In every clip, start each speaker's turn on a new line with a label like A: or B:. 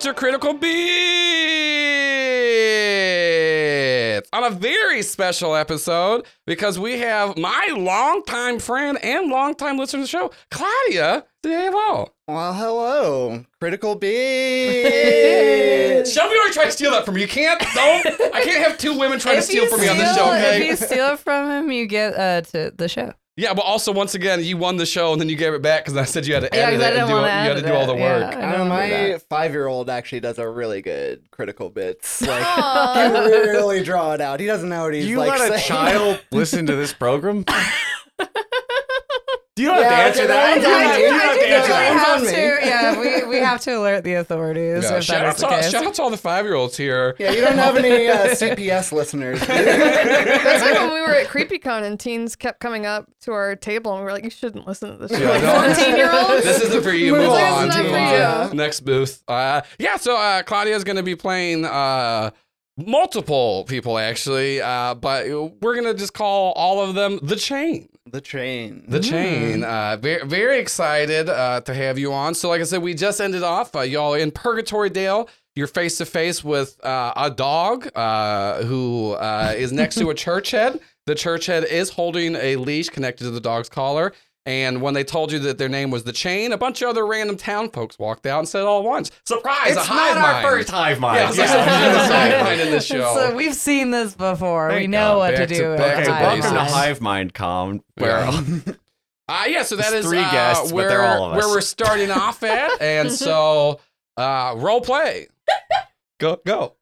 A: to Critical Beats on a very special episode because we have my longtime friend and longtime listener to the show, Claudia DeVall.
B: Well, hello, Critical Beat.
A: Shelby already tried to steal that from me. You can't, don't. I can't have two women trying to
C: If
A: steal
C: you
A: from me on this show,
C: steal-
A: okay?
C: If you steal from him, you get uh, to the show.
A: Yeah, but also, once again, you won the show and then you gave it back because I said you had to
C: Yeah,
A: edit
C: 'cause I
A: it and
C: didn't
A: do, all-
C: wanna
A: you had to
C: edit
A: do all
C: it.
A: the work.
C: Yeah. I
B: Uh,
C: don't do
B: my
C: that.
B: five-year-old actually does a really good critical bits. Like,
D: Aw.
B: you really draw it out. He doesn't know what he's
E: you
B: like.
E: let a
B: saying.
E: child listen to this program? Do you don't
B: Yeah,
E: have to answer
B: okay,
E: that?
B: I
C: I
B: You
C: do,
B: don't have
C: I
B: to-
C: do,
B: you don't have to answer
C: really have
B: that. It's on
C: to. Yeah, we, we have to alert the authorities
A: Yeah,
C: if
A: shout,
C: that
A: out
C: is the
A: to,
C: case.
A: shout out to all the five year olds here.
B: Yeah, you don't have any uh, CPS listeners.
D: That's like when we were at CreepyCon and teens kept coming up to our table and we were like, you shouldn't listen to this.
A: Yeah,
D: shit."
A: don't-
D: like 14 year olds?
A: This isn't for you. Move,
B: Move
D: on.
A: on.
D: This is not
A: Move
D: for
A: on.
B: you.
A: Next booth. Uh, yeah, so uh, Claudia's going to be playing uh, multiple people, actually, uh, but we're going to just call all of them The Chain.
B: the train.
E: Mm.
A: The Chain. Uh, very, very excited uh, to have you on. So, like I said, we just ended off. Uh, y'all in Purgatory Dale. You're face to face with uh, a dog uh, who uh, is next to a church head. The church head is holding a leash connected to the dog's collar. And when they told you that their name was the Chain, a bunch of other random town folks walked out and said all at once, "Surprise! a
E: It's
A: hive
E: not our
A: mind."
E: first hive mind.
A: Yeah, it's like,
E: Yeah.
A: "Surprise, a hive mind in this show.
C: So we've seen this before. we
A: Thank
C: know
A: God.
C: what
A: Back
C: to
A: to-
C: do. with
A: back
E: Okay,
A: to
C: high
E: welcome to
C: five.
A: basics.
E: Hive Mind Com, where
A: Yeah. Uh, yeah, so that
E: It's
A: is
E: three
A: uh,
E: guests, but
A: where,
E: they're all of us.
A: where we're starting off at. And so, uh, role play. Go, go.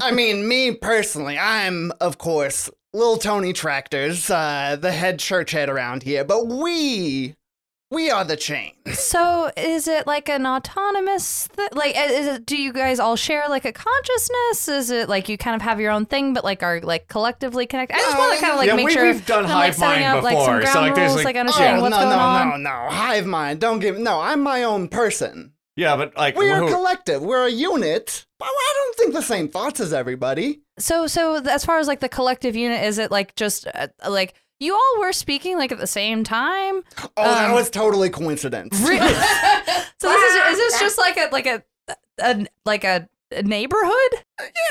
B: I mean, me personally, I'm, of course, Lil Tony Tractors, uh, the head church head around here, but we, we are the chain.
D: So is it like an autonomous th- like uh, is it do you guys all share like a consciousness? Is it like you kind of have your own thing but like are like collectively connected? I just want to kind of like
E: Yeah,
D: make
E: we-
D: sure
E: we've done
D: I'm, like,
E: Hive
D: setting
E: Mind
D: up, like, some
E: before, so,
D: ground
E: like, there's,
D: rules,
E: like-
D: like understanding
B: oh,
D: what's
B: no,
D: going
B: no,
D: on.
B: no, no. Hive mind. Don't give No, I'm my own person.
E: yeah, but like,
B: We are
E: who-
B: collective. We're a unit. Well, I don't think the same thoughts as everybody.
D: So so th- as far as like the collective unit is it like just uh, like you all were speaking like at the same time?
B: Oh, that was totally coincidence.
D: Um, Re- so this is is this just like a like a, a like a a neighborhood?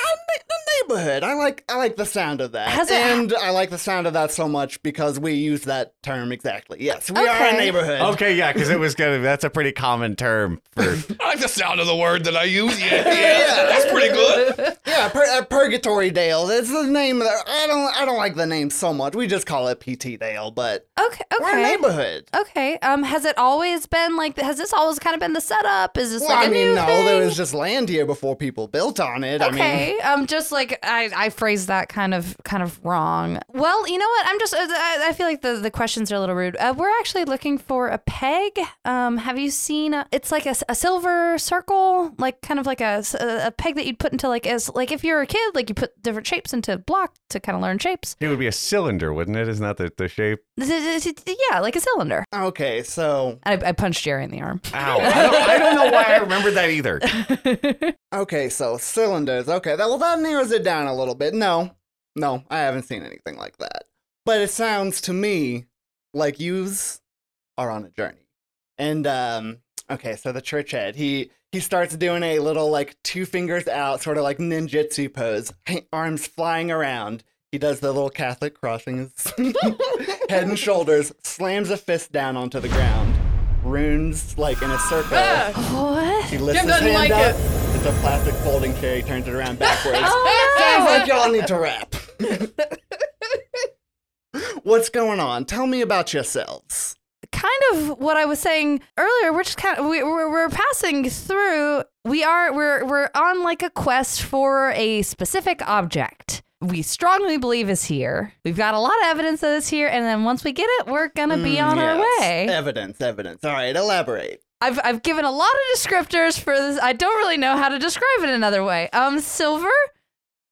B: the neighborhood. I like I like the sound of that.
D: Has it-
B: and I like the sound of that so much because we use that term exactly. Yes, we are a
D: Okay. Oh.
B: neighborhood.
E: Okay, yeah, because it was gonna. That's a pretty common term for
A: I like the sound of the word that I use. Yeah, that's pretty good.
B: Yeah, pur- uh, Purgatory Dale. It's the name. That, I don't. I don't like the name so much. We just call it PT Dale, but
D: Okay, okay.
B: we're a neighborhood.
D: Okay. Um. Has it always been like? Has this always kind of been the setup? Is this
B: Well, I
D: like a
B: mean,
D: new
B: no,
D: thing?
B: there was just land here before people built on it. I mean,
D: okay. um. Just like I, I phrased that kind of kind of wrong. Well, you know what? I'm just. uh, I, I feel like the the questions are a little rude. Uh, we're actually looking for a peg. Um. Have you seen? A, it's like a, s- a silver circle, like kind of like a, s- a- a peg that you'd put into like as like if you're a kid, like you put different shapes into block to kind of learn shapes.
E: it would be a cylinder, wouldn't it? Isn't that the, the shape?
D: Yeah, like a cylinder.
B: okay, so
D: And I, I punched Jerry in the arm.
E: Ow! I don't, I don't know why I remember that either.
B: okay, so cylinders. Okay, that well that narrows it down a little bit. No, no, I haven't seen anything like that. But it sounds to me like yous are on a journey. And um, okay, so the church head he he starts doing a little like two fingers out, sort of like ninjutsu pose, arms flying around. He does the little Catholic crossing his head and shoulders, slams a fist down onto the ground, runes like in a circle.
F: Ah!
D: What?
B: He lifts
F: Jim
B: his
F: doesn't
B: hand
F: like
B: up.
F: it.
B: It's a plastic folding chair. He turns it around backwards. Sounds
D: Oh,
B: like y'all need to wrap. What's going on? Tell me about yourselves.
D: kind of what I was saying earlier. We're just kind of we, we're, we're passing through. We are we're we're on like a quest for a specific object. We strongly believe is here. We've got a lot of evidence that it's here, and then once we get it, we're gonna be on our
B: Mm, Yes.
D: way.
B: Evidence, evidence. All right, elaborate.
D: I've I've given a lot of descriptors for this. I don't really know how to describe it another way. Um, silver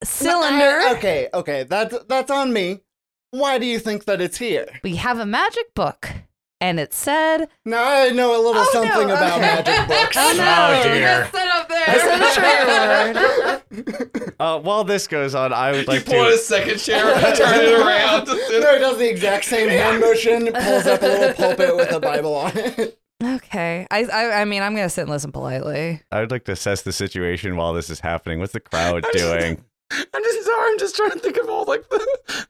D: cylinder.
B: I- okay, okay. That's that's on me. Why do you think that it's here?
D: We have a magic book, and it said,
B: Now I know a little
D: Oh, no,
B: something about
D: okay.
B: magic books.
D: "Oh no,
E: Oh, dear.
D: we got set up there." It's a trigger word.
E: Uh, while this goes on, I would like
A: you pull
E: to.
A: a second chair and turn it around.
B: No, it does the exact same hand motion. Pulls up a little pulpit with a Bible on it.
C: Okay. I, I I mean, I'm gonna sit and listen politely.
E: I would like to assess the situation while this is happening. What's the crowd doing?
A: I'm just sorry. I'm just trying to think of all like the,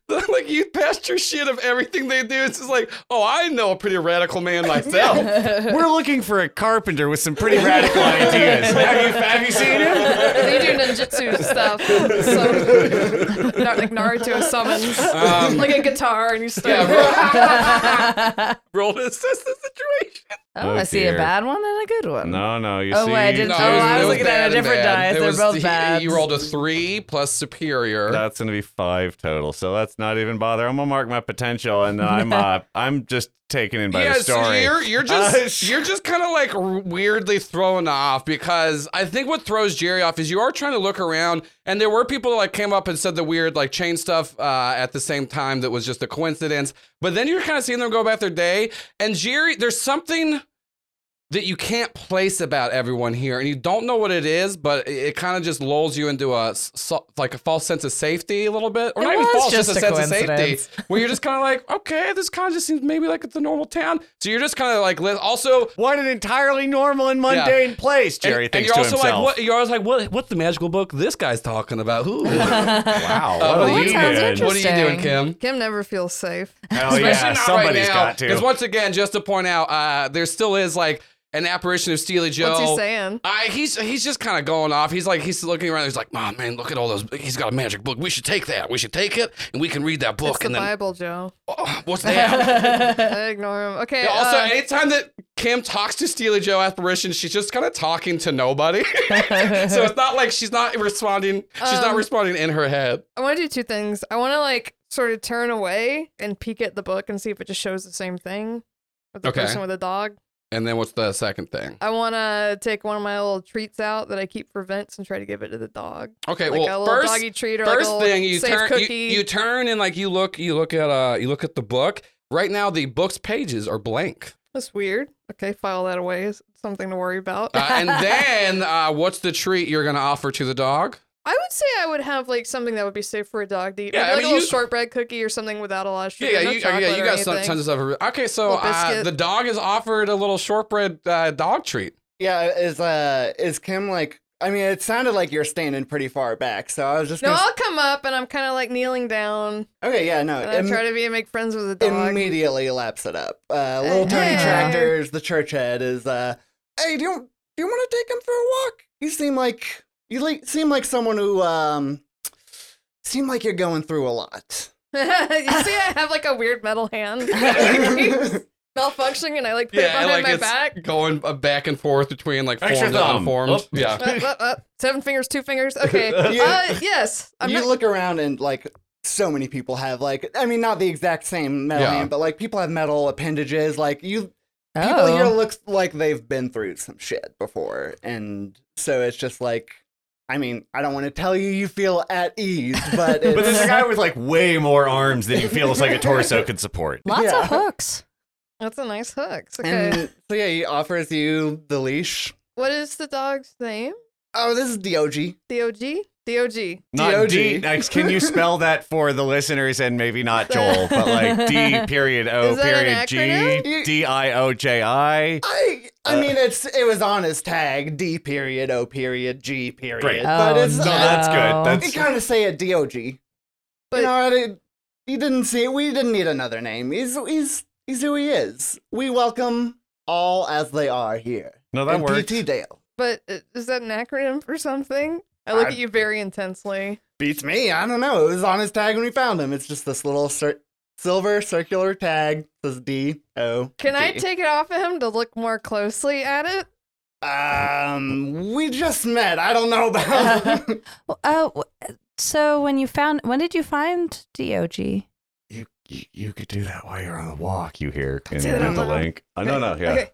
A: the like you pasture shit of everything they do. It's just like, oh, I know a pretty radical man myself.
E: We're looking for a carpenter with some pretty radical ideas. Have you, have you seen him?
F: they do ninjutsu stuff. So, not like Naruto summons
A: Um,
F: like a guitar, and you start.
D: Oh,
A: Roll to assess the situation.
C: Oh,
E: Oh,
C: I see
E: dear.
C: a bad one and a good one.
E: No, no, you
C: Oh,
E: see.
C: wait, I didn't- No. Oh, I was looking at a
A: bad and
C: different
A: bad.
C: dice.
A: It
C: They're
A: was-
C: both
A: he-
C: bad.
A: You rolled a three plus superior.
E: That's gonna be five total, so let's not even bother. I'm gonna mark my potential, and then I'm uh, I'm just taken in by
A: yeah,
E: the
A: so
E: story.
A: you're you're just
E: Uh, sh-
A: you're just kind of like r- weirdly thrown off because I think what throws Jerry off is you are trying to look around, and there were people that like came up and said the weird like chain stuff uh, at the same time that was just a coincidence. But then you're kind of seeing them go about their day, and Jerry, there's something that you can't place about everyone here, and you don't know what it is, but it, it kind of just lulls you into a s- so- like a false sense of safety a little bit, or
C: It
A: not even
C: was
A: false, just,
C: just
A: a,
C: a
A: sense of safety
C: coincidence.
A: where you're just kind of like, okay, this kind of just seems maybe like it's a normal town. So you're just kind of like, li- also.
E: what an entirely normal and mundane place,
A: and,
E: Jerry
A: and
E: thinks
A: you're
E: to
A: also like,
E: himself.
A: what? You're always like, what? What's the magical book this guy's talking about? Who? what
E: Wow,
A: Uh,
E: what
A: well,
E: are
A: that
E: you
A: sounds
E: doing?
A: are you doing, Kim?
F: Kim never feels safe.
E: Hell yeah, Ah, somebody's got to.
A: Because once again, just to point out, uh, there still is like an apparition of Steely Joe.
F: What's he saying?
A: I, he's he's just kind of going off. He's like he's looking around. He's like, "Mom, man, look at all those. He's got a magic book. We should take that. We should take it, and we can read that book."
F: It's the
A: and then,
F: Bible, Joe.
A: oh, what's that?
F: I ignore him. Okay.
A: Yeah, also,
F: uh,
A: anytime that Kim talks to Steely Joe apparition, she's just kind of talking to nobody. so it's not like she's not responding. She's not
F: Um,
A: responding in her head.
F: I want to do two things. I want to like sort of turn away and peek at the book and see if it just shows the same thing with the
A: Okay.
F: person with a dog.
A: And then what's the second thing?
F: I want to take one of my little treats out that I keep for Vince and try to give it to the dog.
A: Okay,
F: like a
A: well,
F: little
A: first,
F: doggy treat or
A: first
F: like a little
A: thing you
F: safe
A: turn you,
F: cookie.
A: you turn and like you look you look at uh you look at the book. Right now, the book's pages are blank.
F: That's weird. Okay, file that away. Is something to worry about.
A: Uh, and then, uh, what's the treat you're gonna offer to the dog?
F: I would say I would have like something that would be safe for a dog to eat.
A: Yeah,
F: Maybe,
A: I
F: like
A: mean,
F: a little
A: you-
F: shortbread cookie or something without a lot of sugar.
A: Yeah, yeah, you,
F: no
A: uh, yeah,
F: chocolate
A: you
F: or
A: got some,
F: anything.
A: tons of stuff. Okay, so
F: Little
A: uh,
F: biscuit.
A: the dog is offered a little shortbread uh, dog treat.
B: Yeah, is uh is Kim like I mean it sounded like you're standing pretty far back, so I was just
F: No,
B: gonna
F: I'll come up and I'm kind of like kneeling down
B: Okay, yeah, no.
A: Uh,
F: and I
B: im-
F: try to be make friends with the dog.
B: immediately laps it up. Uh little tiny
F: Hey.
B: tractors, the church head is uh Hey, do you do you wanna take him for a walk? You seem like you le- seem like someone who um seem like you're going through a lot.
F: you see, I have like a weird metal hand It keeps malfunctioning, and I like put it behind my back.
A: going uh, back and forth between like
E: Extra
A: formed and
E: thumb. Oh.
A: unformed.
E: Oop.
A: Yeah.
F: Up, up, up. Uh, Seven fingers, two fingers. Okay.
B: You-
F: Uh, yes. I'm
B: you
F: not-
B: look around and like so many people have like I mean not the exact same metal
A: Yeah.
B: hand, but like people have metal appendages, like you People here
C: Oh.
B: look like they've been through some shit before, and so it's just like, I mean, I don't want to tell you you feel at ease, but it's,
E: But there's a guy with like way more arms than he feels like a torso could support.
D: Lots
B: Yeah.
D: of hooks.
F: That's a nice hook. It's Okay.
B: and so yeah, he offers you the leash.
F: What is the dog's name?
B: Oh, this is Dog.
F: Dog. Dog.
E: Not D.
B: D.O.G..
E: like, Can you spell that for the listeners and maybe not Joel, but like D period O
F: Is that an
E: period G
F: acronym?
E: D I O J I.
B: I I mean, it's it was on his tag D period O period G period,
E: Great.
B: but
C: Oh,
B: it's uh,
E: No, that's good.
C: No.
E: That's
B: you kind of say it Dog.
F: But-
B: you know, I did he didn't see it. We didn't need another name. He's he's he's who he is. We welcome all as they are here.
E: No, that
B: And
E: works.
B: PT Dale.
F: But uh, is that an acronym for something? I look
B: I-
F: at you very intensely.
B: Beats me. I don't know. It was on his tag when we found him. It's just this little cir- silver circular tag. Says D O.
F: Can I take it off of him to look more closely at it?
B: Um, we just met. I don't know about.
D: Well, Uh, w- so when you found, when did you find Dog?
E: You, you you could do that while you're on the walk. You hear and
F: say that
E: the
F: out loud.
E: link. I no no yeah.
F: Okay.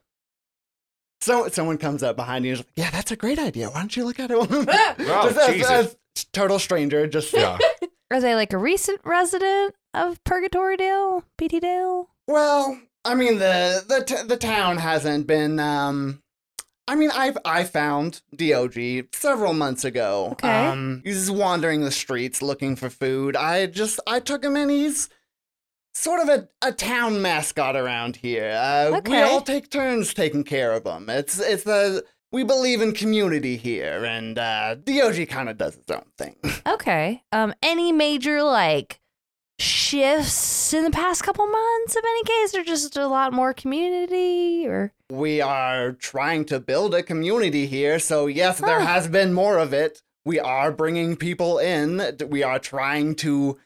B: so someone comes up behind you. And is like, yeah, that's a great idea. Why don't you look at it? Just
E: Jesus.
B: total stranger. Just
E: Yeah.
D: Are they like a recent resident of Purgatory Dale, BT Dale?
B: Well, I mean the the t- the town hasn't been. Um, I mean I've I found Dog several months ago.
D: Okay.
B: Um, he's wandering the streets looking for food. I just I took him in. He's sort of a, a town mascot around here. Uh, We
D: Okay.
B: all take turns taking care of them. It's it's the we believe in community here, and uh, Dioji kind of does his own thing.
D: Okay. Um, any major like shifts in the past couple months of any case, or just a lot more community, or
B: we are trying to build a community here, so yes, there
D: Huh.
B: has been more of it. We are bringing people in. D- We are trying to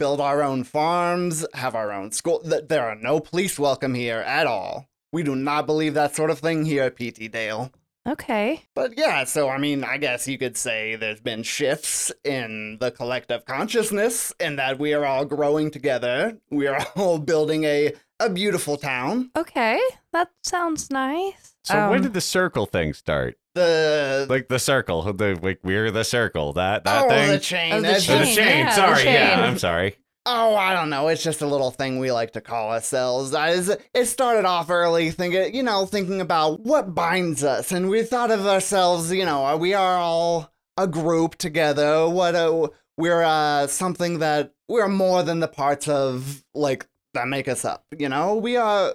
B: build our own farms, have our own school. Th- There are no police welcome here at all. We do not believe that sort of thing here at PT Dale.
D: okay.
B: But yeah, so I mean, I guess you could say there's been shifts in the collective consciousness in that we are all growing together. We are all building a, a beautiful town.
D: Okay. That sounds nice.
E: So when
D: Um,
E: did the circle thing start?
B: The
E: Like the circle, the like we're the circle. That that
B: oh,
E: thing.
B: the chain.
D: Oh, the
B: that's-
E: Oh, the
D: chain,
E: chain.
D: yeah, the
E: sorry, yeah,
D: chain.
E: I'm sorry.
B: Oh, I don't know. It's just a little thing we like to call ourselves. I was- It started off early, thinking, you know, thinking about what binds us, and we thought of ourselves, you know, we are all a group together. What a we're uh, something that we're more than the parts of like that make us up. You know, we are.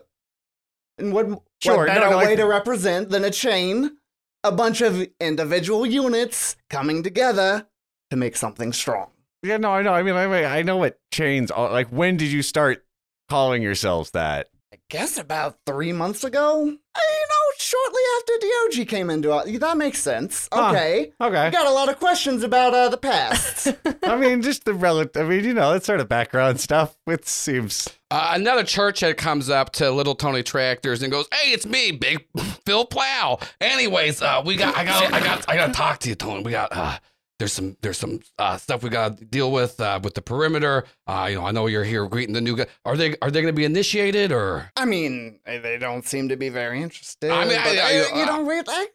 B: And what,
E: Sure,
B: what
E: no,
B: better
E: no, I-
B: way to represent than a chain, a bunch of individual units coming together to make something strong.
E: Yeah, no, I know. I mean, I mean, I know what chains are. Like, when did you start calling yourselves that?
B: I guess about three months ago. Uh, You know, shortly after Dioji came into our. That makes sense.
E: Huh.
B: Okay.
A: Eh.
B: I
E: Okay,
B: got a lot of questions about uh, the past.
E: I mean, just the relative. I mean, you know, that sort of background stuff. It seems
A: Uh, another church head comes up to little Tony Tractors and goes, "Hey, it's me, Big Phil Plow." Anyways, uh, we got, I got, I got, I got to talk to you, Tony. We got, uh, there's some, there's some uh, stuff we got to deal with uh, with the perimeter. Uh, you know, I know you're here greeting the new guy. Are they, are they going to be initiated or?
B: I mean, eh, they don't seem to be very interested.
A: I mean, I-
B: but,
A: I- uh,
B: eh,
A: I-
B: you know, we, I,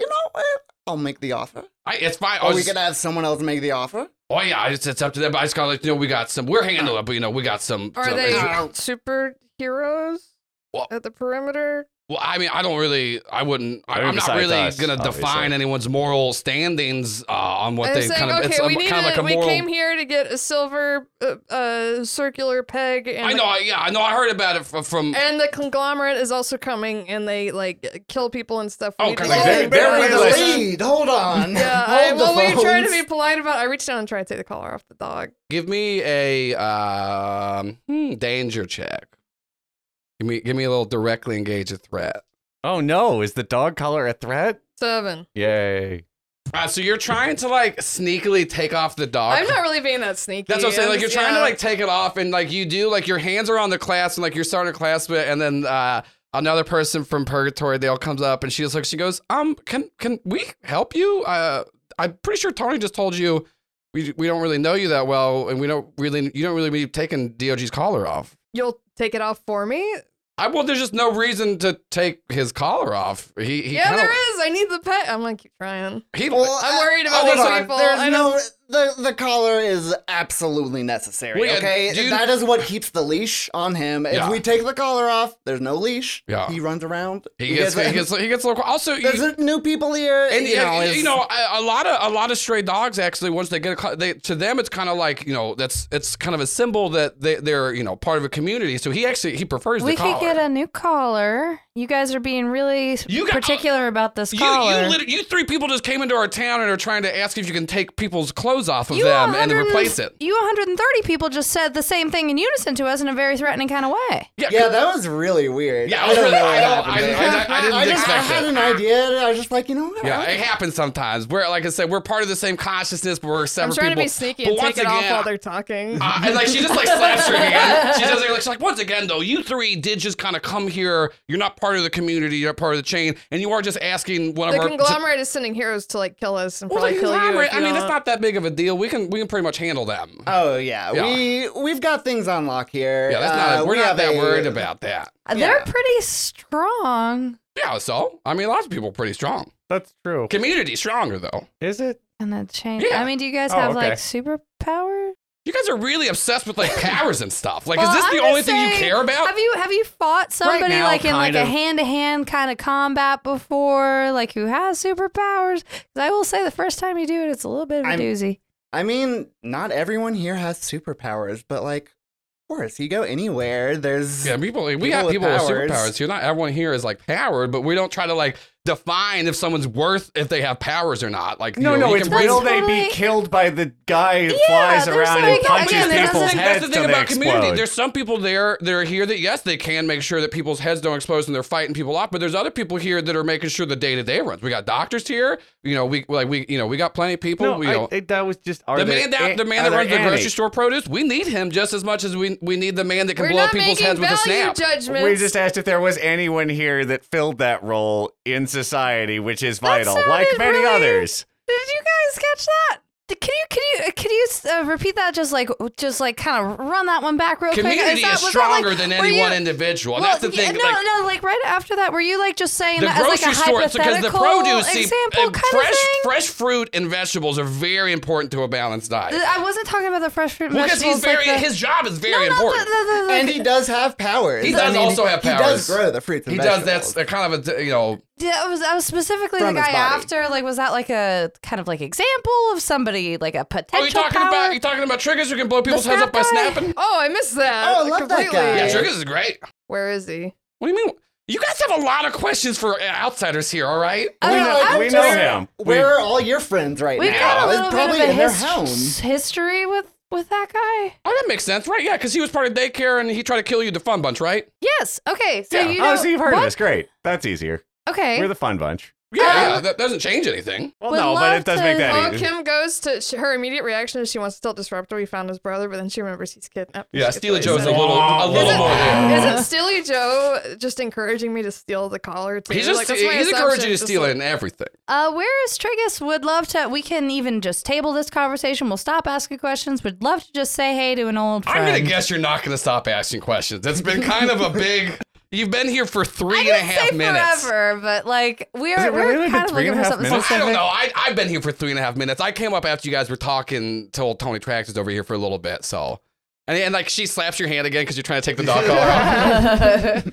B: you know, eh, I'll make the offer.
A: I, it's fine. I
B: Are we
A: was-
B: gonna have someone else make the offer?
A: oh yeah, I just, it's up to them. But I just got to let you know we got some. We're handling it, but you know we got some.
F: Are
A: some-
F: they
A: it's-
B: Uh,
F: superheroes
A: Well-
F: at the perimeter?
A: Well, I mean, I don't really, I wouldn't, I
E: I mean,
A: I'm not
E: besides
A: really
E: us,
A: gonna
E: obviously.
A: define anyone's moral standings uh, on what
F: They're
A: they
F: saying,
A: kind of.
F: okay,
A: it's a,
F: we need
A: kind of like a
F: we
A: moral.
F: came here to get a silver uh, uh, circular peg. And
A: I know, I, yeah, I know. I heard about it from. from
F: And the conglomerate is also coming, and they like kill people and stuff.
A: Oh,
F: We
A: cause
F: need to
A: they-
F: get
A: they- they're
F: rid
B: Bury
F: of
B: the
A: with us.
F: them.
B: lead. Hold on.
F: Yeah,
B: Hold
F: I,
B: the
F: well, we tried to
B: phones.
F: be polite about. it. I reached down and tried to take the collar off the dog.
A: give me a um, hmm, danger check. Give me, give me a little directly engage a threat.
E: Oh no, is the dog collar a threat?
F: Seven.
E: Yay.
A: Uh, so you're trying to like sneakily take off the dog.
F: I'm not really being that sneaky. uh,
A: That's what I'm saying.
F: I'm
A: Like you're
F: just-
A: trying to
F: yeah.
A: like take it off, and like you do, like your hands are on the clasp, and like you're starting to clasp it, and then uh, another person from Purgatory Dale comes up, and she's like, she goes, um, can can we help you? Uh, I'm pretty sure Tony just told you we we don't really know you that well, and we don't really you don't really be taking Dog's collar off.
F: You'll take it off for me?
A: I well, there's just no reason to take his collar off. He, he
F: yeah,
A: kinda,
F: there is. I need the pet. I'm gonna keep trying.
A: He,
B: Well,
F: I'm
B: uh,
F: worried about
B: hold
F: these
B: on.
F: people.
B: There's
F: I
B: no the the collar is absolutely necessary.
A: Well, yeah,
B: okay,
A: do you-
B: that is what keeps the leash on him. If
A: Yeah.
B: we take the collar off, there's no leash.
A: Yeah.
B: he runs around.
A: he gets he gets he gets a little also. you-
B: there's new people here.
A: and
B: you know,
A: you
B: it's-
A: know a, a lot of a lot of stray dogs actually once they get a co- they to them it's kind of like you know that's it's kind of a symbol that they, they're you know part of a community so he actually he prefers
D: We
A: the collar
D: could get a new collar. You guys are being really
A: You got-
D: particular about this
A: you,
D: collar.
A: you, lit- you three people just came into our town and are trying to ask if you can take people's clothes off of
D: You
A: them
D: 100
A: and replace it.
D: You 130 people just said the same thing in unison to us in a very threatening kind of way.
B: yeah, that was really weird.
A: Yeah, it was really- I don't- I-
B: there.
A: I- I- I didn't
B: just, I
A: expect
B: had
A: it.
B: an idea. and I was just like, you know what?
A: Yeah, it happens sometimes. We're like I said, we're part of the same consciousness, but we're
F: I'm
A: separate
F: trying
A: people.
F: to be sneaky
A: but
F: and
A: once
F: take it
A: again,
F: off while they're talking.
A: Uh, and like she just like slaps her hand. She does it like she's like once again though. You three did just kind of come here. You're not part of the community. You're not part of the chain, and you are just asking one
F: the
A: of our. to-
F: conglomerate is sending heroes to like kill us and
A: well, the
F: probably kill you.
A: conglomerate.
F: if
A: I
F: you
A: mean, that's
F: don't.
A: not that big of a deal. We can we can pretty much handle them.
B: Oh yeah,
A: Yeah.
B: we we've got things on lock here.
A: yeah, that's not.
B: Uh,
A: we're
B: we
A: not
B: have
A: that
B: a-
A: worried about that.
D: Uh, They're
B: Yeah.
D: pretty strong.
A: Yeah, so I mean, lots of people are pretty strong.
E: That's true.
A: Community stronger though.
E: Is it?
D: Gonna change.
A: Yeah.
D: I mean, do you guys
E: Oh,
D: have
E: okay.
D: like superpowers?
A: You guys are really obsessed with like powers and stuff. Like,
D: Well,
A: is this
D: I'm
A: the
D: just
A: only thing you
D: saying,
A: care about?
D: Have you have you fought somebody
B: now,
D: like in like
B: kind
D: a
B: of.
D: hand to hand kind of combat before, like who has superpowers? 'Cause I will say the first time you do it, it's a little bit of a
B: I'm-
D: doozy.
B: I mean, not everyone here has superpowers, but like, course, you go anywhere. There's
A: Yeah, people. We
B: People
A: got
B: with
A: people with
B: powers.
A: superpowers too. Not everyone here is like powered, but we don't try to like define if someone's worth if they have powers or not. Like you
E: No,
A: know,
E: no,
A: you
E: it's
A: can bring-
E: will they
D: totally-
E: be killed by the guy who
D: Yeah,
E: flies
D: there's
E: around
D: like-
E: and punches
D: again, there's
E: people's
D: nothing-
E: heads
A: That's the thing
E: till they
A: about community.
E: explode?
A: There's some people there that are here that yes, they can make sure that people's heads don't explode and they're fighting people off. But there's other people here that are making sure the day to day runs. We got doctors here. You know, we like we you know we got plenty of people.
E: no,
A: we,
E: I-
A: you know,
E: I- that was just are
A: the
E: there
A: man that
E: an-
A: the man
E: are
A: that runs
E: there
A: the grocery
E: any?
A: store produce, we need him just as much as we we need the man that can
F: We're
A: blow up
F: not
A: people's
F: making
A: heads with a
F: value
A: snap.
F: judgments.
E: We just asked if there was anyone here that filled that role in society, which is vital,
D: sounded
E: like many
D: really-
E: others.
D: Did you guys catch that? Did- Can you can you can you uh, repeat that? Just like just like kind of run that one back real quick.
A: Community
D: that-
A: is
D: was that, like,
A: stronger than
D: were
A: any one
D: you-
A: individual. and
D: well,
A: that's the
D: yeah,
A: thing.
D: No,
A: like,
D: no, like right after that, were you like just saying
A: the
D: that as like
A: grocery
D: a
A: store it's because the
D: hypothetical
A: produce see,
D: example
A: uh,
D: kind
A: fresh
D: of thing?
A: fresh fruit and vegetables are very important to a balanced diet
D: I wasn't talking about the fresh fruit. and
A: because he's
D: vegetables,
A: very
D: like the,
A: his job is
D: no,
A: very
D: no,
A: important
D: The, the, the, the,
B: and he does have powers.
A: He does also have
B: He
A: powers.
B: does grow the fruits. And
A: he does that's
B: vegetables.
A: a kind of a you know oh,
D: Yeah, I was, I was specifically
B: From
D: the
B: his
D: guy
B: body.
D: after. Like, was that like a kind of like example of somebody like a potential
A: oh you talking
D: power?
A: about you talking about triggers who can blow people's heads
D: snap
A: up by
D: guy?
A: snapping
F: oh, I missed that.
B: Oh, I love that
F: completely.
B: guy.
A: yeah triggers is great
F: Where is he?
A: what do you mean you guys have a lot of questions for uh, outsiders here all right
D: I
E: We
D: don't
E: know,
D: I'm
E: we
D: just-
E: know him. We-
B: Where are all your friends right
D: We've
B: now?
D: got a
B: It's
D: little
B: probably
D: bit of a
B: in their
D: hist-
B: home.
D: history with with that guy.
A: oh that makes sense right yeah because he was part of daycare and he tried to kill you the fun bunch right
D: Yes. Okay. So
A: Yeah.
D: you know.
E: oh, so you've heard
D: what?
E: of this. Great. That's easier.
D: Okay.
E: We're the fun bunch.
A: yeah, yeah that doesn't change anything
E: Well,
D: Would
E: no, but
D: love
E: it does
D: to-
E: make
F: Oh,
E: that easy.
F: Kim goes to sh- her immediate reaction is she wants to tell Disruptor we found his brother, but then she remembers he's kidnapped.
A: yeah
F: She gets
A: steely
F: really
A: joe's a
F: upset.
A: little a little
E: Is it-
A: more there.
F: Isn't Steely Joe just encouraging me to steal the collar too?
A: He's just
F: Like, that's my
A: he's
F: assumption,
A: encouraging you to
F: just
A: steal
F: like-
A: it and everything.
D: Uh, where is Trigus? Would love to. We can even just table this conversation. We'll stop asking questions. Would love to just say hey to an old friend.
A: I'm gonna guess you're not gonna stop asking questions. That's been kind of a big. You've been here for
D: I
A: three and a
D: didn't say
A: half minutes.
D: forever, but like we're
E: Has it
D: we're
E: really only been
D: kind of
E: three
D: looking
E: and a
D: for
E: half
D: something
E: minutes?
A: I
D: specific.
A: don't know. I, I've been here for three and a half minutes. I came up after you guys were talking, told Tony Trax is over here for a little bit. So, and, and like she slaps your hand again because you're trying to take the dog collar off.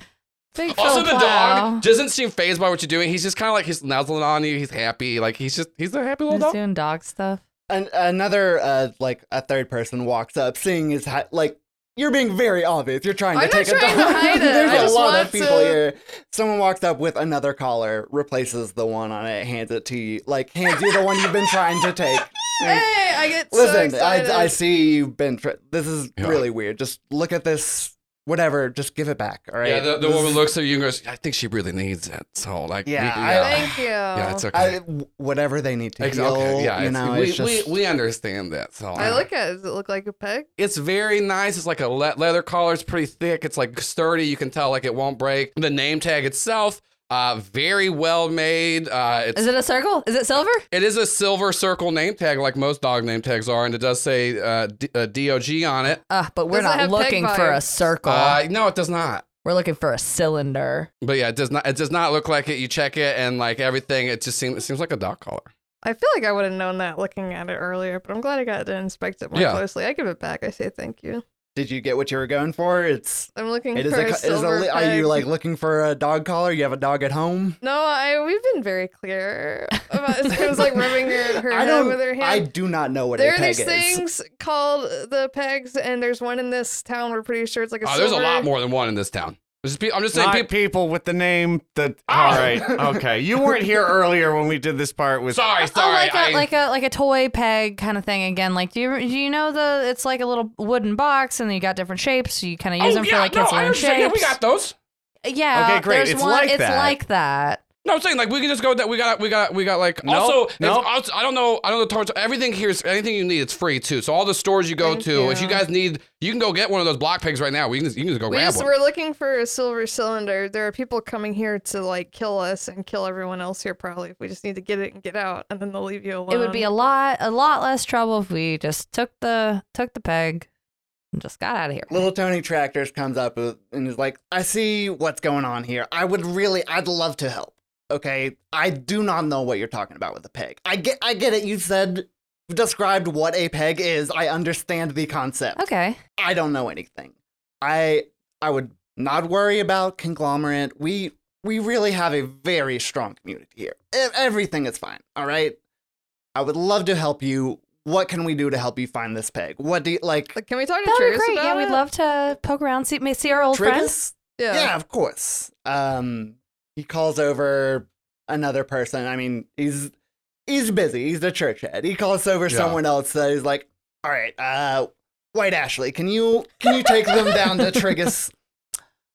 D: Big
A: Also,
D: faux
A: the
D: pas.
A: dog doesn't seem phased by what you're doing. He's just kind of like he's nuzzling on you. He's happy. Like he's just he's a happy little
D: He's
A: dog.
D: doing dog stuff.
B: An- another, uh, like a third person walks up, seeing is hi- like you're being very obvious. You're trying
F: I'm
B: to
F: not
B: take a
F: trying to
B: dollar.
F: hide it.
B: There's
F: I
B: a
F: just
B: lot
F: want
B: of people
F: to-
B: here. Someone walks up with another collar, replaces the one on it, hands it to you, like hands you the one you've been trying to take.
F: Hey, I get so
B: Listen,
F: excited.
B: I, I see you've been. Tr- this is
A: Yeah.
B: really weird. Just look at this. Whatever. Just give it back. All right.
A: Yeah, the, the
B: This
A: woman
B: is-
A: looks at you and goes, "I think she really needs it." So like, we-
B: Yeah, I-
A: yeah,
F: Thank you.
A: yeah, it's okay.
B: I, w- whatever they need to
A: Ex-
B: heal.
A: okay, yeah,
B: you
A: it's-
B: know,
A: we,
B: it's just-
A: we, we understand that. So
F: I look at it. Does it look like a peg?
A: It's very nice. It's like a le- leather collar. It's pretty thick. It's like sturdy. You can tell like it won't break. The name tag itself, uh, very well made. Uh, it's
D: Is it a circle? Is it silver?
A: it is a silver circle name tag, like most dog name tags are, and it does say uh, D- uh, DOG on it.
D: Uh, but we're
F: Does it
D: not
F: have peg
D: looking for a
F: vibes?
D: circle.
A: Uh, no, it does not.
D: we're looking for a cylinder.
A: But yeah, it does not. It does not look like it. You check it, and like everything, it just seems. It seems like a dog collar.
F: I feel like I would have known that looking at it earlier, but I'm glad I got to inspect it more
A: Yeah.
F: closely. I give it back. I say thank you.
B: Did you get what you were going for? It's.
F: I'm looking
B: It is
F: for
B: a.
F: a,
B: co- It is a
F: silver
B: li- are
F: peg.
B: you like looking for a dog collar? You have a dog at home.
F: No, I we've been very clear about it was like rubbing her, her
B: I
F: head
B: don't.
F: with her hand.
B: I do not know what
F: there
B: a
F: are
B: peg
F: these
B: is.
F: things called the pegs, and there's one in this town. We're pretty sure it's like a.
A: Oh, there's a
F: silver-
A: lot more than one in this town. There's pe- I'm just saying,
E: Not
A: people.
E: people with the name that. All right. Okay. You weren't here earlier when we did this part with.
A: Sorry,
D: oh,
A: sorry.
D: like a
A: I-
D: like a like a toy peg kind of thing again. Like do you do you know the it's like a little wooden box and you got different shapes. So you kind of use them for like kids
A: I
D: learn shapes.
A: understand. Oh, Yeah, we got those.
D: Yeah,
E: Okay, great.
D: there's
E: It's
D: one-
E: like
D: it's
E: that.
D: like that.
A: No, I'm saying like we can just go. That we got, we got, we got like.
E: Nope,
A: also, it's-
E: nope.
A: also, I don't know. I don't know. Torrance- Everything here's anything you need. It's free too. So all the stores you go
F: Thank
A: to, if you
F: you.
A: guys need, you can go get one of those block pigs right now. We can, just- you can just go
F: We
A: grab
F: just,
A: one.
F: we're looking for a silver cylinder. There are people coming here to like kill us and kill everyone else here. Probably, we just need to get it and get out, and then they'll leave you alone.
D: It would be a lot a lot less trouble if we just took the took the peg and just got out of here.
B: Little Tony Tractors comes up with- and is like, I see what's going on here. I would really, I'd love to help. Okay. I do not know what you're talking about with the peg. I get, I get it. You said, described what a peg is. I understand the concept.
D: Okay.
B: I don't know anything. I, I would not worry about conglomerate. We, we really have a very strong community here. E- Everything is fine. All right. I would love to help you. what can we do to help you find this peg? What do you like?
F: Like, can we talk to
D: That would be
F: Trius
D: great.
F: about
D: Yeah, we'd
F: it?
D: love to poke around, see, may- see our old
B: Trigus?
D: friends.
F: Yeah.
B: Yeah, of course. Um, he calls over another person. I mean, he's he's busy. He's the church head. He calls over
A: Yeah.
B: someone else that is like, all right, uh, White Ashley, can you can you take them down to Trigus?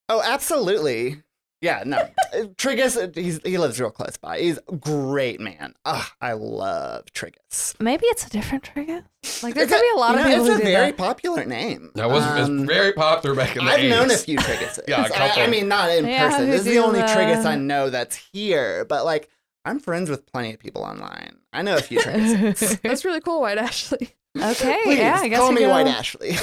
B: Oh, absolutely. Yeah, no. Uh, Trigus, uh, he's, he lives real close by. He's a great man. Ugh, I love Trigus.
D: Maybe it's a different trigger. Like there
B: It's
D: could be a lot
B: you
D: of
B: know,
D: people who
B: It's a
D: do
B: very
D: that.
B: popular name.
A: That was it's
B: Um,
A: very popular back in the
B: I've
A: 80s.
B: known a few Triguses.
A: Yeah, a
B: I, I
A: couple.
B: mean, not in
D: Yeah,
B: person.
D: who
B: This is the
D: do uh,
B: only
D: the-
B: Trigus I know that's here, but like, I'm friends with plenty of people online. I know a few Triguses.
F: That's really cool, White Ashley.
D: Okay,
B: Please,
D: yeah. I guess
B: call
D: we
B: me
D: go,
B: White Ashley.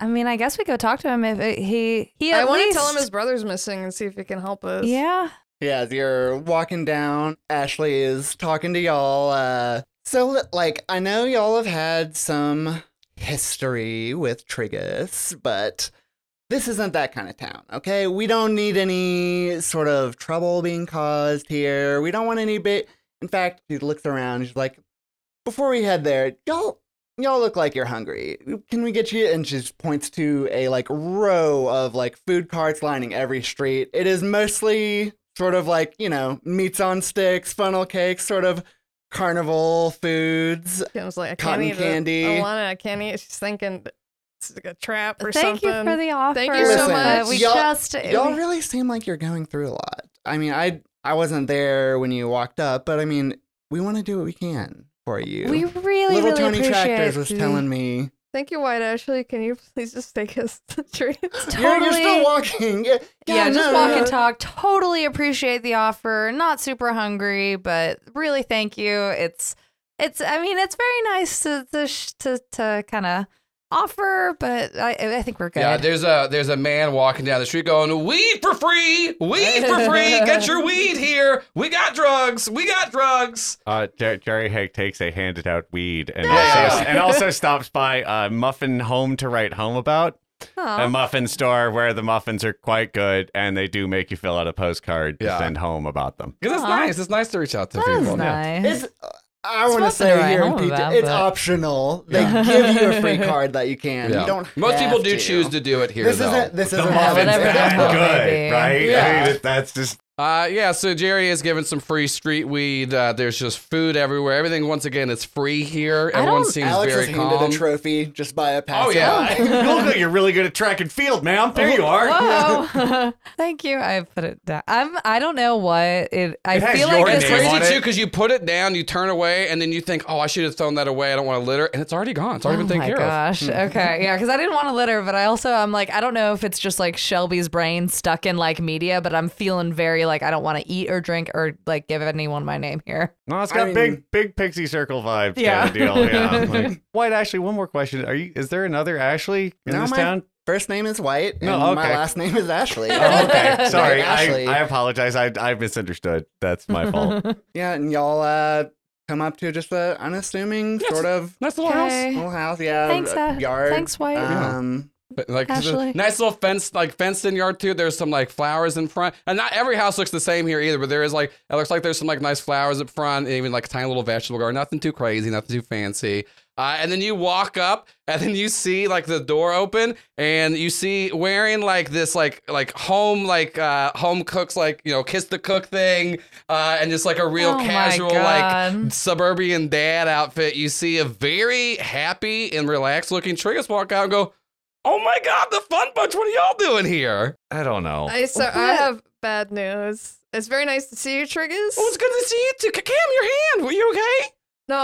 D: I mean, I guess we go talk to him if it, he he.
F: I
D: at
F: want to tell him
D: least-
F: his brother's missing and see if he can help us.
D: Yeah.
B: yeah, as you're walking down, Ashley is talking to y'all. Uh, so, like, I know y'all have had some history with Trigus, but this isn't that kind of town, okay? We don't need any sort of trouble being caused here. We don't want any bit. In fact, she looks around. She's like, "Before we head there, y'all, y'all look like you're hungry. Can we get you?" And she points to a like row of like food carts lining every street. It is mostly sort of like you know meats on sticks, funnel cakes, sort of carnival foods.
F: Kim's like, I can't
B: Cotton
F: eat
B: candy.
F: It. I want it. I can't eat it. She's thinking it's like a trap or
D: Thank
F: something.
D: you for the offer.
F: Thank you so
D: but
F: much.
D: We
B: Y'all-
D: just
B: Y'all really seem like you're going through a lot. I mean, I I wasn't there when you walked up, but I mean, we want to do what we can for you.
D: we really
B: Little
D: really
B: Tony
D: appreciate
B: Tractors was
D: you.
B: telling me
F: Thank you, White Ashley. Can you please just take us to Trius?
B: You're-
D: totally.
B: You're, still walking. Yeah,
D: yeah, just
B: no,
D: walk
B: no.
D: and talk. Totally appreciate the offer. Not super hungry, but really thank you. It's it's. I mean, it's very nice to to sh- to, to kind of offer, but I I think we're good.
A: Yeah, there's a there's a man walking down the street going, "Weed for free, weed for free. Get your weed here. We got drugs. We got drugs."
E: Uh, Jer- Jerry Hake takes a handed out weed and,
A: Yeah.
E: also, and also stops by uh, Muffin Home to write home about,
D: Aw.
E: a muffin store where the muffins are quite good and they do make you fill out a postcard
A: Yeah.
E: to send home about them.
A: 'Cause it's
D: Aw.
A: nice. It's nice to reach out to
D: That is
A: people.
D: nice.
B: It's, uh, I want to
D: nothing
B: say
D: to write
B: here in
D: home
B: PT,
D: about,
B: it's
D: but-
B: optional. They
A: Yeah.
B: give you a free card that you can.
A: Yeah.
B: You don't.
A: Most
B: have
A: people do
B: to.
A: choose to do it here,
B: This
A: though.
B: isn't. This
E: The
B: isn't
E: muffins
D: Whatever
E: are
B: heaven.
E: that
D: happened,
E: good,
D: baby.
E: right?
B: Yeah.
E: I mean, that's just
A: Uh, yeah, so Jerry is giving some free street weed. Uh, there's just food everywhere. Everything, once again, is free here.
D: I
A: Everyone
D: don't-
A: seems
B: Alex
A: very
B: was handed
A: calm.
B: a trophy just by a passerby.
A: Oh, yeah.
E: you look like you're really good at track and field, ma'am. There
D: Oh,
E: you are.
D: Whoa! Thank you. I put it down. I'm. I don't know what it. I
E: It has
D: feel
E: your
D: like
A: It's
E: name
D: this.
E: on
A: crazy
E: it.
A: too because you put it down, you turn away, and then you think, "Oh, I should have thrown that away. I don't want to litter," and it's already gone. It's already
D: oh
A: been taken
D: my
A: care of.
D: gosh. Okay. Yeah. Because I didn't want to litter, but I also I'm like I don't know if it's just like Shelby's brain stuck in like media, but I'm feeling very like I don't want to eat or drink or like give anyone my name here.
E: No, it's
B: I
E: got
B: mean-
E: big, big pixie circle vibes
D: Yeah.
E: kind of deal. Yeah. Like, White Ashley. One more question: Are you? Is there another Ashley in
B: No,
E: this
B: my-
E: town?
B: First name is White, and
E: No,
B: my
E: okay.
B: last name is Ashley.
E: Oh, okay. Sorry,
B: Ashley.
E: I, I apologize. I, I misunderstood. That's my fault.
B: Yeah, and y'all uh, come up to just a unassuming
A: Yes.
B: sort of
A: Nice little house.
D: Okay.
B: little house. Yeah,
D: Thanks,
B: a
D: uh,
B: yard.
D: thanks, White.
A: Yeah.
B: Um,
A: But, Like it's a
D: Ashley.
A: nice little fence, like fenced in yard too. There's some like flowers in front, and not every house looks the same here either. But there is like it looks like there's some like nice flowers up front, and even like a tiny little vegetable garden. Nothing too crazy, nothing too fancy. Uh, and then you walk up, and then you see like the door open, and you see wearing like this like like home like uh, home cooks like you know kiss the cook thing, uh, and just like a real
D: Oh my
A: casual like
D: God.
A: suburban dad outfit. You see a very happy and relaxed looking Trigus walk out and go. Oh my God, the Fun Bunch! What are y'all doing here?
E: I don't
B: Oh.
E: know.
F: I so I have bad news. It's very nice to see you, Triggers.
A: Oh, it's good to see you too. Cam, your hand. Were you okay?
F: No.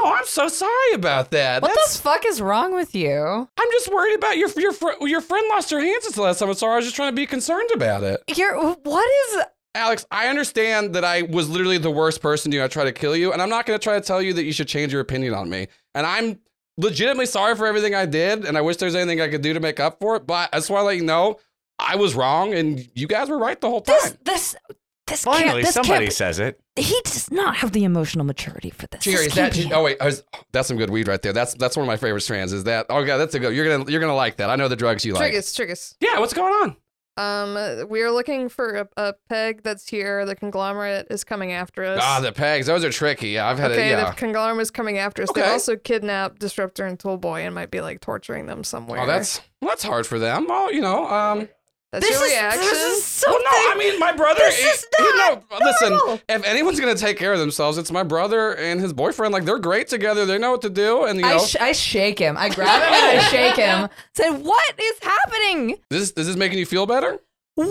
A: Oh, I'm so sorry about that.
D: What
A: That's.
D: the fuck is wrong with you?
A: I'm just worried about your your fr- your friend lost her hand since the last time. I'm sorry. I was just trying to be concerned about it.
D: You're what is?
A: Alex, I understand that I was literally the worst person to you. I tried to kill you, and I'm not going to try to tell you that you should change your opinion on me. And I'm legitimately sorry for everything I did, and I wish there's anything I could do to make up for it. But I just want to let you know I was wrong, and you guys were right the whole time.
D: This this this
E: Finally,
D: can't. This
E: somebody
D: can't.
E: says it.
D: He does not have the emotional maturity for this.
A: Jerry,
D: This
A: is
D: can't
A: that?
D: be it.
A: Oh wait, I was, that's some good weed right there. That's that's one of my favorite strands. Is that? Oh god, that's a good. You're gonna you're gonna like that. I know the drugs you like.
F: Triggers, Triggers.
A: Yeah, what's going on?
F: Um, we are looking for a, a peg that's here. The conglomerate is coming after us.
A: Ah, the pegs. Those are tricky. Yeah, I've had
F: okay,
A: it. Yeah.
F: the conglomerate is coming after us.
A: Okay.
F: They also kidnapped Disruptor and Toolboy and might be like torturing them somewhere.
A: Oh, that's well, that's hard for them. Well, you know, um,
F: that's
D: this
F: your
D: is
F: reaction.
D: this is
E: Oh,
A: well,
D: something.
A: no, I mean, my brother.
D: This is
A: you know,
D: not
A: listen,
D: normal.
A: if anyone's gonna take care of themselves, it's my brother and his boyfriend. Like they're great together. They know what to do, and you know,
C: I, sh- I shake him. I grab him and I shake him.
D: Said, what is happening?
A: this this is making you feel better.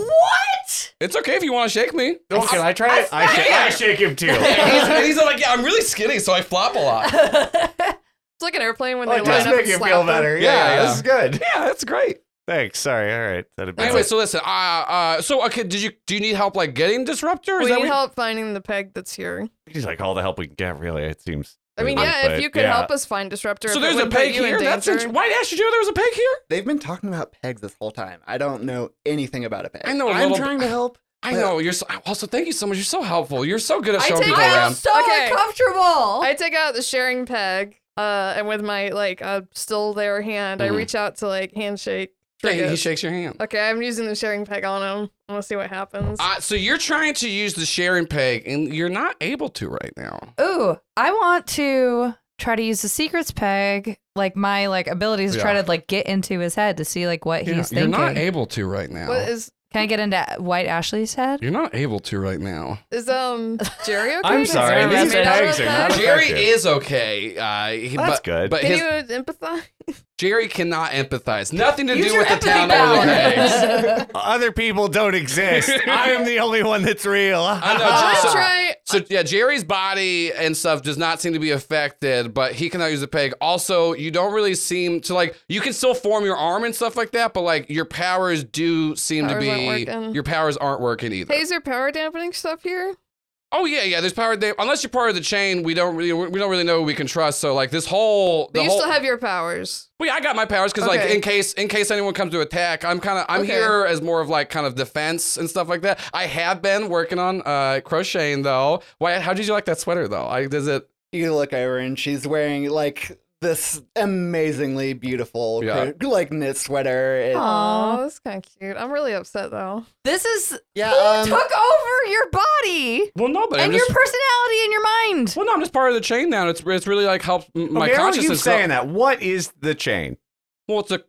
D: What?
A: It's okay if you want to shake me.
E: Oh, can I try it? I, shake, I shake him too.
A: And he's, and he's like, yeah, I'm really skinny, so I flop a lot. Yeah,
F: It's like an airplane when
E: Oh,
F: they
E: it
F: line
E: does
F: up
E: make
F: and
E: you
F: slap
E: feel
F: them.
E: better. Yeah,
A: Yeah, yeah.
E: this is good.
A: that's great.
E: Thanks. Sorry. All right. That'd be
A: Anyway, so listen, uh, uh, so okay, did you do you need help like getting disruptor? Is
F: We
A: that
F: need
A: what-
F: help finding the peg that's here.
E: We need like all the help we can get. Really, it seems.
F: I mean,
E: really,
F: yeah,
E: but
F: if you could
E: yeah.
F: help us find Disruptor,
A: So
F: if it
A: there's a
F: wouldn't put
A: peg
F: you in
A: here. That's
F: danger.
A: int- why the ass did you know there was a peg here?
B: They've been talking about pegs this whole time. I don't know anything about a peg.
A: I know a
B: I'm
A: little
B: trying
A: bit.
B: to help.
A: I
B: Well-
A: know. You're so, also thank you so much. You're so helpful. You're so good at
F: I
A: showing
F: take-
A: people
F: I
A: around.
C: So
F: Okay.
C: uncomfortable.
F: I take out the sharing peg, uh, and with my like uh, still there hand, I
A: Mhm.
F: reach out to like handshake.
A: Yeah,
F: Trigger.
A: he, he shakes your hand.
F: okay, I'm using the sharing peg on him. I want to see what happens.
A: Uh, so you're trying to use the sharing peg, and you're not able to right now.
D: Ooh, I want to try to use the secrets peg, like my like abilities to try
A: Yeah.
D: to like get into his head to see like what
A: Yeah,
D: he's
A: you're
D: thinking.
A: not able to right now.
F: what is
D: Can I get into White Ashley's head?
A: you're not able to right now.
F: is um Jerry okay?
E: I'm
F: Is
E: sorry.
F: Jerry
E: These
F: made out
E: pegs
F: of
E: are
F: that?
E: not
A: Jerry
E: effective.
A: is okay. Uh, he,
E: That's
A: but,
E: good.
A: But
F: Can
A: his,
F: you empathize?
A: Jerry cannot empathize. Nothing to
C: Use
A: do
C: your
A: with the
C: empathy
A: town or the pegs.
C: power.
E: Other people don't exist. I am the only one that's real.
A: I know.
F: Let's
A: so,
F: try.
A: so yeah, Jerry's body and stuff does not seem to be affected, but he cannot use the peg. Also, you don't really seem to like. You can still form your arm and stuff like that, but like your powers do seem
F: Powers aren't
A: to be
F: working.
A: your powers aren't working either.
F: Hey, is there power dampening stuff here?
A: Oh yeah, yeah. There's power. They, unless you're part of the chain, we don't really we don't really know who we can trust. So like this whole the
F: But you
A: whole.
F: still have your powers.
A: Well, yeah, I got my powers because like
F: Okay.
A: in case in case anyone comes to attack, I'm kind of I'm
F: Okay.
A: here as more of like kind of defense and stuff like that. I have been working on uh crocheting though. Why? How did you like that sweater though? I does it?
B: You look over and she's wearing like this amazingly beautiful
A: Yeah.
B: cro- like knit sweater. It-
D: Aw.
F: Oh, that's kind of cute. I'm really upset though.
D: This is
B: yeah,
D: who
B: um,
D: took over your body
A: Well, no, but
D: and your personality and your mind.
A: well, no, I'm just part of the chain now. It's it's really like helped m- my
E: okay, I don't keep
A: consciousness. grow-
E: saying that. What is the chain?
A: Well, it's a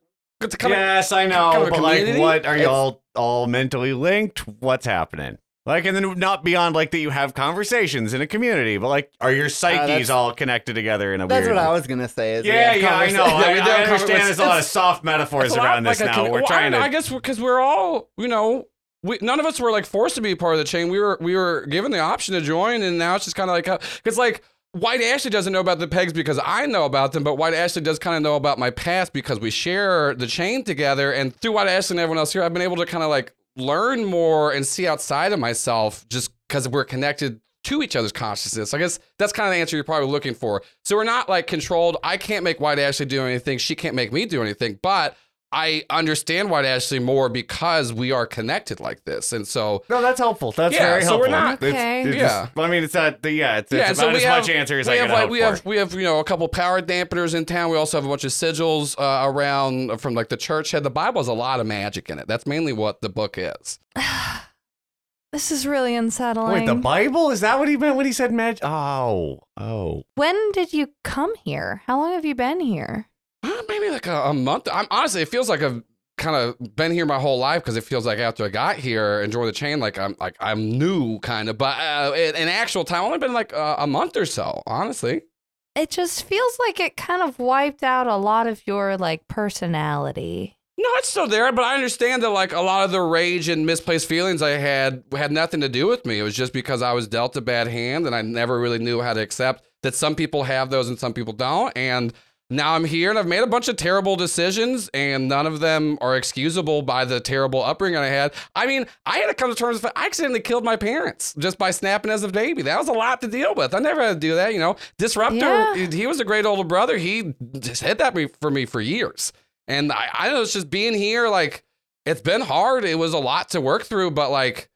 A: it's a kind of
E: yes, I
A: kind of
E: know.
A: a
E: But like,
A: community?
E: what are
A: It's-
E: y'all all mentally linked? What's happening? Like, and then not beyond like that you have conversations in a community, but like, are
A: Uh,
E: your psyches
B: that's-
E: all connected together in a
B: That's
E: weird?
B: what I was gonna say. Is we
E: Yeah,
B: have
E: yeah, I
B: conversa-
E: know. I,
A: Yeah, we
E: I
A: do have
E: understand. There's a lot of
A: conversations.
E: soft metaphors
A: It's a lot
E: around
A: like
E: this
A: a
E: now.
A: commu-
E: We're
A: well, I
E: trying
A: don't know, I
E: to.
A: guess because we're all, you know, we, none of us were like forced to be part of the chain. We were we were given the option to join, and now it's just kind of like because like White Ashley doesn't know about the pegs because I know about them, but White Ashley does kind of know about my past because we share the chain together. And through White Ashley and everyone else here, I've been able to kind of like learn more and see outside of myself just because we're connected to each other's consciousness. I guess that's kind of the answer you're probably looking for. So we're not like controlled. I can't make White Ashley do anything. She can't make me do anything. But I understand White Ashley more because we are connected like this. And so
E: No, that's helpful. That's
A: Yeah,
E: very
A: so we're
E: helpful.
A: not-
E: It's-
D: Okay.
E: it's
A: Yeah.
E: just- I mean, it's not. the- Yeah, it's, it's
A: yeah, and
E: about
A: so
E: as
A: we have,
E: much answer as
A: we
E: I
A: have
E: can
A: like
E: hope
A: we
E: for.
A: have we have you know a couple power dampeners in town. We also have a bunch of sigils uh, around from like the church head. The Bible has a lot of magic in it. That's mainly what the book is.
D: This is really unsettling.
E: Wait, the Bible? Is that what he meant when he said magic? Oh, oh.
D: when did you come here? How long have you been here?
A: Uh, maybe like a, a month. I'm honestly, it feels like I've kind of been here my whole life because it feels like after I got here and joined the chain, like I'm like I'm new kind of. But uh, in, in actual time, only been like uh, a month or so. Honestly,
D: It just feels like it kind of wiped out a lot of your like personality.
A: no, it's still there. But I understand that like a lot of the rage and misplaced feelings I had had nothing to do with me. It was just because I was dealt a bad hand, and I never really knew how to accept that some people have those and some people don't. And now I'm here and I've made a bunch of terrible decisions, and none of them are excusable by the terrible upbringing I had. I mean, I had to come to terms with the fact I accidentally killed my parents just by snapping as a baby. That was a lot to deal with. I never had to do that, you know. Disruptor,
D: Yeah.
A: he- he was a great older brother. He just hid that me- for me for years. And I, I know it's just being here, like, it's been hard. It was a lot to work through, but like,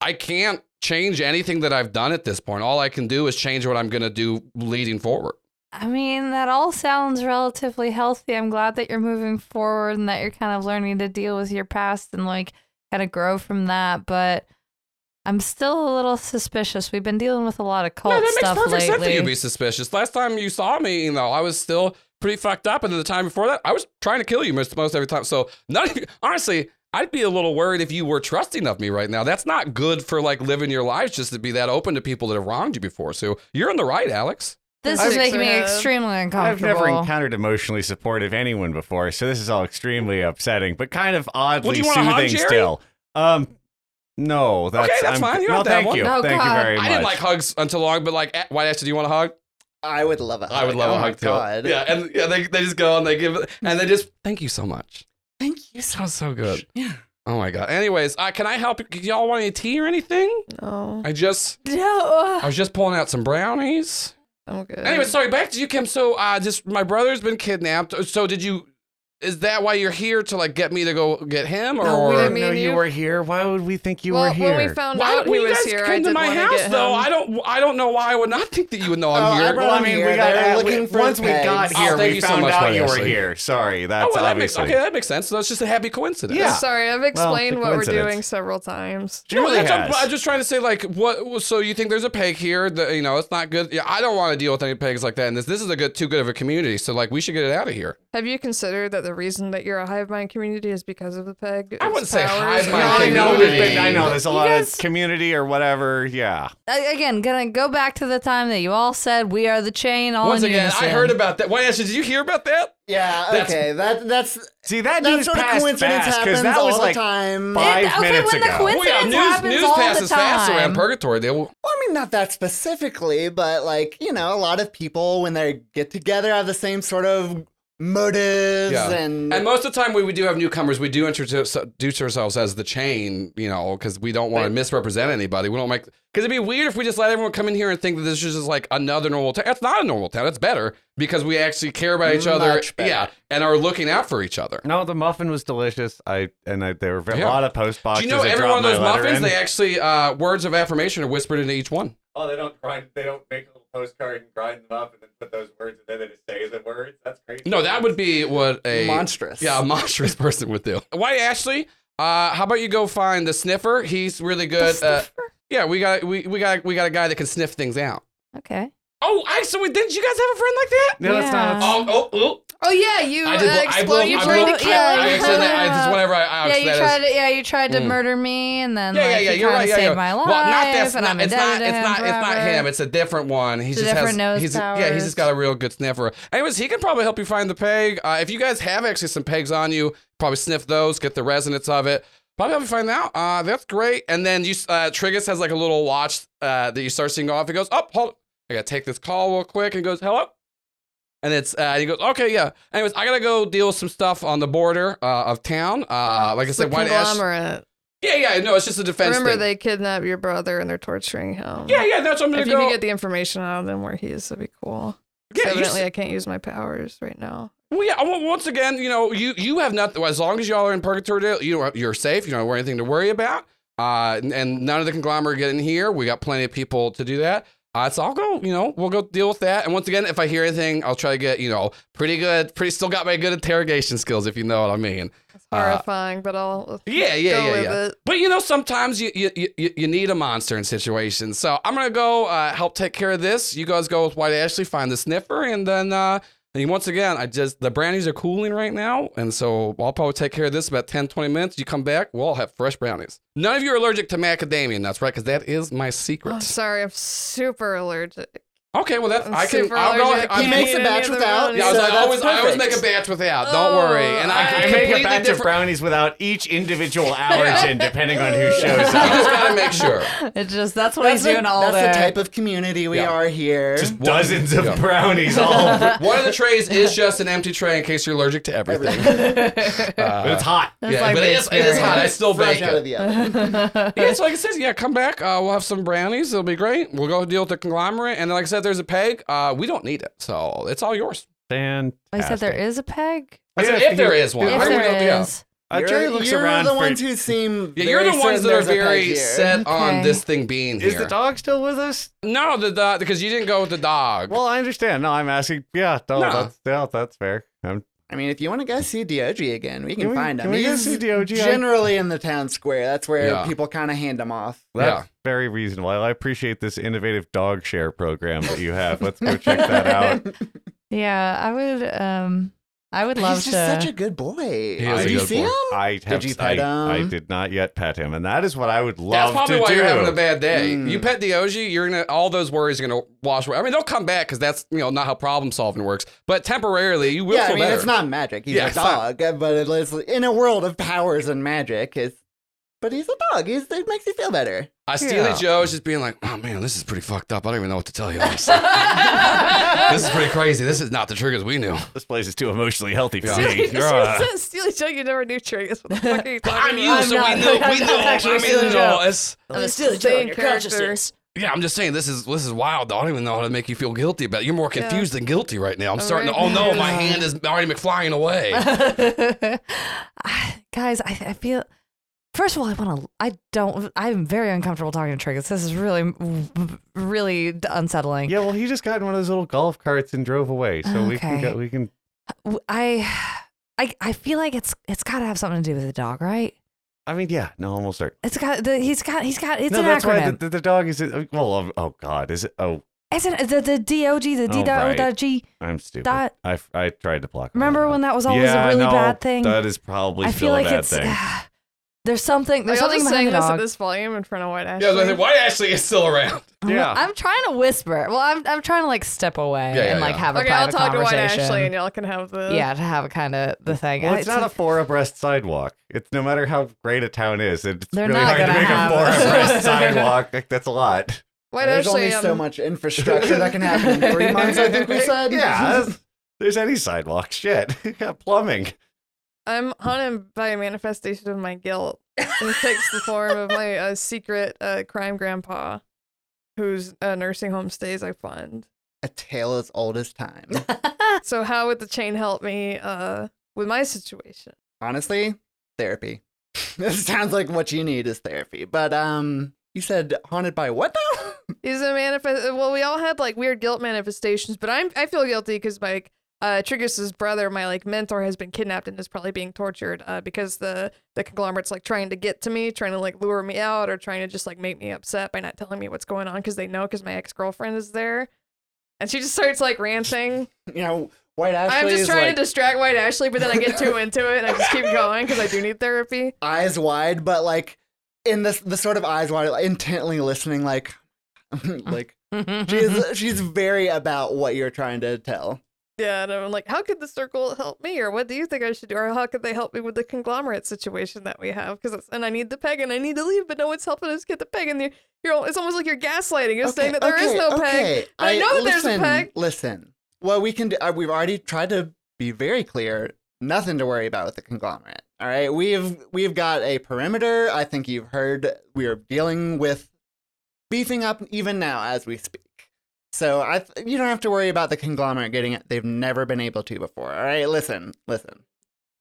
A: I can't change anything that I've done at this point. All I can do is change what I'm going to do leading forward.
D: I mean, that all sounds relatively healthy. I'm glad that you're moving forward and that you're kind of learning to deal with your past and like kind of grow from that. But I'm still a little suspicious. We've been dealing with a lot of cult
A: No, that makes
D: stuff
A: perfect
D: lately.
A: sense for you to be suspicious. Last time you saw me, you know, I was still pretty fucked up, and the time before that, I was trying to kill you most, most every time. So, none of you, honestly, I'd be a little worried if you were trusting of me right now. That's not good for like living your lives just to be that open to people that have wronged you before. So, you're in the right, Alex.
D: this
F: I've-
D: is making me
F: uh,
D: extremely
E: I've
D: uncomfortable.
E: never encountered emotionally supportive anyone before, so this is all extremely upsetting, but kind of oddly
A: you want a
E: soothing
A: hug, Jerry?
E: still. Um, no, that's
A: that's
E: I'm-
A: fine. You don't
E: no,
A: have to have
E: thank
A: one.
E: you,
D: Oh,
E: thank you
D: God.
E: very much.
A: I didn't like hugs until long, but like, eh, White Aster, do you want a hug?
B: I would love a hug.
A: I would love
B: oh
A: a
B: my
A: hug too.
B: God.
A: Yeah, and yeah, they, they just go and they give and they just thank you so much. Thank you. Sounds so good. Yeah. Oh my god. Anyways, uh, can I help? you? Y'all want any tea or anything?
F: No,
A: I just
C: No.
A: I was just pulling out some brownies.
F: I'm good.
A: Anyway, sorry. Back to you, Kim. So, uh, just my brother's been kidnapped. So, did you? Is that why you're here to like get me to go get him,
E: Or
A: or
F: we
E: I
F: didn't
E: didn't know
F: mean
E: you
F: you.
E: were here. Why would we think you
F: well,
E: were here?
F: when we found
A: why
F: out
A: would
F: he
A: you
F: was
A: guys
F: here, I
A: come to
F: did
A: my
F: wanna
A: house
F: get
A: though?
F: him.
A: I don't. I don't know why I would not think that you would know I'm
B: Oh, I
A: here.
B: brought
E: well, I
B: him
E: mean,
B: here.
E: we got
B: They're
E: out-
B: looking
E: we-
B: for
E: once we
B: pets.
E: got
A: Oh,
E: here,
A: thank
E: we
A: you so
E: found
A: much,
E: out
A: Mike,
E: you were
A: actually.
E: here. Sorry, that's
A: Oh, well, that makes
E: obviously.
A: okay. That makes sense. That's just a happy coincidence.
E: Yeah.
F: Sorry, I've explained
E: the
F: what we're
E: coincidence.
F: doing several times.
E: She really
A: no, that's,
E: has.
A: I'm, I'm just trying to say, like, what? So you think there's a peg here? That you know, it's not good. Yeah, I don't want to deal with any pegs like that. And this, this is a good, too good of a community. So like, we should get it out of here.
F: Have you considered that the reason that you're a hive mind community is because of the peg?
A: I
F: its
A: wouldn't say
F: powers?
A: hive
E: No,
A: mind
E: I know, we've been, I
A: community.
E: know. There's a
D: You
E: lot
D: guys-
E: of community or whatever. Yeah.
D: I- again, gonna go back to the time that you all said we are the chain. All
A: Once
D: in
A: again, I
D: unison."
A: heard about that. Why, Ashley, did you hear about that?
B: Yeah,
A: That's-
B: okay. That that's
E: See, that,
B: that
E: news
B: sort of
E: passed
B: coincidence
E: fast, 'cause
B: happens
E: that
B: all
E: was
B: the
E: like
B: time.
E: five
D: It- okay,
E: minutes
D: when the
E: ago.
D: coincidence-
A: Well, Oh, yeah, news,
D: happens
A: news
D: all the
A: passes fast
D: time.
A: around purgatory. They will,
B: Well, I mean, not that specifically, but like you know, a lot of people when they get together have the same sort of motives
A: Yeah.
B: and.
A: and most of the time, when we do have newcomers, we do introduce introduce ourselves as the chain, you know, because we don't want to misrepresent anybody. We don't make because it'd be weird if we just let everyone come in here and think that this is just like another normal town. That's not a normal town. That's better because we actually care about each other,
B: Much better.
A: yeah, and are looking out for each other.
E: No, the muffin was delicious. I and I, there were very-
A: Yeah.
E: a lot of post
A: Do
E: boxes.
A: you know
E: that
A: every one of
E: dropped
A: those
E: my letter
A: muffins?
E: in.
A: They actually uh, words of affirmation are whispered into each one.
E: oh, they don't grind. They don't make a little postcard and grind them up and then put those words in there. They just say the words. That's crazy.
A: No, that would be what a
B: Monstrous.
A: Yeah, a monstrous person would do. Why, Ashley? Uh, how about you go find the sniffer? He's really good. uh, yeah, we got we we got we got a guy that can sniff things out.
D: Okay.
A: Oh, actually, didn't you guys have a friend like that?
E: No, that's not.
D: Yeah.
A: Oh, oh, oh!
F: Oh yeah, you
A: I did.
F: uh,
A: I blew.
F: explode. You
A: I
F: tried
A: blew-
F: to kill
D: yeah,
A: I
D: you
F: him.
A: accidentally- I just whenever I, I
D: yeah, you
A: that is-
D: tried. To, yeah, you tried to
A: Mm.
D: murder me, and then
A: Yeah, yeah,
D: like,
A: yeah.
D: you
A: You're
D: kinda
A: right. Yeah,
D: saved
A: yeah.
D: my life.
A: Well, not that's
D: and
A: not.
D: I'm
A: It's not.
D: indebted
A: It's
D: to
A: not. It's not
D: forever.
A: him. It's a different one. He
D: It's a
A: just has.
D: different nose
A: he's yeah. He's
D: powers.
A: just got a real good sniffer. Anyways, he can probably help you find the peg. Uh, if you guys have actually some pegs on you, probably sniff those, get the resonance of it. Probably help you find out. Uh, that's great. And then you, uh, Trigus has like a little watch uh, that you start seeing go off. He goes, "Oh, hold. I gotta take this call real quick." And he goes, "Hello." And it's uh, he goes, "Okay, yeah." Anyways, I gotta go deal with some stuff on the border uh, of town. Uh, like I
F: It's the
A: said, White Ash.
F: conglomerate.
A: Yeah, yeah. No, it's just a defense.
F: Remember,
A: thing.
F: they kidnap your brother and they're torturing him.
A: Yeah, yeah, that's what I'm gonna
F: If you
A: go.
F: could get the information out of them where he is, that'd be cool.
A: yeah, you
F: Evidently,
A: s-
F: I can't use my powers right now.
A: well, yeah, well, once again, you know, you you have nothing. As long as y'all are in Purgatory, you don't- you're safe. You don't have anything to worry about. Uh, and, and none of the conglomerate get in here. We got plenty of people to do that. Uh, so I'll go. You know, we'll go deal with that. And once again, if I hear anything, I'll try to get you know pretty good. Pretty still got my good interrogation skills, if you know what I mean.
F: It's
A: Uh,
F: horrifying, but I'll
A: Yeah, yeah,
F: go
A: yeah,
F: with
A: yeah.
F: it.
A: But you know, sometimes you you, you- you you need a monster in situations. So I'm gonna go uh, help take care of this. You guys go with White Ashley, find the sniffer, and then uh, and once again, I just the brownies are cooling right now, and so I'll probably take care of this about 10, 20 minutes. You come back, we'll all have fresh brownies. None of you are allergic to macadamia nuts, right? Because that is my
F: Oh, I'm
A: secret.
F: sorry, I'm super allergic.
A: okay, well that's
F: I'm
A: i can.
F: super
A: I'll go.
F: allergic.
A: I,
B: he
F: I
B: makes
F: mean,
B: a batch
F: any other
B: without.
F: one
A: yeah, I, was
B: so
A: like, I
B: that's
A: always, I always make a
B: perfect.
A: batch without. Don't worry, and Oh, I,
E: Oh, I
A: I
E: make a
A: completely
E: batch of
A: different.
E: brownies without each individual allergen, depending on who shows
A: I
E: up.
A: just gotta make sure.
D: It's just that's what
B: That's,
D: he's
B: the,
D: doing all
B: that's
D: day.
B: the type of community we
A: Yeah.
B: are here.
E: Just dozens of
A: Yeah.
E: brownies all. But
A: One of the trays is just an empty tray in case you're allergic to everything. Uh,
E: it's hot.
A: yeah,
D: like
A: but
D: the
A: it is, it is hot. I still
B: fresh
A: bake
B: out
A: it.
B: of the oven.
A: Yeah, so like I said, yeah, come back. Uh, we'll have some brownies. It'll be great. We'll go deal with the conglomerate. And like I said, there's a peg. Uh, we don't need it, so it's all yours.
E: Fantastic.
D: I said there is a peg.
A: I said, if there is one,
D: If
A: I don't know-
D: there
A: yeah.
D: is,
E: Uh,
B: You're-
E: Jerry looks
B: you're
E: around.
B: the
E: for-
B: ones who seem.
A: Yeah, you're
B: very
A: the ones
B: certain
A: that are
B: there's a peg
A: very
B: here.
A: set on
D: Okay.
A: this thing being
E: is
A: here.
E: the dog still with us?
A: no, the dog because you didn't go with the dog.
E: Well, I understand. No, I'm asking. Yeah, no,
A: No.
E: that's yeah, that's fair. I'm
B: I mean, if you want to go see Diogi again, we can,
E: we-
B: find him.
E: can we go
B: He's
E: see Diogi? I-
B: generally in the town square. That's where
A: Yeah.
B: people kind of hand him off.
E: That's
A: Yeah.
E: very reasonable. I appreciate this innovative dog share program that you have. Let's go check that out.
D: Yeah, I would. Um, I would love
B: He's just
D: to.
B: such a good boy.
A: is
B: Did
A: a
B: you
A: good
B: see
A: boy.
B: him?
E: I have,
B: you pet
E: I, I
B: him?
E: did not yet pet him, and that is what I would
A: That's
E: love
A: probably
E: to
A: why
E: do.
A: you're having a bad day.
B: Mm.
A: You pet Dioji, you're gonna all those worries are gonna wash away. I mean, they'll come back because that's you know not how problem solving works. But temporarily, you will
B: yeah, I
A: feel
B: mean,
A: better.
B: it's not magic. He's
A: Yeah,
B: a
A: it's not-
B: dog, uh, but it is in a world of powers and magic. It's, but he's a dog. He's, it makes you feel better.
A: I Steely
E: Yeah.
A: Joe is just being like, oh man, this is pretty fucked up. I don't even know what to tell you. Honestly. this is pretty crazy. This is not the triggers we knew.
E: This place is too emotionally healthy for
A: Yeah.
E: me. You're uh, a-
F: Steely Joe, you never knew triggers. What the fuck are you talking
A: I'm
F: about?
A: you, so
D: not-
A: we know.
D: that's
A: We know.
D: actually
A: I'm
D: Steely
A: in
D: Joe.
A: on this.
F: I'm
G: I'm
F: just
G: still
F: the
G: enjoying
F: same
G: your
F: character.
G: consciousness.
A: Yeah, I'm just saying this is this is wild. though. I don't even know how to make you feel guilty about. It. You're more confused than guilty right now. I'm starting to. Oh
F: right.
A: no, my hand is already McFlying away.
D: I- Guys, I, I feel. First of all, I want to. I don't. I'm very uncomfortable talking to Trigus. This is really, really unsettling.
E: yeah, well, he just got in one of those little golf carts and drove away, so we can
D: Okay.
E: go, we can.
D: W- I, I, I feel like it's it's got to have something to do with the dog, right?
E: I mean, yeah, no, almost certain.
D: It's got the he's got he's got it's
E: no,
D: an
E: that's why
D: acronym.
E: the, the, the dog is. Well, um, oh God, is it? Oh,
D: It's an the the dog the
E: Oh,
D: d dot o
E: right.
D: dot g.
E: I'm stupid.
D: That-
E: I, I tried to block.
D: Remember when that was always
E: yeah,
D: a really
E: no,
D: bad thing?
E: That is probably
D: I
E: still
D: feel like
E: a bad
D: it's
E: thing.
D: there's something
F: Are
D: there's
F: y'all
D: something
F: just saying
D: behind the
F: this at
D: dog.
F: this volume in front of White Ashley?
A: Yeah, I was gonna say, why Ashley is still around?
E: Yeah.
D: I'm trying to whisper. Well, I'm I'm trying to like step away
A: Yeah, yeah,
D: and like
A: yeah.
D: have a
F: okay, I'll
D: private
F: talk to White
D: conversation.
F: Ashley and y'all can have the.
D: yeah, to have a kind of the thing.
E: Well, it's
D: I-
E: not a four abreast sidewalk. It's no matter how great a town is, it's
D: They're
E: really
D: not
E: hard to
D: gonna
E: make
D: have-
E: a four abreast sidewalk. Like that's a lot.
F: White
B: There's
F: Ashley,
B: only so
F: um,
B: much infrastructure that can happen in three months. I think we said.
E: Yeah, that's- there's any sidewalk. Shit, Yeah, plumbing.
F: I'm haunted by a manifestation of my guilt. It takes the form of my uh, secret uh, crime grandpa, whose uh, nursing home stays I fund.
B: a tale as old as time.
D: Ah.
F: So how would the chain help me uh, with my situation?
B: Honestly, therapy. this sounds like what you need is therapy. But um, you said haunted by what now?
F: Is a manifest? Well, we all had like weird guilt manifestations, but I'm I feel guilty because like uh, Trigus's brother, my like mentor, has been kidnapped and is probably being tortured uh, because the the conglomerate's like trying to get to me, trying to like lure me out, or trying to just like make me upset by not telling me what's going on because they know because my ex girlfriend is there, and she just starts like ranting.
B: you know, White Ashley
F: I'm just
B: is
F: trying
B: like
F: to distract White Ashley, but then I get too into it and I just keep going because I do need therapy.
B: eyes wide, but like in this the sort of eyes wide, like, intently listening, like like she's she's very about what you're trying to tell.
F: Yeah, and I'm like, how could the circle help me, or what do you think I should do, or how could they help me with the conglomerate situation that we have? Because and I need the peg, and I need to leave, but no one's helping us get the peg, and you're, you're al- it's almost like you're gaslighting. You're saying that there is no peg.
B: okay.
F: but I know there's a
B: listen,
F: peg.
B: Listen, well, we can. Do, uh, we've already tried to be very clear. Nothing to worry about with the conglomerate. All right, we've we've got a perimeter. I think you've heard we are dealing with beefing up even now as we speak. So I, th- you don't have to worry about the conglomerate getting it. They've never been able to before. All right, listen, listen.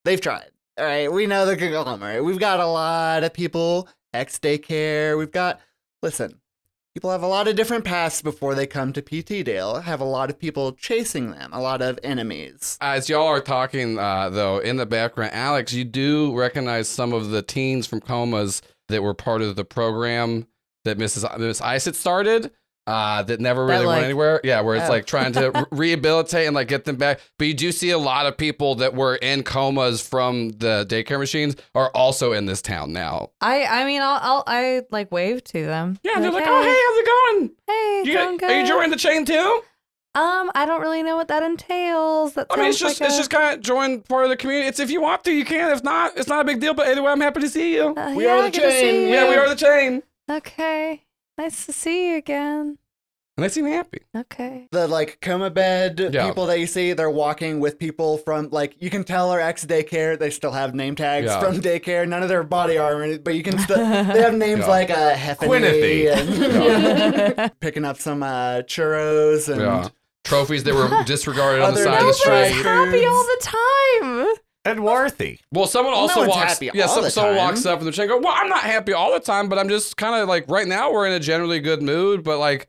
B: They've tried. All right, we know the conglomerate. We've got a lot of people. Ex daycare. We've got. Listen, people have a lot of different paths before they come to PT Dale. Have a lot of people chasing them. A lot of enemies.
A: As y'all are talking, uh, though, in the background, Alex, you do recognize some of the teens from comas that were part of the program that Mrs. Miss Ice had started. Uh, that never
D: That,
A: really went
D: like-
A: anywhere. Yeah, where it's
D: Oh.
A: like trying to re- rehabilitate and like get them back. But you do see a lot of people that were in comas from the daycare machines are also in this town now.
D: I I mean I'll, I'll I like wave to them.
A: "Oh, how's it going?
D: hey, hey, going good."
A: the chain too?
D: Um, I don't really know what that entails. That
A: I mean, it's
D: sounds
A: just
D: like
A: it's
D: a-
A: just kind of join part of the community. It's if you want to, you can. If not, it's not a big deal. But either way, I'm happy to see you.
D: Uh,
B: We
D: yeah,
B: are the
D: good to see
B: chain.
D: you.
A: Yeah, we are the chain.
D: Okay, nice to see you again.
A: And they seem happy.
D: Okay.
B: The like coma bed
A: Yeah.
B: people that you see, they're walking with people from like you can tell are ex daycare. They still have name tags
A: Yeah.
B: from daycare. None of their body armor, but you can still they have names
A: Yeah.
B: like uh, Heffany
E: Quinnathy.
B: and picking up some uh, churros and
A: Yeah. Trophies that were disregarded on the
B: Other
A: side of the
B: Nobody's
A: street.
B: happy.
D: Happy all the time.
E: And Warthy.
A: Well, someone also
B: one's
A: walks.
B: happy
A: yeah,
B: all
A: some-
B: the
A: someone
B: time.
A: walks up from the chain. and Go. Well, I'm not happy all the time, but I'm just kind of like right now we're in a generally good mood. But like,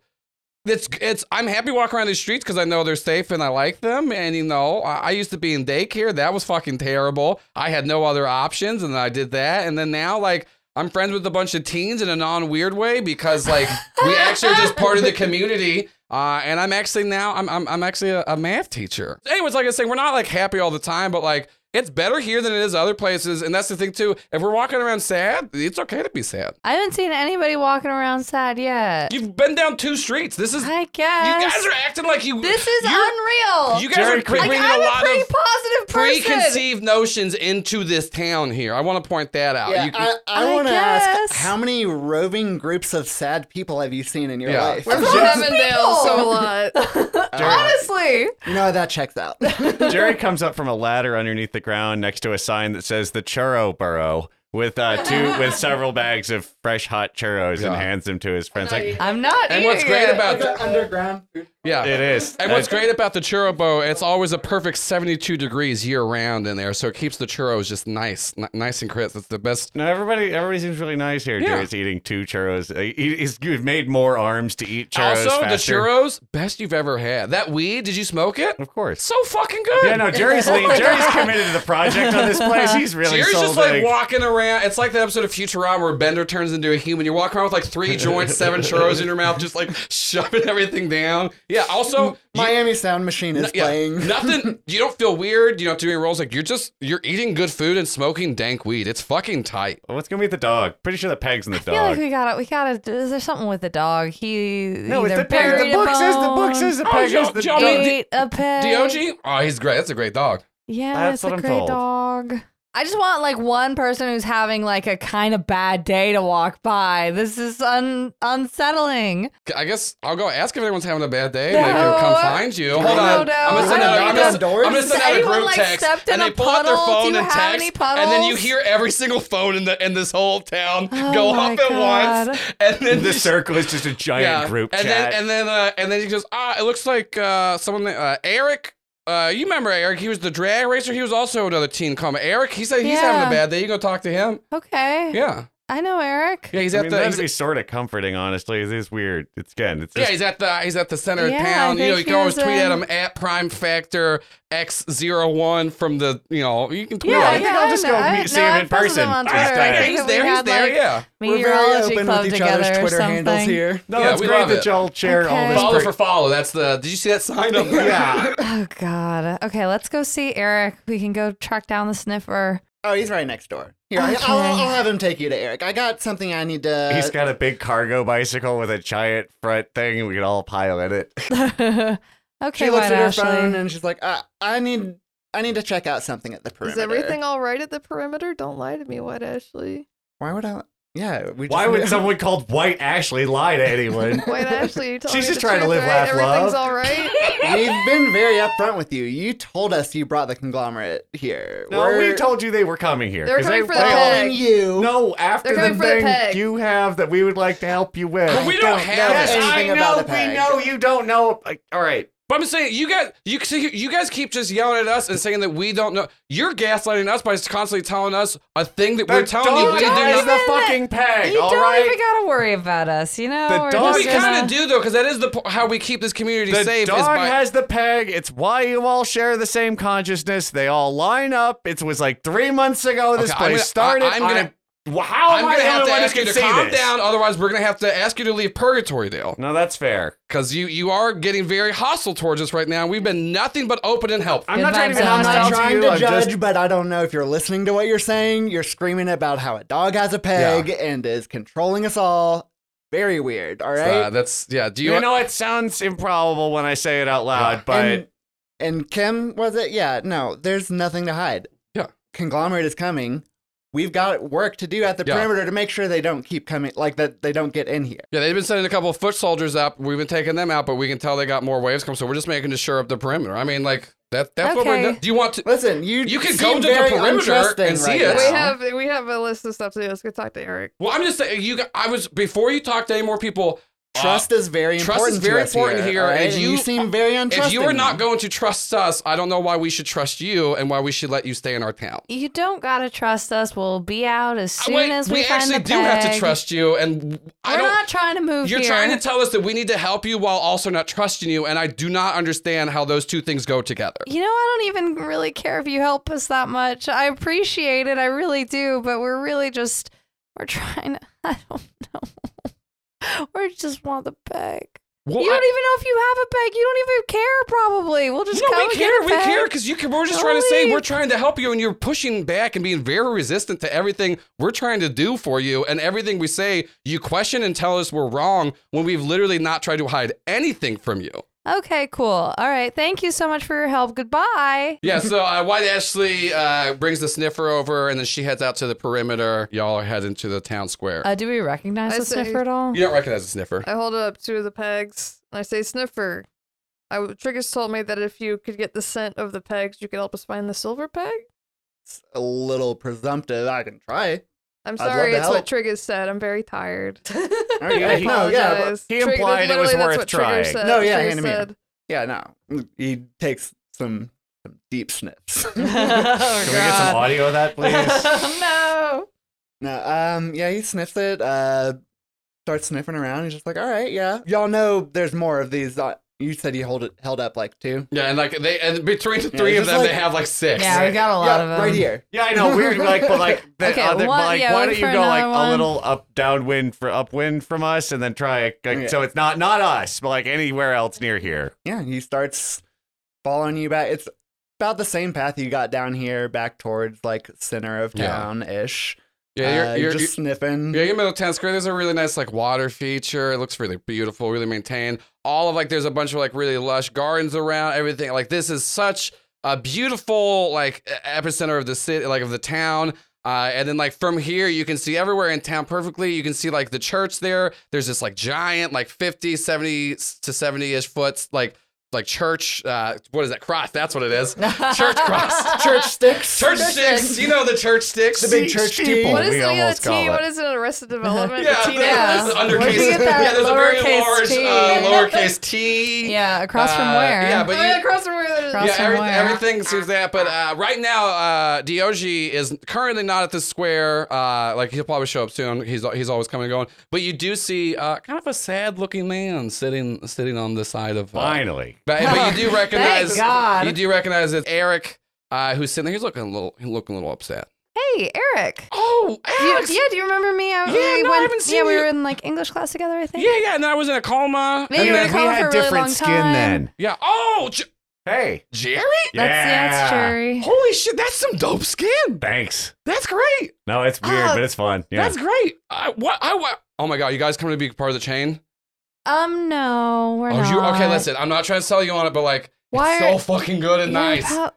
A: It's it's. I'm happy walking around these streets because I know they're safe and I like them. And you know, I, I used to be in daycare. That was fucking terrible. I had no other options, and I did that. And then now, like, I'm friends with a bunch of teens in a non weird way because like we actually are just part of the community. Uh, and I'm actually now I'm I'm, I'm actually a, a math teacher. Anyways, like I say, we're not like happy all the time, but like it's better here than it is other places. And that's the thing too. If we're walking around sad, it's okay to be sad.
D: I haven't seen anybody walking around sad yet.
A: You've been down two streets. This is you
D: I guess.
A: guys are acting like you.
D: this is
A: you're-
D: unreal.
A: You guys are
D: like,
A: bringing
D: I'm
A: a
D: a,
A: lot
D: pretty
A: of
D: positive person.
A: preconceived notions into this town here. I want to point that out.
B: Yeah,
A: You can-
B: I, I,
D: I
B: want to ask,
D: guess.
B: how many roving groups of sad people have you seen in your
A: Yeah.
B: life?
F: We're from
C: Yes.
F: Avondale, so a lot.
C: Honestly.
B: no, that checks out.
E: Jerry comes up from a ladder underneath the ground next to a sign that says the churro burrow with uh, two with several bags of fresh hot churros and
A: Yeah.
E: hands them to his friends. Like
D: I'm not.
A: and what's great about
B: underground
A: yeah,
E: it is.
A: And what's great about the churro bow, it's always a perfect 72 degrees year round in there, so it keeps the churros just nice, n- nice and crisp. It's the best.
E: No, everybody, everybody seems really nice here.
A: Yeah.
E: Jerry's eating two churros. Uh, He, he's you've made more arms to eat churros.
A: also, the
E: faster.
A: churros, best you've ever had. That weed, did you smoke it?
E: of course.
A: So fucking good.
E: Yeah, no, Jerry's lean. Jerry's committed to the project on this place. He's really
A: Jerry's
E: sold
A: just like
E: in.
A: walking around. It's like the episode of Futurama where Bender turns into a human. You're walking around with like three joints, seven churros in your mouth, just like shoving everything down. Yeah. Also, you-
B: Miami Sound Machine is
A: Yeah,
B: playing.
A: nothing. You don't feel weird. You don't do any rolls. Like you're just you're eating good food and smoking dank weed. It's fucking tight.
E: What's gonna be with the dog? Pretty sure the peg's in the
D: I feel like
E: dog.
D: we gotta, we gotta. Is there something with the dog? He
E: no, it's
D: either
E: the peg.
D: buried
E: The
D: a
E: book says the book
D: bone,
E: says the
A: Oh,
E: peg
A: y'all-
E: is the
A: y'all
E: dog.
A: made
D: ate a peg.
A: Dog. Oh, he's great. That's a great dog.
D: Yeah,
E: That's
D: it's
E: what
D: a
E: I'm
D: great
E: told.
D: dog. I just want like one person who's having like a kind of bad day to walk by. This is un- unsettling.
A: I guess I'll go ask if anyone's having a bad day.
D: No.
A: Maybe they'll come find you. Hold
D: No,
A: on.
D: no,
A: I'm
D: I
A: gonna send
D: don't
A: out, I'm
D: need
A: gonna-
B: that.
A: I'm gonna send
D: Does
A: out a
D: anyone,
A: group
D: like,
A: text,
D: stepped in
A: and
D: a
A: they pull out their
D: puddle? Do
A: phone
D: you
A: and
D: have
A: text,
D: any
A: and then you
D: puddles?
A: hear every single phone in the in this whole town
D: Oh
A: go
D: my
A: off at
D: God.
A: once, and then
E: The circle is just a giant group
A: and
E: chat.
A: Then, and then uh, and then he goes, ah, it looks like uh, someone, that- uh, Eric. Uh, you remember Eric? He was the drag racer. He was also another teen comic. Eric, he said he's having a
D: Yeah.
A: bad day. You go talk to him.
D: Okay,
A: Yeah,
D: I know Eric.
A: yeah. He's
E: I
A: at
E: mean,
A: the.
E: that'd
A: he's-
E: be sort of comforting, honestly. It is weird. It's again, it's
A: yeah,
E: just
A: he's at the he's at the center
D: Yeah,
A: of
D: I
A: town. You know, you
D: think he
A: can always
D: was
A: tweet at
D: in-
A: him at Prime Factor X01 from the you know you can tweet
D: Yeah,
A: at
E: I
A: him.
E: think I'll just
D: know-
E: go
D: I-
E: meet-
D: no,
E: see him
D: I
E: in
D: posted
E: person.
D: him on
E: Just
D: Twitter. I
E: that.
D: think
A: He's
D: that we
A: there, he's
D: had,
A: there,
D: like,
A: yeah.
B: We're very
D: Meteorology
B: open
D: club
B: with each
D: together
B: other's
D: or
B: Twitter handles
D: something.
B: here.
E: no.
A: Yeah,
E: it's
A: we
E: great
A: love
E: that
A: it.
E: y'all share all
D: Okay.
E: this.
A: Follow
E: great-
A: for follow. That's the. Did you see that sign up there?
E: yeah,
D: Oh God. Okay, let's go see Eric. We can go track down the sniffer.
B: Oh, he's right next door. Here, I- I'll,
D: Okay.
B: I'll have him take you to Eric. I got something I need to.
E: he's got a big cargo bicycle with a giant front thing, and we can all pile in it.
D: okay,
B: she looks
D: White
B: at her
D: Ashley.
B: phone and she's like, uh, "I need, I need to check out something at the
F: Is
B: perimeter."
F: everything all right at the perimeter? Don't lie to me, White Ashley.
B: Why would I? Yeah, we. Just,
E: Why would someone called White Ashley lie to anyone?
F: White Ashley, you told
E: She's
F: me
E: just
F: the
E: trying to
F: truth,
E: live,
F: right?
E: laugh,
F: Everything's
E: love.
F: all right.
B: We've been very upfront with you. You told us you brought the conglomerate here.
E: No,
B: We're
E: we told you they were coming here.
F: They were
E: 'cause
F: coming for the
E: they all-
F: peg.
B: telling you.
E: No,
F: They're
E: after the
F: coming for the
E: thing
F: peg.
E: you have that we would like to help you with.
A: But we don't
B: don't
A: have
B: know
A: it.
B: anything
E: I
B: about
E: know.
B: the peg.
E: We know you don't know. Like, all right.
A: But I'm saying you guys, you see, you guys keep just yelling at us and saying that we don't know. You're gaslighting us by constantly telling us a thing that we're
E: The
A: telling you
E: dog
A: we do not.
E: is the fucking peg.
D: You
E: all
D: don't
E: right?
D: even gotta worry about us, you know.
E: The
D: We're
E: dog-
A: But
D: just
A: we
E: It's
A: kind
D: gonna-
A: of do though, because that is the po- how we keep this community
E: the
A: safe.
E: dog
A: is by,
E: has the peg. It's why you all share the same consciousness. They all line up. It was like three months ago this
A: Okay, I'm
E: place
A: gonna- I-
E: started.
A: I'm gonna-
E: Well,
B: Oh,
E: How
A: I'm
E: am I
A: gonna
E: the
A: have
E: only
A: to
E: one who
A: ask you
E: can
A: to
E: see
A: calm
E: this?
A: down. Otherwise, we're gonna have to ask you to leave Purgatory Dale
E: No, that's fair.
A: because you you are getting very hostile towards us right now. We've been nothing but open and helpful.
E: I'm not trying to
D: vibes
E: be
D: only.
B: I'm
E: hostile
B: not
E: to
B: trying
E: you.
B: to
E: I'm
B: judge,
E: just
B: but I don't know if you're listening to what you're saying. You're screaming about how a dog has a peg and is controlling us all. Very weird. All right.
A: Uh, that's yeah. Do you,
E: You know, it sounds improbable when I say it out loud, but
B: and, and Kim was it? Yeah, no, there's nothing to hide.
A: Yeah.
B: Conglomerate is coming. We've got work to do at the
A: Yeah.
B: perimeter to make sure they don't keep coming, like that they don't get in here.
A: yeah? They've been sending a couple of foot soldiers up. We've been taking them out, but we can tell they got more waves come. So we're just making to shore up the perimeter. I mean, like that. That's what we're
D: Okay.
A: doing. Do you want to?
B: Listen, you
A: You could go
B: seem
A: to the
B: very
A: perimeter
B: untrusting
A: and see
B: right
A: it.
B: now.
F: we have we have a list of stuff to do. Let's go talk to Eric.
A: Well, I'm just saying you. g- I was before you talked to any more people. uh,
B: Trust is very
A: trust
B: important.
A: is very
B: to us
A: important
B: here.
A: here,
B: all right?
A: and
B: And you,
A: you-
B: seem very untrusting.
A: If you are not going to trust us, I don't know why we should trust you and why we should let you stay in our town.
D: You don't gotta trust us. We'll be out as soon
A: Uh, Wait,
D: as we,
A: we
D: find
A: actually
D: the
A: do have to
D: peg.
A: trust you, and I
D: We're
A: don't.
D: not trying to move.
A: You're
D: here.
A: trying to tell us that we need to help you while also not trusting you, and I do not understand how those two things go together.
D: You know, I don't even really care if you help us that much. I appreciate it, I really do, but we're really just we're trying to I don't know. we just want the peg.
A: Well,
D: you don't
A: I-
D: even know if you have a peg. You don't even care probably. We'll just
A: No,
D: come
A: we
D: and
A: care.
D: get a
A: We
D: peg.
A: care because you can, we're just
D: Don't
A: trying to say we're
D: leave.
A: trying to help you, and you're pushing back and being very resistant to everything we're trying to do for you. And everything we say, you question and tell us we're wrong when we've literally not tried to hide anything from you.
D: Okay, cool. All right. Thank you so much for your help. Goodbye.
A: Yeah, so uh, White Ashley uh, brings the sniffer over, and then she heads out to the perimeter. Y'all are heading to the town square.
D: Uh, do we recognize
F: I
D: the
F: say-
D: sniffer at all?
A: you don't recognize the sniffer.
F: I hold up two of the pegs and I say, Sniffer. I, Triggers told me that if you could get the scent of the pegs, you could help us find the silver peg.
B: a little presumptive, I can try.
F: I'm
B: I'd love
F: sorry,
B: to
F: it's what
B: help.
F: Triggers said. I'm very tired.
B: All right, yeah,
E: he-
B: no, yeah, but-
F: Apologize.
E: he
F: Trigger-
E: implied it was
F: literally, that's
E: worth
F: what Trigger
E: trying.
F: said.
B: No, yeah,
F: Trigger
B: hand him
F: said.
B: yeah, no. He takes some some deep sniffs.
E: Can we get some audio of that, please?
D: Oh, no.
B: No, um, yeah, he sniffs it, uh, starts sniffing around. He's just like, all right, yeah. Y'all know there's more of these. Uh, you said you hold it, held up like two.
A: Yeah, and like they, and between the three
B: it's
A: of
B: just
A: them, they
B: like-
A: have like six.
D: Yeah, we got a lot
B: yeah,
D: of them.
B: Right here.
E: yeah, I know. Weird, like, but like, the
D: Okay,
E: other,
D: one-
E: but, like,
D: yeah,
E: why
D: one
E: don't
D: for
E: you go like
D: another
E: a
D: one.
E: little up, downwind for upwind from us, and then try it, like,
B: Yeah.
E: so it's not not us, but like anywhere else near here.
B: Yeah, he starts following you back. It's about the same path you got down here, back towards like center of
A: Yeah.
B: town ish.
A: yeah, you're,
B: Uh,
A: you're,
B: just sniffing.
A: Yeah, your middle town square. There's a really nice like water feature. It looks really beautiful, really maintained. All of like there's a bunch of like really lush gardens around everything. Like this is such a beautiful like e- epicenter of the city, like of the town. Uh, and then like from here you can see everywhere in town perfectly you can see like the church there there's this like giant like 50 70 to 70ish foot like like church uh what is that cross that's what it is church cross
B: Church sticks.
A: church sticks you know the church sticks
B: The big church steeple.
F: What is
E: we
F: the other
E: almost call
F: T?
E: it.
F: What is it in Arrested Development?
A: Yeah,
F: The
A: the,
F: T
D: Yeah.
A: that's the
D: Where'd
A: undercase.
D: you get
A: Yeah,
D: that
A: there's a very
D: lowercase
A: large
D: t?
A: uh, lowercase t.
D: Yeah, across from
A: Uh,
D: where?
A: Yeah, but
F: Oh, yeah,
A: you,
F: across from where there's-
D: Across
A: yeah,
D: from
A: every-
D: where?
A: everything seems that. But uh, right now, uh, Diogi is currently not at the square. Uh, like he'll probably show up soon. He's he's always coming and going. But you do see uh, kind of a sad looking man sitting sitting on the side of. Uh,
E: Finally.
A: But, but you do recognize.
D: God.
A: You do recognize it's Eric. Uh, who's sitting there? He's looking a little, he's looking a little upset.
D: Hey, Eric.
A: Oh,
D: Do you, yeah, do you remember me? I,
A: Yeah,
D: we
A: no, I
D: went-
A: haven't seen
D: Yeah, we
A: you.
D: were in like English class together, I think.
A: yeah, yeah. And then I was in a coma.
D: Maybe
A: and
D: you were
A: then-
D: in a coma for a really long time.
A: Yeah. Oh, J-
E: Hey.
A: Jerry?
D: That's the
E: Yeah.
D: answer, Jerry.
A: Holy shit, that's some dope skin.
E: Thanks.
A: That's great.
E: No, it's weird,
D: Oh,
E: but it's fun. Yeah.
A: That's great. I, what, I, what? Oh my God, you guys coming to be part of the chain?
D: Um, no, we're
A: Oh,
D: not.
A: you, okay, listen, I'm not trying to sell you on it, but like,
D: Why
A: it's
D: are-
A: so fucking good and
D: You're
A: nice.
D: po-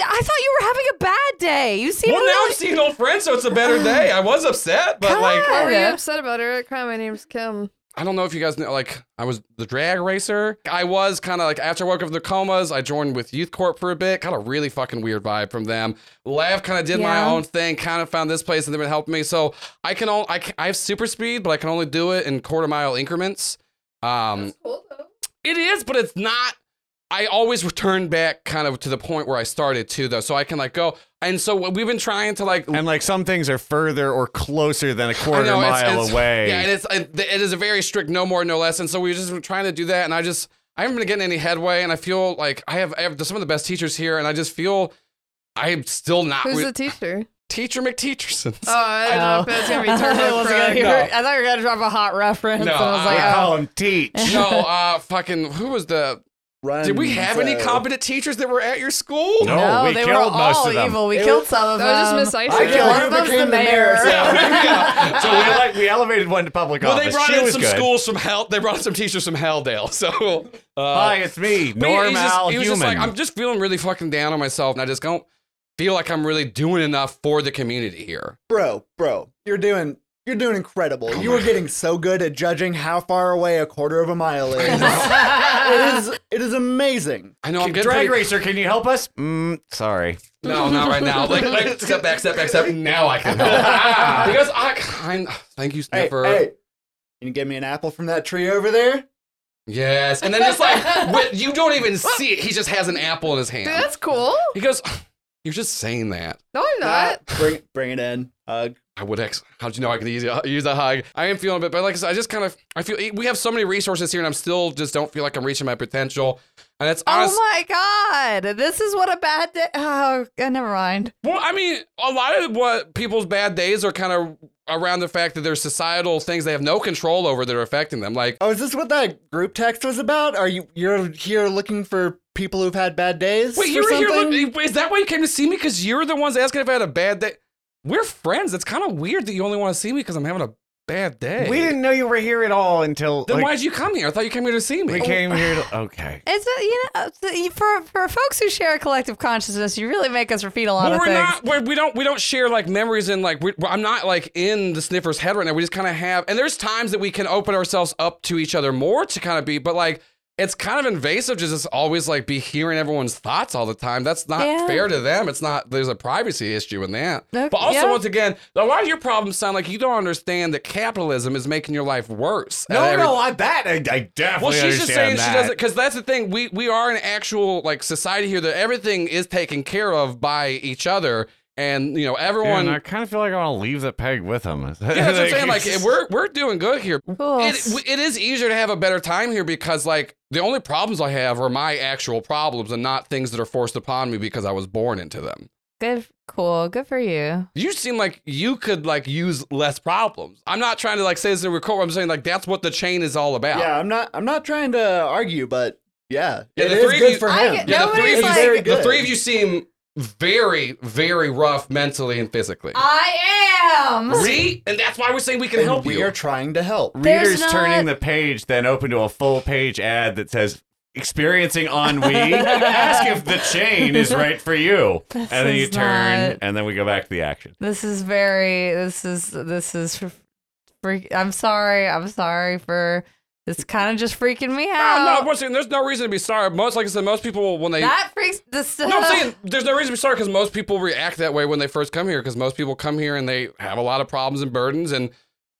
D: I thought you were having a bad day. You seem
A: well, now I'm
D: really.
A: seeing old friends, so it's a better day. I was upset, but like,
D: God.
F: What were you
D: Yeah.
F: upset about, Eric? Hi, my name's Kim.
A: I don't know if you guys know, like, I was the drag racer. I was kind of like, after I woke up from the comas, I joined with Youth Corp for a bit. Got a really fucking weird vibe from them. Laugh kind of did my
D: Yeah.
A: own thing, kind of found this place and they've been helping me. So I can only, I, can, I have super speed, but I can only do it in quarter mile increments. Um, it is, but it's not. I always return back kind of to the point where I started too, though. So I can like go. And so we've been trying to like
E: and like some things are further or closer than a quarter
A: I know, it's-
E: mile
A: it's-
E: away.
A: Yeah, and it's it is a very strict no more, no less. And so we've just been trying to do that, and I just I haven't been getting any headway, and I feel like I have I have some of the best teachers here, and I just feel I am still not
F: Who's
A: re-
F: the teacher?
A: teacher McTeachersons.
F: Oh, I don't know if that's gonna be
D: I
F: turned
D: really
F: out
D: wasn't gonna
F: correct.
D: hear
A: No.
D: it. I thought you were gonna drop a hot reference,
A: No,
D: and I was like,
E: I
A: uh,
D: oh.
E: call him teach.
A: no, uh, fucking who was the?
B: Run,
A: Did we have any
B: so-
A: competent teachers that were at your school?
E: No. Oh, we
D: they were
E: killed most
D: all
E: of them.
D: evil. We
B: It
D: killed
B: was-
D: some of
F: That was just
D: them.
F: Miss Isis.
B: I
D: Yeah,
B: killed
D: one
B: her,
D: of them's
B: became
D: the
B: the
D: mayor.
B: mayor.
A: Yeah.
E: so we like we elevated one to public
A: Well, they
E: office.
A: brought
E: she
A: in
E: was
A: some
E: good.
A: schools from Hell. They brought in some teachers from Helldale. So uh,
E: Hi, it's me,
A: But he-
E: normal
A: he's just, he was
E: human.
A: just like, I'm just feeling really fucking down on myself, and I just don't feel like I'm really doing enough for the community here.
B: bro, bro, you're doing you're doing incredible. you are getting so good at judging how far away a quarter of a mile is. it is it is amazing.
A: I know I'm getting
E: Drag
A: pretty-
E: racer, can you help us? Mm, sorry.
A: No, not right now. Like, like, step back, step back, step. Now I can help. Ah, because I, kind. Thank you,
B: Hey,
A: Sniffer.
B: hey, Can you get me an apple from that tree over there?
A: Yes. And then just like, wi- you don't even see it. He just has an apple in his hand.
F: Dude, that's cool.
A: He goes, You're just saying that.
F: No, I'm not.
B: Nah, bring bring it in. Hug.
A: I would ex. How'd you know I could use, use a hug? I am feeling a bit, but like I said, I just kind of, I feel we have so many resources here, and I'm still just don't feel like I'm reaching my potential. And it's honest.
D: Oh my god, this is what a bad day. Oh, uh, never mind.
A: well, I mean, a lot of what people's bad days are kind of around the fact that there's societal things they have no control over that are affecting them. Like,
B: Oh, is this what that group text was about? Are you you're here looking for people who've had bad
E: Oh,
B: days?
A: wait,
B: or
A: you were here.
B: something?
A: look- Is that why you came to see me? Because you're the ones asking if I had a bad day. We're friends. It's kind of weird that you only want to see me because I'm having a bad day.
E: We didn't know you were here at all until
A: Then
E: like,
A: why did you come here? I thought you came here to see me.
E: we came here. To, okay.
D: It's a, you know the- for for folks who share a collective consciousness, you really make us repeat a lot
A: Well,
D: of
A: we're
D: things.
A: not. We're, we don't. We don't share like memories and like. We're, I'm not like in the sniffer's head right now. We just kind of have. And there's times that we can open ourselves up to each other more to kind of be. But like, it's kind of invasive to just always like be hearing everyone's thoughts all the time. That's not
D: Yeah.
A: fair to them. It's not. There's a privacy issue in that.
D: Okay,
A: But also,
D: yeah.
A: once again, a lot of your problems sound like you don't understand that capitalism is making your life worse.
E: No,
A: And every-
E: no, I, that I, I definitely
A: well, she's just saying
E: understand
A: she
E: that.
A: doesn't because that's the thing. We we are an actual like society here that everything is taken care of by each other, and you know everyone.
E: And I
A: Yeah,
E: kind of feel like I want to leave the peg with him. Yeah,
A: that's what I'm saying. Like we're we're doing good here.
D: Cool.
A: It, w- it is easier to have a better time here because like the only problems I have are my actual problems and not things that are forced upon me because I was born into them.
D: good, cool, good for you.
A: You seem like you could like use less problems. I'm not trying to like say this in a record. I'm saying like that's what the chain is all about.
B: Yeah, I'm not. I'm not trying to argue, but yeah,
A: Yeah,
B: it
A: the
B: is
A: three of
B: good
A: you-
B: for
D: I
B: him.
D: get-
A: Yeah, the
D: Nobody's
A: three, of you,
D: like-
B: Very
A: the
B: good.
A: three of you seem very, very rough mentally and physically.
D: I am.
A: See? And that's why we're saying we can
B: And
A: help
B: we
A: you.
B: are trying to help.
D: There's
E: readers
D: not-
E: turning the page then open to a full page ad that says experiencing ennui ask if the chain is right for you
D: This
E: and then you
D: is
E: turn
D: not-
E: and then we go back to the action
D: This is very. This is this is. fr- Freak, I'm sorry. I'm sorry for. It's kind of just freaking me
A: No, no,
D: out.
A: I'm not saying there's no reason to be sorry. Most, like I said, most people when they.
D: that freaks. This,
A: no, I'm saying there's no reason to be sorry because most people react that way when they first come here because most people come here and they have a lot of problems and burdens and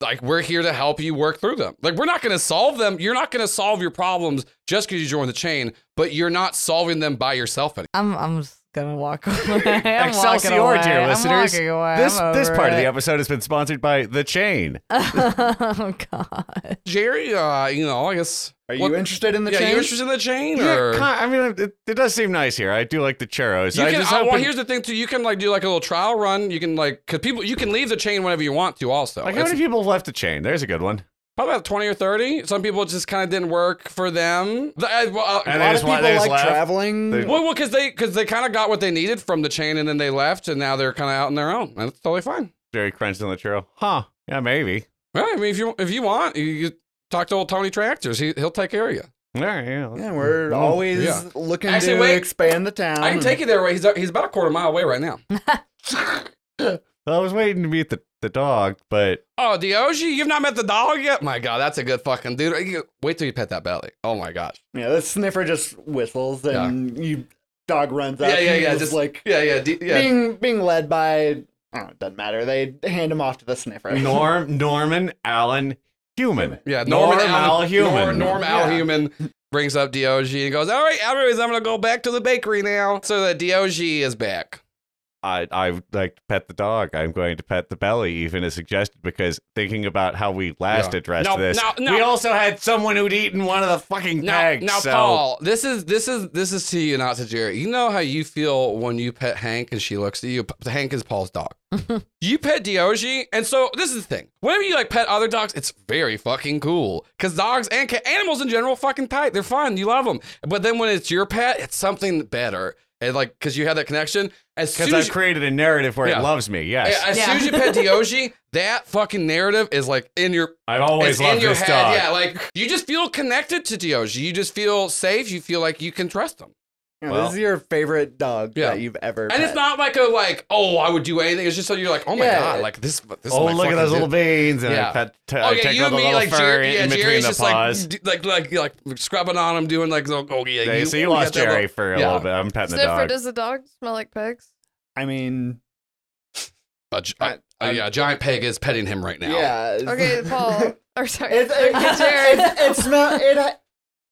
A: like we're here to help you work through them. Like we're not going to solve them. You're not going to solve your problems just because you join the chain, but you're not solving them by yourself anymore.
D: I'm I'm just gonna walk away. I'm
E: excelsior
D: walking away.
E: dear
D: I'm
E: listeners
D: walking away.
E: this
D: I'm
E: this
D: over
E: part of the
D: it.
E: episode has been sponsored by the chain
D: oh God!
A: Jerry, uh, you know, I guess.
B: Are you
A: what-
B: interested in the
A: yeah,
B: chain?
A: you interested in the chain?
E: Yeah,
A: or?
E: con- i mean it, it does seem nice here i do like the churros
A: You
E: I
A: can,
E: just
A: uh,
E: hope
A: well,
E: it-
A: here's the thing too. You can like do like a little trial run. You can like because people you can leave the chain whenever you want to. Also,
E: like how
A: It's
E: many people have left the chain there's a good one
A: probably about twenty or thirty. Some people it just kind of didn't work for them. The- uh, well,
E: And
B: a
A: uh,
B: lot of
E: they just
B: people
E: want- they
B: like
E: just laugh.
B: traveling.
E: They-
A: well, because they because they kind of got what they needed from the chain and then they left and now they're kind of out on their own. And that's totally fine.
E: jerry crunched on the churro huh yeah maybe
A: Yeah, I mean if you if you want, you, you talk to old Tony Tractors. He he'll take care of you.
E: all right yeah,
B: yeah, we're
E: Mm,
B: always
A: yeah.
B: looking
A: Actually,
B: to
A: wait.
B: expand the town.
A: I
E: Um.
A: can take you there. right- He's uh, he's about a quarter mile away right now.
E: i was waiting to meet the, the dog but
A: Oh, Dioji, you've not met the dog yet? My God, that's a good fucking dude. You- Wait till you pet that belly. Oh my gosh.
B: Yeah, the sniffer just whistles and you dog runs up.
A: Yeah, yeah,
B: and
A: yeah.
B: he's
A: Just
B: like
A: yeah, yeah, D- yeah.
B: being being led by. Oh, it doesn't matter. They hand him off to the sniffer.
E: norm norman allen human
A: Yeah, Norman
E: Norm
A: Al,
E: Al Human.
A: Norm, Norm Al
B: Yeah.
A: Human brings up Diogi and goes, "All right, everybody's, I'm gonna go back to the bakery now." So that Diogi is back.
E: I I would like to pet the dog. I'm going to pet the belly, even as suggested, because thinking about how we last
A: Yeah.
E: addressed
A: No,
E: this,
A: no, no.
E: we also had someone who'd eaten one of the fucking
A: Now,
E: pegs.
A: now,
E: so-
A: Paul, this is this is this is to you, not to Jerry. You know how you feel when you pet Hank and she looks at you. P- Hank is Paul's dog. you pet Diogi, and so this is the thing. Whenever you like pet other dogs, it's very fucking cool because dogs and ca- animals in general fucking tight. They're fun. You love them. But then when it's your pet, it's something better. And like, because you have that connection. As
E: because
A: soon as
E: I've
A: you-
E: created a narrative where
A: Yeah.
E: it loves me. Yes,
A: Yeah, as
D: Yeah.
A: soon as you pet Dioji, that fucking narrative is like in your
E: I, have always
A: it's in
E: loved
A: your
E: this
A: head.
E: dog.
A: Yeah, like you just feel connected to Dioji. You just feel safe. You feel like you can trust him.
B: Yeah,
E: Well-
B: this is your favorite dog
A: Yeah.
B: that you've ever.
A: And it's
B: pet.
A: not like a like, oh, I would do anything. It's just so you're like, oh my
B: Yeah.
A: god, like this. this is
E: Oh,
A: my
E: look at
A: fucking
E: those
A: dude.
E: little beans, and
A: Yeah.
E: I pet, t-
A: Oh yeah,
E: I tickle
A: you
E: the
A: and me
E: little
A: like
E: fur
A: Jerry,
E: in
A: yeah,
E: between
A: Jerry's
E: the
A: just
E: paws.
A: like, d- like like like scrubbing on him, doing like oh yeah.
E: Okay,
A: you,
E: so you lost
A: got that
E: Jerry
A: little-
E: for a
A: yeah.
E: little bit. I'm petting the
F: Sniffer,
E: dog.
F: does the dog smell like pigs?
B: I mean,
A: A gi- a-
B: I-
A: Uh, yeah, a giant pig is petting him right now.
B: yeah.
F: Okay, Paul. Or sorry,
B: It's, it,
F: Jared.
B: it's, it's smell. It ha-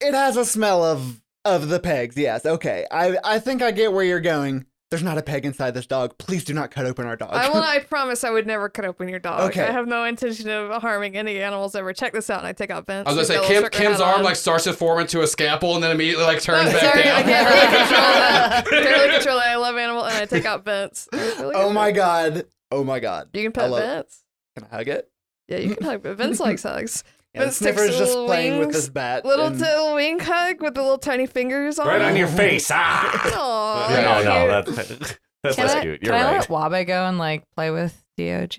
B: it has a smell of of the pegs. Yes. Okay. I I think I get where you're going. There's not a peg inside this dog. Please do not cut open our dog.
F: I will. I promise I would never cut open your dog.
B: Okay.
F: I have no intention of harming any animals ever. Check this out. And I take out Vince.
A: I was gonna say
F: his
A: Kim,
F: yellow trucker
A: Kim's
F: hat
A: arm
F: on.
A: like starts to form into a scalpel and then immediately like
F: No,
A: turns
F: sorry, I
A: back
F: can't really control
A: down.
F: that. Barely control that. I love animal, and I take out Vince. I really
B: oh
F: like
B: my
F: Vince.
B: god. Oh my god.
F: You
B: I
F: can pet
B: love-
F: Vince.
B: Can I hug it?
F: Yeah, you can hug. Vince. Vince likes hugs.
B: Yeah, the
F: Vince takes
B: sniffer's just
F: little
B: playing with
F: wings,
B: this bat.
F: Little
B: and-
F: little wing hug with the little tiny fingers on.
E: Right
F: it.
E: on your face. Ah.
F: Aw,
A: Yeah,
E: no,
A: yeah,
E: no,
F: cute.
E: that's that's
D: Can
E: less
D: I,
E: cute.
D: can
E: You're
D: I
E: right.
D: let Wabe go and like play with Dog?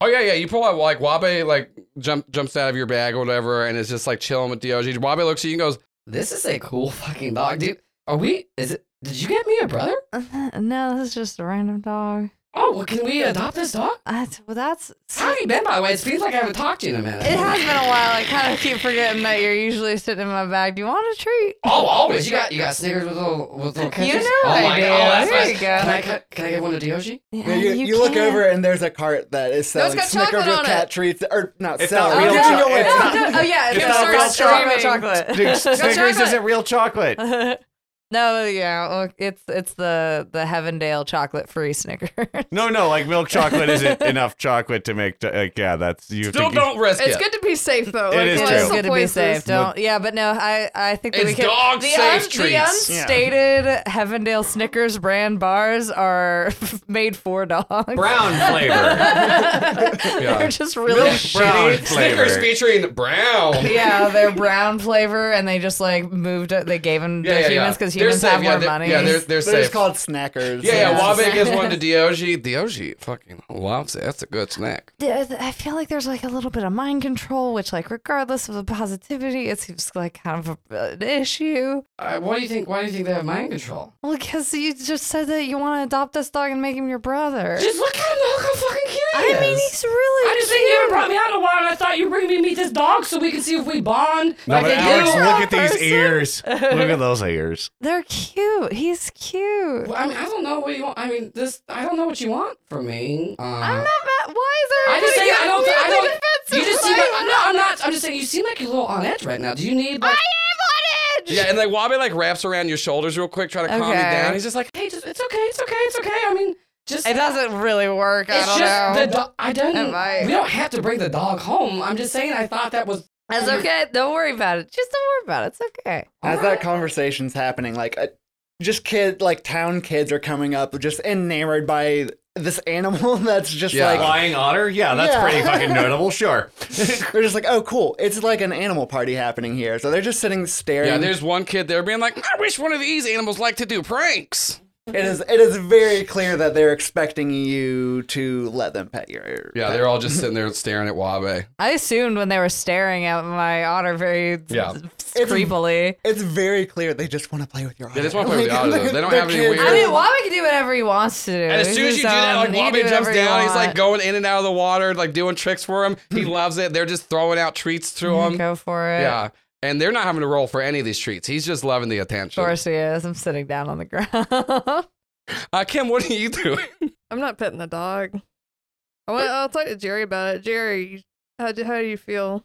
A: Oh yeah, yeah. You pull out like Wabe like jump jumps out of your bag or whatever, and is just like chilling with Dog. Wabe looks at you and goes,
G: This is a cool fucking dog, dude. Are we? Is it? Did you get me a brother?
D: No, this is just a random dog.
G: Oh, well, can we adopt this dog?
D: That's, well, that's
G: How have you been, by the way? It feels like I haven't talked to you in a minute.
D: It has been a while. I kind of keep forgetting that you're usually sitting in my bag. Do you want a treat?
G: Oh, always. You got you got Snickers with little with little
D: You
G: catches.
D: know
G: oh
D: I
G: my
D: do.
G: god, oh, that's
D: there
G: nice.
D: you go.
G: Can I cut- can I get one of Doji?
B: Yeah, you you look
D: can.
B: over and there's a cart that is
F: No, it's
B: selling
F: got
B: Snickers
F: chocolate
B: with
F: on
B: cat
F: it.
B: treats, or not
E: It's not
B: selling.
E: real
B: giving
E: chocolate.
B: away.
E: It's not-
D: Oh, No, no, oh yeah,
E: It's
D: it's
E: not
D: not
F: real
D: real chocolate.
E: Dude, Snickers
F: chocolate.
E: isn't real chocolate.
D: no, yeah, look, it's it's the the Heavendale chocolate free Snickers.
E: No, no, like milk chocolate isn't enough chocolate to make. Like, yeah, that's you. have
A: "Still
E: to,
A: don't risk
F: It's
A: it."
F: good to be safe though.
E: It is
F: there's
E: true.
D: It's
F: some
D: good to be
F: places-
D: safe. Don't. Yeah, but no, I I think that we
A: It's
D: can.
A: dog
D: the,
A: safe
D: the
A: treats.
D: unstated Heavendale Snickers brand bars are made for dogs.
E: brown flavor.
D: They're just really
E: Milk brown flavor.
A: Snickers featuring Brown.
D: yeah, they're brown flavor, and they just like moved. It, they gave them to humans because
A: They're
D: humans
A: safe,
D: have
A: yeah,
D: more
A: they're-
D: money.
A: Yeah, they're, they're
B: They're
A: safe.
B: just called Snackers.
A: yeah, yeah.
D: Yes.
A: Wabe gives one to Dioji. Dioji fucking loves it. That's a good snack.
D: Th- th- I feel like there's like a little bit of mind control, which like regardless of the positivity, it seems like kind of a, an issue.
G: Uh, why do you think? Why do you think they have mind control?
D: Well, because you just said that you want to adopt this dog and make him your brother.
G: Just look at him. Look how fucking cute he
D: I
G: is.
D: mean, he's really.
G: I just think you haven't brought me out in a while, and I thought you were bringing me to meet this dog so we could see if we bond.
E: No,
G: like
E: but
G: they
E: Alex,
G: do.
E: look at these
D: person.
E: ears. Look at those ears.
D: They're cute. He's cute.
G: Well, I mean, I don't know what you want. I mean, this. I don't know what you want from me. Uh,
D: I'm not mad. Why is there?
G: I just
D: anybody
G: saying. I don't.
D: getting
G: I
D: weirdly
G: don't. You
D: defensive?
G: just seem.
D: Like,
G: Like, no, I'm not. I'm just saying. You seem like you're a little on edge right now. Do you need? Like,
D: I am on edge.
A: Yeah, and like Wabe like wraps around your shoulders real quick, trying to calm you
D: Okay.
A: down. He's just like,
G: hey, just, it's okay. It's okay. It's okay. I mean, just.
D: It doesn't really work. I
G: It's
D: don't
G: just
D: know.
G: the dog. I
D: Am I-
G: don't. We don't have to bring the dog home. I'm just saying. I thought that was.
D: That's okay. Don't worry about it. Just don't worry about it. It's okay.
B: As that conversation's happening, like uh, just kid, like town kids are coming up, just enamored by this animal that's just
A: Yeah.
B: like
E: Flying otter? Yeah, that's
B: Yeah.
E: pretty fucking notable. Sure.
B: they're just like, oh, cool. It's like an animal party happening here. So they're just sitting staring.
A: yeah. There's one kid there being like, I wish one of these animals like to do pranks.
B: It is. It is very clear that they're expecting you to let them pet your.
A: Yeah, they're all just sitting there staring at Wabe.
D: I assumed when they were staring at my otter very
A: Yeah.
D: creepily.
B: It's very clear they just want to play with your.
A: They just wanna play with the otter, though. They don't have any weird-
D: I mean, Wabi can do whatever he um, wants to do.
A: And as soon as you do that, like Wabi jumps down, he's like going in and out of the water, like doing tricks for him. He loves it. They're just throwing out treats to him.
D: Mm, "Go for it."
A: Yeah. And they're not having to roll for any of these treats. He's just loving the
D: Of
A: attention.
D: course he is. I'm sitting down on the ground.
A: Uh, Kim, what are you doing?
F: I'm not petting the dog. I want, I'll talk to Jerry about it. Jerry, how do, how do you feel?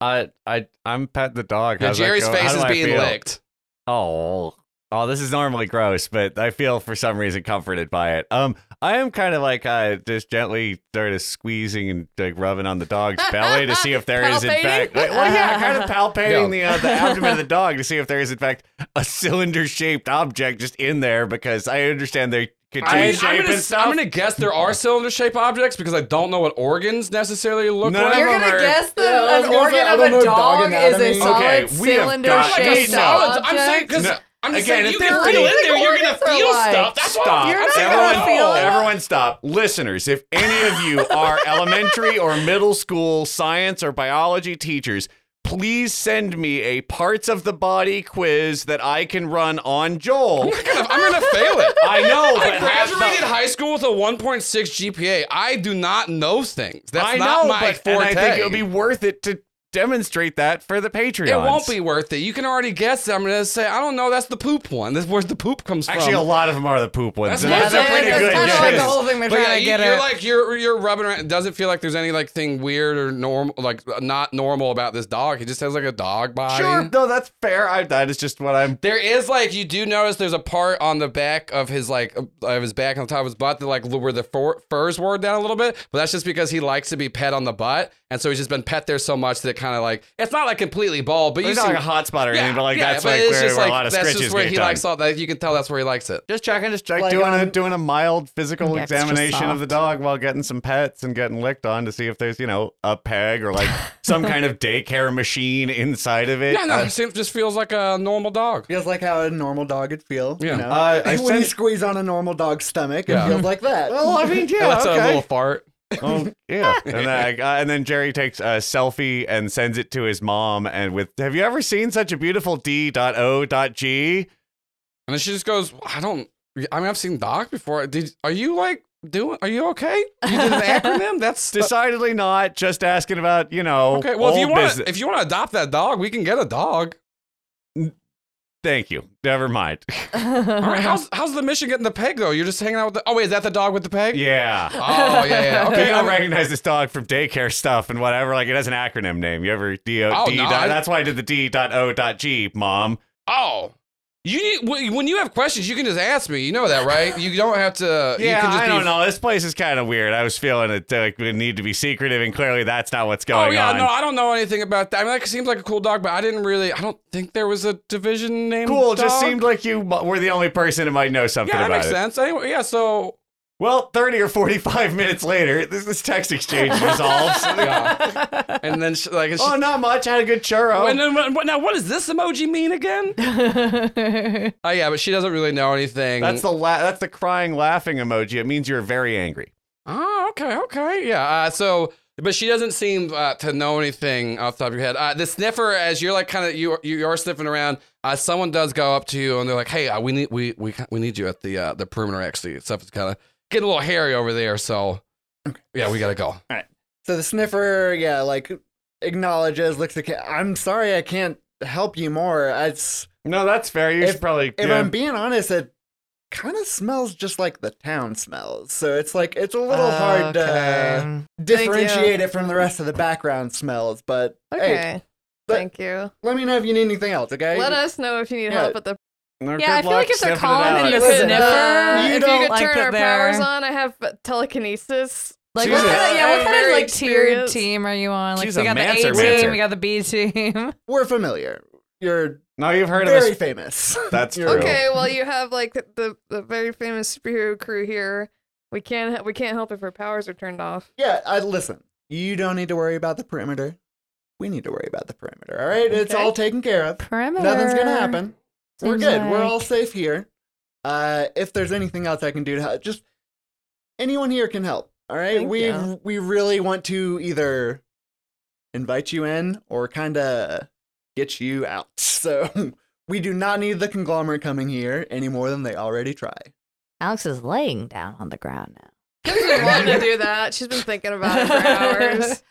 E: I I I'm petting the dog.
A: Yeah,
E: How's that
A: Jerry's
E: go?
A: face
E: How do
A: is
E: I
A: being
E: feel?
A: licked.
E: Oh. Oh, this is normally gross, but I feel for some reason comforted by it. Um, I am kind of like uh, just gently sort of squeezing and like rubbing on the dog's belly to see if there is in
F: Palpating?
E: fact. Like, well, yeah, kind of palpating
A: Yeah.
E: the uh, the abdomen of the dog to see if there is in fact a cylinder shaped object just in there because I understand they could
A: I
E: change
A: am
E: shape
A: gonna,
E: and stuff.
A: I'm gonna guess there are cylinder shaped objects because I don't know what organs necessarily look
E: None
A: like.
E: of
D: You're
E: them
D: gonna
E: are-
D: guess that
B: Yeah, I was
D: an
B: gonna say,
D: organ
B: I
D: of
B: don't know
D: a
B: dog
D: dog is a
B: anatomy.
D: solid
E: Okay, we have
D: cylinder
E: got-
A: Like a
E: Hey,
D: shaped
E: no.
A: solid- I'm saying
D: object.
A: because
E: No.
A: I'm just
E: Again,
A: saying you
E: if
A: can
E: there's
A: feel
E: any-
A: in there, you're gonna
D: organs are
A: feel
D: alive.
A: stuff. That's what
E: Stop.
A: I'm-
D: You're
A: I'm
D: not
A: saying,
D: gonna
A: no.
E: everyone,
D: feel it.
E: everyone stop. Listeners, if any of you are elementary or middle school science or biology teachers, please send me a parts of the body quiz that I can run on Joel.
A: I'm gonna- I'm gonna fail it.
E: I know,
A: Oh
E: but
A: I
E: have the-
A: graduated high school with a 1.6 GPA. I do not know things. That's
E: I
A: not
E: know,
A: my
E: but
A: forte.
E: and I think it would be worth it to demonstrate that for the Patreon.
A: It won't be worth it. You can already guess. it. I'm gonna say I don't know. That's the poop one. That's where the poop comes
E: Actually, a
A: from.
E: lot of them are the poop
A: That's
E: ones. Those
A: what
E: are
A: I'm saying.
E: pretty
A: That's
E: good.
A: kinda
D: Kind
A: like
D: of
A: the
D: like the
E: guesses.
D: whole thing they're
A: But yeah,
D: trying to
A: you,
D: get
A: you're
D: at.
A: like you're you're rubbing around. It doesn't feel like there's any like thing weird or normal, like not normal about this dog. He just has like a dog body.
E: Sure, no, that's fair. I, that is just what I'm.
A: There is like you do notice there's a part on the back of his like of his back on the top of his butt that like where the fur, furs wore down a little bit, but that's just because he likes to be pet on the butt, and so he's just been pet there so much that it kind of like it's not like completely bald, but you
E: It's
A: see
E: not like a hot spot or anything, but like that's like where, where a lot of
A: that's
E: scritches
A: just where
E: get
A: he
E: done.
A: likes all that. You can tell that's where he likes it.
E: Just checking, just check,
B: Like,
E: doing a
B: um,
E: doing a mild physical
D: like extra
E: examination of the
D: soft.
E: dog while getting some pets and getting licked on to see if there's you know a peg or like some kind of daycare machine inside of it.
A: Yeah, no,
E: Uh,
A: it seems- just feels like a normal dog.
B: Feels like how a normal dog would feel.
A: Yeah.
B: You know?
E: Uh, I
B: when you
E: sent-
B: squeeze on a normal dog's stomach,
A: Yeah.
B: it feels like that.
E: well, I mean, yeah,
A: that's
E: okay.
A: a little fart.
E: Oh, yeah. And then, I, uh, and then Jerry takes a selfie and sends it to his mom. And with, have you ever seen such a beautiful D.O.G?
A: Uh, And then she just goes, I don't. I mean, I've seen Doc before. Did are you like doing? Are you okay? You did an acronym. That's
E: Decidedly not. Just asking about, you know,
A: okay. Well, if you
E: old
A: want,
E: business.
A: if you want to adopt that dog, we can get a dog.
E: Thank you. Never mind.
A: All right. How's how's the mission getting the peg though? You're just hanging out with the. Oh wait, is that the dog with the peg?
E: yeah.
A: Oh yeah. yeah.
E: Okay,
A: Okay.
E: you
A: all
E: don't
A: right.
E: recognize this dog from daycare stuff and whatever. Like, it has an acronym name. You ever D.O.D.
A: Oh, no, I-
E: That's why I did the D.O.G, mom.
A: Oh. You need when when you have questions, you can just ask me. You know that, right? You don't have to. you
E: Yeah,
A: can just
E: I
A: be
E: don't know. This place is kind of weird. I was feeling it like we need to be secretive, and clearly that's not what's going
A: oh yeah,
E: on.
A: no, I don't know anything about that. I mean, that seems like a cool dog, but I didn't really. I don't think there was a division named.
E: cool. It just
A: dog.
E: seemed like you mu- were the only person who might know something
A: Yeah, that
E: about
A: makes
E: it.
A: sense. Anyway, yeah, so
E: Well, 30 or 45 minutes later, this, this text exchange resolves.
A: yeah. and then she, like, and she,
E: oh, not much. I had a good churro.
A: and then, what- what- now what does this emoji mean again? Oh yeah, but she doesn't really know anything.
E: that's the la- that's the crying laughing emoji. It means you're very angry.
A: Oh, okay, okay, yeah. Uh, so, but she doesn't seem uh, to know anything off the top of your head. Uh, the sniffer, as you're like kind of you you are sniffing around, uh, someone does go up to you and they're like, "Hey, uh, we need we we we need you at the uh, the perimeter. Actually, stuff is kind of getting a little hairy over there, so yeah, we gotta go."
B: So the sniffer, yeah, like acknowledges, looks like I'm sorry I can't help you more. It's
E: No, that's fair. You
B: If-
E: should probably
B: if
E: yeah.
B: I'm being honest, it kind of smells just like the town smells. So it's like it's a little hard uh, to
D: Okay.
B: differentiate it from the rest of the background smells. But hey,
F: Okay.
B: but-
F: Thank you.
B: let me know if you need anything else, okay?
F: Let us know if you need
B: Yeah.
F: help with the.
E: No, good
D: Yeah, I feel
E: luck
D: like if they're
E: sniffing it
D: calling
E: out.
D: in the
B: Listen,
D: sniffer,
B: uh, You
F: if
B: don't
F: you could
D: like
F: turn
D: that
F: our
D: they're-
F: powers on, I have telekinesis.
D: Like
E: She's
D: what
E: a-
D: kind of, yeah,
F: I'm
D: what kind
F: very
D: of like tiered
F: experienced.
D: team are you on? Like
E: She's
D: we
E: a
D: got the A
E: mancer
D: team,
E: mancer.
D: we got the B team.
B: We're familiar. You're
E: No, you've heard of
B: very
E: us.
B: famous.
E: That's
B: You're-
E: true.
F: Okay, well you have like the, the very famous superhero crew here. We can't we can't help if her powers are turned off.
B: Yeah, I, listen. You don't need to worry about the perimeter. We need to worry about the perimeter. All right, it's
F: Okay.
B: all taken care of.
D: Perimeter.
B: Nothing's gonna happen. We're
D: Seems
B: good. We're
D: like-
B: all safe here. Uh, if there's anything else I can do to help, just anyone here can help. All right,
D: Thank
B: we
D: you.
B: we really want to either invite you in or kind of get you out. So we do not need the conglomerate coming here any more than they already try.
D: Alex is laying down on the ground now.
F: She's been wanting to do that. She's been thinking about it for hours.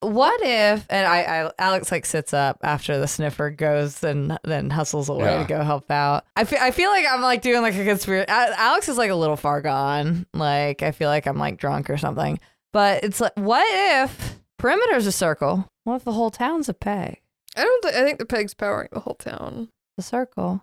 D: What if and I, I Alex like sits up after the sniffer goes and then hustles away
A: Yeah.
D: to go help out. I feel I feel like I'm like doing like a conspiracy. Alex is like a little far gone. Like I feel like I'm like drunk or something. But it's like what if perimeter's a circle? What if the whole town's a peg?
F: I don't. Th- I think the peg's powering the whole town.
D: A circle.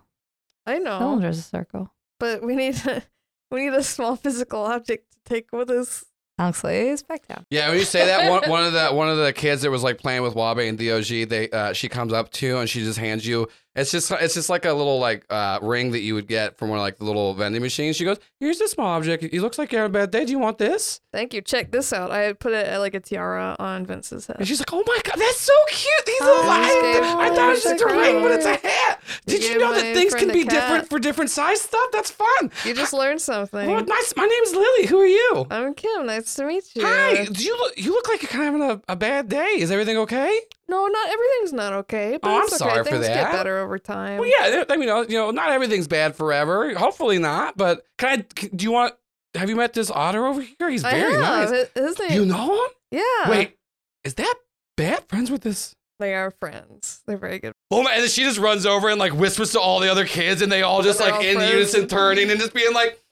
F: I
B: Oh.
F: know,
D: Cylinder's a circle.
F: but we need we need a small physical object to take with us.
D: Alex lays back down.
A: Yeah, when you say that, one, one of the one of the kids that was like playing with Wabe and Dog, they uh, she comes up to you and she just hands you. It's just it's just like a little like uh, ring that you would get from one of like the little vending machines. She goes, "Here's this small object. It looks like you had a bad day. Do you want this?"
F: Thank you. Check this out. I put it like a tiara on Vince's head.
A: And she's like, "Oh my god, that's so cute. He's
F: Oh,
A: alive.
F: that's
A: I thought it was
F: so
A: just a ring, but it's a
F: cute.
A: hat. Did you
F: gave
A: know
F: my
A: that things can
F: friend a
A: be
F: cat.
A: different for different size stuff? That's fun.
F: you just learned something.
A: Well, nice. My name's Lily. Who are you?"
F: I'm Kim. Nice to meet you.
A: Hi, do you look you look like you're kind of having a, a bad day. Is everything okay?
F: No, not everything's not okay. But
A: Oh, I'm
F: it's okay.
A: sorry for
F: Things
A: that.
F: get better over time.
A: Well, yeah, there- I mean, uh, you know, not everything's bad forever. Hopefully not. But can I? c- Do you want? Have you met this otter over here? He's
F: I
A: very
F: have.
A: nice.
F: His- His name.
A: You know him?
F: Yeah.
A: Wait, is that that friends with this?
F: They are friends. They're very good.
A: Boom, and then she just runs over and like whispers to all the other kids, and they all just
F: They're
A: like
F: all
A: in
F: friends.
A: unison turning and just being like,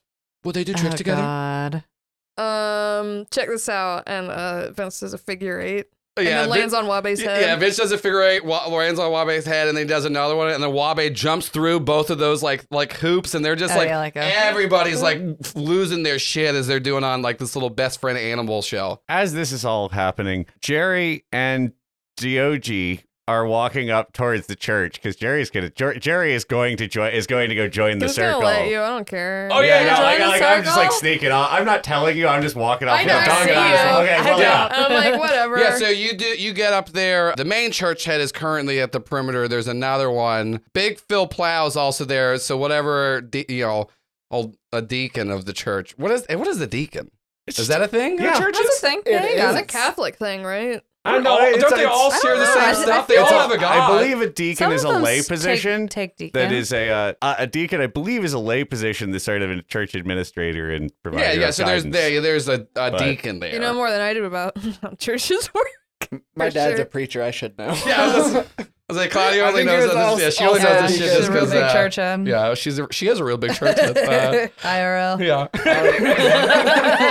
A: "Will they do tricks
D: Oh,
A: together?"
D: God.
F: Um, check this out. And uh, Vince does a figure eight.
A: Oh, Yeah,
F: and then
A: Vin-
F: lands on Wabe's
A: yeah,
F: head.
A: yeah, Vince does a figure eight, Wa- lands on Wabe's head, and then he does another one, and then Wabe jumps through both of those like like hoops, and they're just
D: Oh,
A: like,
D: yeah, like a-
A: everybody's like f- losing their shit as they're doing on like this little best friend animal show.
E: As this is all happening, Jerry and Diogi are walking up towards the church because Jerry's gonna Jer- Jerry is going to join is going to go join the
F: He's
E: circle.
F: gonna let you. I don't care.
A: Oh, yeah,
E: no,
A: Join
E: like,
A: the
E: like, I'm just like
F: circle?
E: sneaking off. I'm not telling you. I'm just walking off.
F: I
E: with a
F: know. I
E: dog
F: see you.
E: and I'm just, okay,
F: I
E: well,
F: know.
E: yeah.
F: And I'm like, whatever.
A: Yeah, so you do you get up there. The main church head is currently at the perimeter. There's another one. Big Phil Plow's also there. So whatever de- you know, old, a deacon of the church. What is eh, what is the deacon? Is that a thing? in
E: Yeah.
A: churches?
D: That's a thing.
B: It
D: yeah, you
F: it's
D: got
B: is.
F: a
D: it.
F: Catholic thing, right?
E: I know,
A: All-
E: it's-
A: don't they
E: it's-
A: all
E: I
A: share
E: don't
A: the
E: know.
A: same
D: I- I
A: stuff? They
D: feel
A: all
D: like-
A: have a god.
E: I believe a deacon
D: Some
E: is
D: of
E: a lay
D: them's
E: position.
D: Take, take
E: That
D: deacon.
E: is a uh, a a deacon, I believe, is a lay position that's sort of a church administrator and provider.
A: Yeah, yeah.
E: of
A: So there's
E: guidance.
A: there, there's a, a
E: But-
A: deacon there.
F: You know more than I do about how churches work.
B: My
F: For
B: dad's
F: sure.
B: a preacher. I should know.
A: Yeah, I was just- I was like, Claudia
B: I
A: only
B: think it
A: knows
B: was
A: that this.
B: all-
A: Yeah, she
B: all
A: only knows this
B: Catholic
A: shit just
D: She's a real
A: because.
D: big
A: Uh,
D: church. Um,
A: Yeah, she's a, she is a real big church. Uh,
D: IRL.
A: yeah.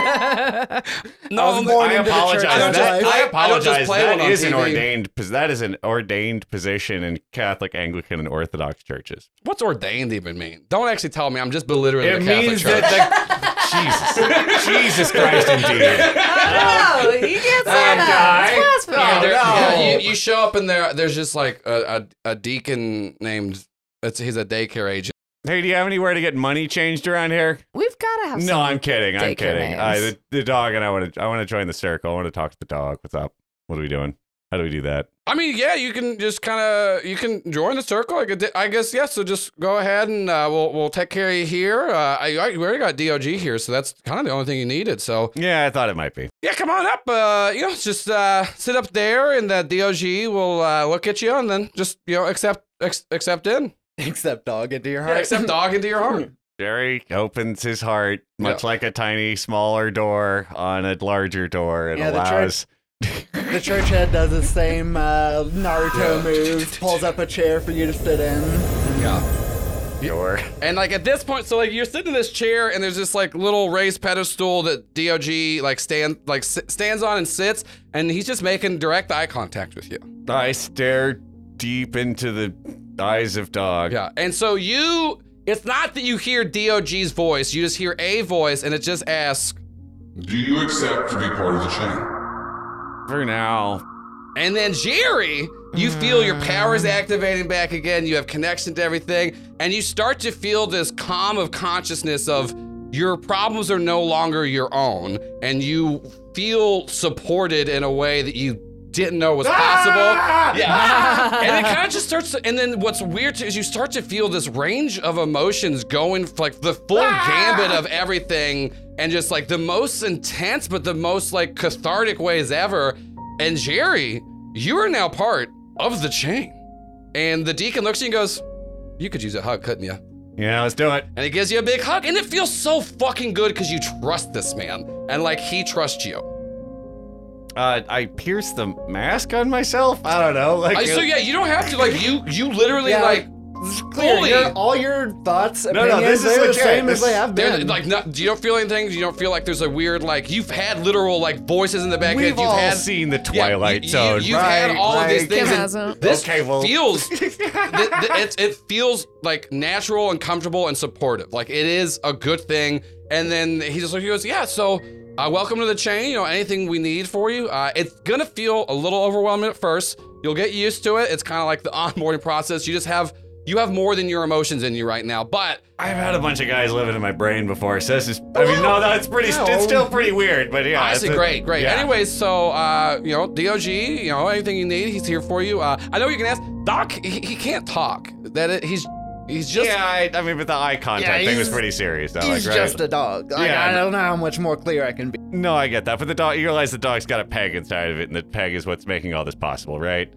A: no,
B: I was
A: only-
B: born
E: I
B: into the church
E: apologize.
A: I don't
B: of
A: just-
E: That,
B: life.
E: I
A: I don't just
E: apologize.
A: play
E: That
A: one on
E: is an
A: TV.
E: ordained pos- that is an ordained position in Catholic, Anglican, and Orthodox churches.
A: What's ordained even mean? Don't actually tell me. I'm just belittling
E: It
A: the Catholic
E: means
A: Church.
E: that the, Jesus, Jesus Christ, indeed.
D: no, you can't say that. It's
A: Yeah, there-
D: blasphemy.
A: yeah, you, you show up and there, there's just like a, a, a deacon named. It's, he's a daycare agent.
E: Hey, do you have anywhere to get money changed around here?
D: We've got to have
E: No,
D: some.
E: I'm kidding. I'm
D: Take your
E: kidding.
D: names.
E: I, the, the dog and I want to. I want to join the circle. I want to talk to the dog. What's up? What are we doing? How do we do that?
A: I mean, yeah, you can just kind of you can join the circle. I, could, I guess yeah. So just go ahead and uh, we'll we'll take care of you here. Uh, I, I we already got DOG here, so that's kind of the only thing you needed. So
E: Yeah, I thought it might be.
A: yeah, come on up. Uh, you know, just uh, sit up there, and uh, DOG will uh, look at you, and then just you know accept ex- accept in,
B: Except dog into your
A: yeah,
B: heart.
A: accept dog into your heart.
E: Jerry opens his heart, much like a tiny, smaller door on a larger door, and
B: Yeah, the
E: allows.
B: The church head does the same uh, Naruto moves, pulls up a chair for you to sit in.
E: Your
A: And like at this point, so like you're sitting in this chair, and there's this like little raised pedestal that Dog like stand like s- stands on and sits, and he's just making direct eye contact with you.
E: I stare deep into the eyes of dog.
A: Yeah, and so you, it's not that you hear Dog's voice, you just hear a voice, and it just asks,
H: Do you accept to be part of the chain?
E: For now,
A: and then Jerry, you feel your powers activating back again. You have connection to everything, and you start to feel this calm of consciousness of your problems are no longer your own, and you feel supported in a way that you didn't know was possible. Yeah. and it kind of just starts to, and then what's weird too is you start to feel this range of emotions going like the full gambit of everything and just like the most intense but the most like cathartic ways ever. And Jerry, you are now part of the chain. And the deacon looks at you and goes, You could use a hug, couldn't you?
E: yeah, let's do it.
A: And he gives you a big hug, and it feels so fucking good because you trust this man. And like he trusts you.
E: Uh, I pierce the mask on myself. I don't know. Like,
A: I- so yeah, you don't have to like you you literally
B: Yeah,
A: like
B: It's clear.
A: Fully.
B: Your, all your thoughts,
E: no,
B: opinions,
E: this is
B: they're the
E: legit.
B: same
E: This-
B: as they have
A: They're
B: been.
A: like, not, you don't feel anything. You don't feel like there's a weird like you've had literal like voices in the back. of your
E: we've
A: head. You've
E: all
A: had
E: seen the
A: yeah,
E: Twilight
A: you,
E: Zone.
A: You, have had
E: right?
A: all of these
E: Like,
A: things.
F: Kim
A: and
F: hasn't.
A: This
E: Okay, well-
A: feels th- th- it, it feels like natural and comfortable and supportive. Like it is a good thing. And then he just like he goes, yeah. So uh, welcome to the chain. You know anything we need for you. Uh, it's gonna feel a little overwhelming at first. You'll get used to it. It's kind of like the onboarding process. You just have you have more than your emotions in you right now, but.
E: I've had a bunch of guys living in my brain before, so this is. I mean, no, that's pretty. It's still pretty weird, but yeah.
A: Honestly,
E: it's a-
A: great, great.
E: yeah.
A: Anyways, so uh, you know, Dog, you know, anything you need, he's here for you. Uh, I know you can ask Doc. He, he can't talk. That it, he's he's just
E: yeah, I, I mean, but the eye contact thing was
B: he's-
E: pretty serious. Though,
B: He's
E: like, right?
B: just a dog. Like,
E: Yeah,
B: I
E: no.
B: don't know how much more clear I can be.
E: No, I get that, but the dog. You realize the dog's got a peg inside of it, and the peg is what's making all this possible, right?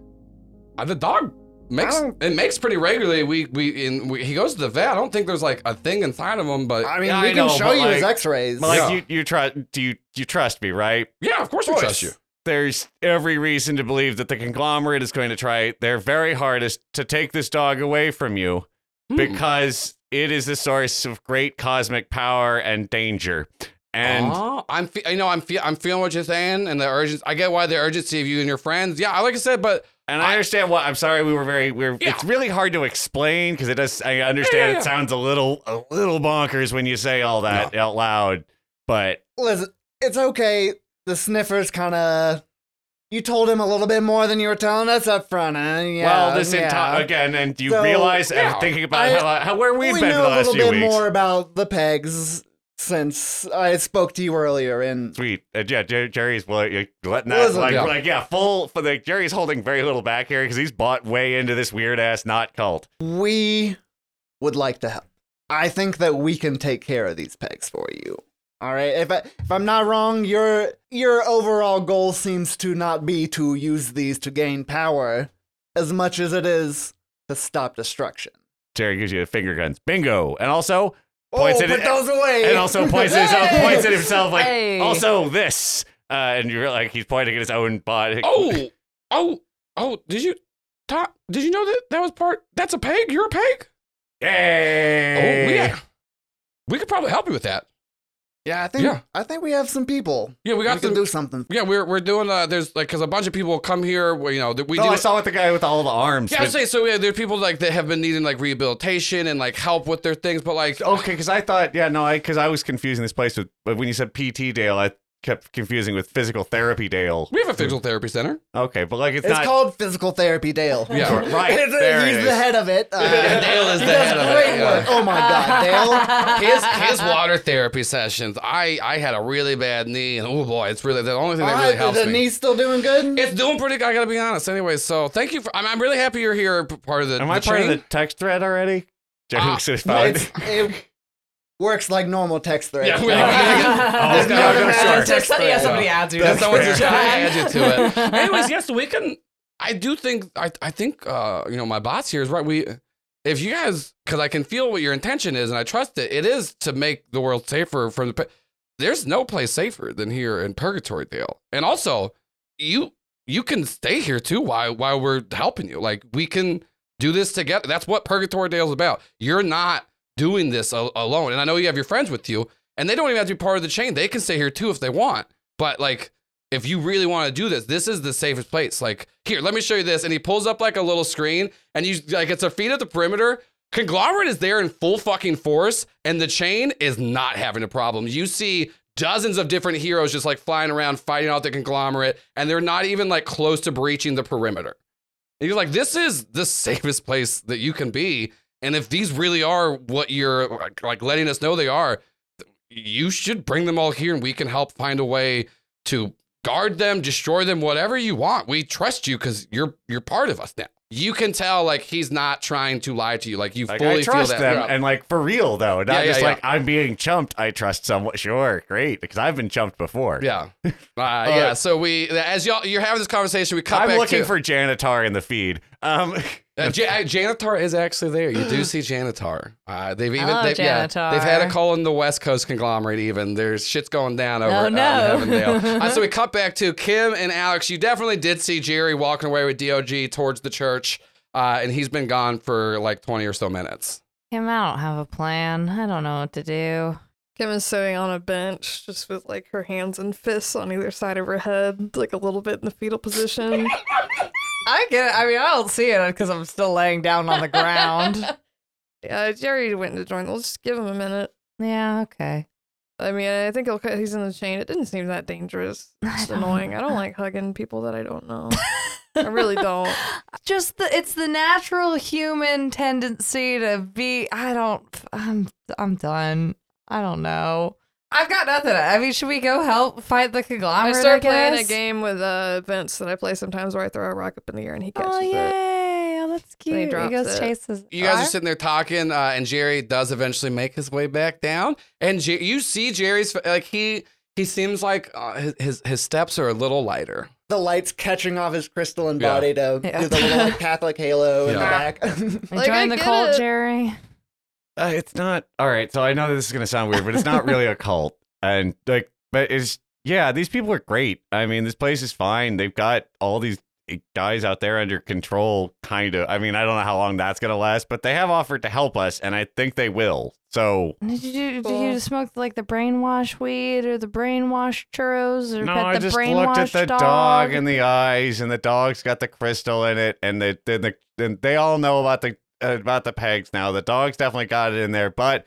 A: uh, the dog makes it makes pretty regularly. We we, in, we he goes to the vet. I don't think there's like a thing inside of him, but
B: I mean,
E: Yeah,
B: we
E: I
B: can
E: know,
B: show
E: but
B: you his
E: like-
B: X-rays.
E: But like,
A: Yeah.
E: you you trust? Do you you trust me, right?
A: yeah, of course we
E: Voice.
A: trust you.
E: there's every reason to believe that the conglomerate is going to try their very hardest to take this dog away from you
B: Hmm.
A: Hmm.
E: because it is the source of great cosmic power and danger. And
A: oh, I'm, fe- you know, I'm, fe- I'm feeling what you're saying, and the urgency. I get why the urgency of you and your friends. Yeah, like I said, but
E: and I, understand why. I'm sorry, we were very. We're.
A: Yeah.
E: It's really hard to explain because it does. I understand
A: yeah,
E: it
A: yeah.
E: sounds a little a little bonkers when you say all that out loud, but
B: Listen, it's okay. The sniffers kind of. You told him a little bit more than you were telling us up front, huh? Yeah.
E: well, this
B: yeah.
E: entire again, and you
B: So,
E: realize
A: yeah,
E: and thinking about
B: I-
E: how, how where we've
B: we
E: been
B: knew a
E: the last
B: little
E: few
B: bit
E: weeks.
B: more about the pegs since I spoke to you earlier. And
E: Sweet, uh, yeah. Jer- Jerry's well, you're letting that
B: Listen,
E: like,
A: yeah.
E: like yeah, full. For the Jerry's holding very little back here because he's bought way into this weird ass not cult.
B: we would like to help. I think that we can take care of these pegs for you. All right. If I, if I'm not wrong, your your overall goal seems to not be to use these to gain power, as much as it is to stop destruction.
E: Jerry gives you the finger guns, bingo, and also points
B: oh,
E: it
B: put
E: at
B: those away.
E: and also points at himself,
B: Hey!
E: points at himself like
D: Hey.
E: also this. Uh, and you're like he's pointing at his own body.
A: oh, oh, oh, did you, Todd? Did you know that that was part? That's a peg. You're a peg.
E: Hey.
A: Oh, we, got- we could probably help you with that.
B: Yeah, I think
A: Yeah.
B: I think we have some people.
A: Yeah, we
B: We,
A: got
B: can
A: some.
B: do something.
A: yeah, we're we're doing. Uh, there's like because a bunch of people come here. where, You know that we
E: No,
A: do.
E: Oh, I saw with the guy with all the arms.
A: yeah, I
E: but-
A: was saying so. Yeah, there are people like that have been needing like rehabilitation and like help with their things, but like
E: okay, because I thought, yeah, no, I because I was confusing this place with but when you said PT Dale, I kept confusing with physical therapy Dale.
A: we have a physical therapy center.
E: Okay, but like it's,
B: It's
E: not
B: called physical therapy, Dale.
A: Yeah.
E: right.
B: It's-
E: there
B: he's
E: it
B: the
E: is.
B: head of it. Uh,
A: Dale is
B: he
A: the
B: does
A: head of it,
B: great
A: yeah.
B: work. Oh my god, Dale!
A: his his water therapy sessions. I I had a really bad knee, and oh boy, it's really the only thing that
B: All
A: really
B: right,
A: helps
B: the
A: me.
B: knee's still doing good.
A: it's doing pretty. good, I gotta be honest. Anyway, so thank you for. I'm, I'm really happy you're here. p- Part of the.
E: Am
A: the
E: I part of
A: chain.
E: the text thread already? Jerry
A: Ah,
E: looks at his
B: No,
E: phone.
B: it's- it works like normal text thread.
A: Yeah, we- Oh,
E: no, no,
A: no,
E: sure.
A: sure.
C: yeah, somebody adds you.
A: Yeah, someone just
C: Sure.
A: add you to it. Anyways, yes, so we can. I do think I I think uh you know my boss here is right. We if you guys because I can feel what your intention is and I trust it. It is to make the world safer from the. pe- There's no place safer than here in Purgatory Dale, and also you you can stay here too while while we're helping you. Like we can do this together. That's what Purgatory Dale is about. You're not doing this al- alone, and I know you have your friends with you, and they don't even have to be part of the chain. They can stay here too if they want. But like, if you really want to do this, this is the safest place. Like, here, let me show you this. And he pulls up like a little screen, and you like it's a feet at the perimeter. Conglomerate is there in full fucking force, and the chain is not having a problem. You see dozens of different heroes just like flying around fighting out the conglomerate, and they're not even like close to breaching the perimeter. And you're like, this is the safest place that you can be. And if these really are what you're like- like letting us know they are, you should bring them all here and we can help find a way to guard them, destroy them, whatever you want. We trust you because you're you're part of us now. You can tell like he's not trying to lie to you. Like you
E: Like,
A: fully
E: I trust
A: feel that.
E: them,
A: Yeah.
E: and like for real though, not
A: Yeah, yeah,
E: just
A: yeah.
E: like I'm being chumped. I trust someone. Sure, great, because I've been chumped before.
A: yeah. Uh, yeah. So we as y'all you're having this conversation, we cut
E: I'm
A: back
E: looking
A: to,
E: for Janitar in the feed. Um,
A: Uh, Ja- uh, Janitar is actually there. You do see Janitar. Uh, they've even
D: Hello,
A: they've, yeah,
D: Janitar.
A: they've had a call in the West Coast conglomerate. Even there's shit's going down over
D: Oh,
A: uh, in
D: no.
A: Heavendale. Uh, so we cut back to Kim and Alex. You definitely did see Jerry walking away with Dog towards the church, uh, and he's been gone for like 20 or so minutes.
D: Kim, I don't have a plan. I don't know what to do.
F: Kim is sitting on a bench, just with like her hands and fists on either side of her head, like a little bit in the fetal position.
C: I get it. I mean, I don't see it because I'm still laying down on the ground.
F: uh, Jerry went to join. We'll just give him a minute.
D: Yeah, okay.
F: I mean, I think he'll, cut- he's in the chain. It didn't seem that dangerous. It's
D: don't-
F: annoying. I don't like hugging people that I don't know. I really don't.
D: Just the it's the natural human tendency to be I don't I'm I'm done. I don't know. I've got nothing. I mean, should we go help fight the
F: I
D: conglomerate?
F: start playing a
D: guess?
F: game with uh, Vince that I play sometimes where I throw a rock up in the air and he catches
D: Oh
F: it.
D: yay! Oh, that's
F: And
D: cute.
F: he
D: He,
F: drops
D: goes
F: it.
D: chases.
A: You guys are
D: Alright.
A: sitting there talking, uh, and Jerry does eventually make his way back down. And Jer- you see Jerry's like he he seems like uh, his- his his steps are a little lighter.
B: the lights catching off his crystalline
A: Yeah.
B: body to
D: Yeah.
B: do the little like, Catholic halo in the
A: Yeah.
B: back.
D: You
F: Like, I
D: join the
F: get
D: cult,
F: it.
D: Jerry.
E: uh, it's not all right. So I know this is gonna sound weird, but it's not really a cult, and like, but it's yeah, these people are great. I mean, this place is fine. They've got all these eh, guys out there under control, kind of. I mean, I don't know how long that's going to last, but they have offered to help us, and I think they will. So,
D: Did you do- did
F: Cool.
D: you smoke like the brainwash weed or the brainwash churros or
E: no,
D: pet
E: I
D: the
E: just
D: brainwash
E: looked at the
D: dog?
E: dog. in the eyes, and the dog's got the crystal in it, and the, then the, then they all know about the uh, about the pegs now. The dog's definitely got it in there, but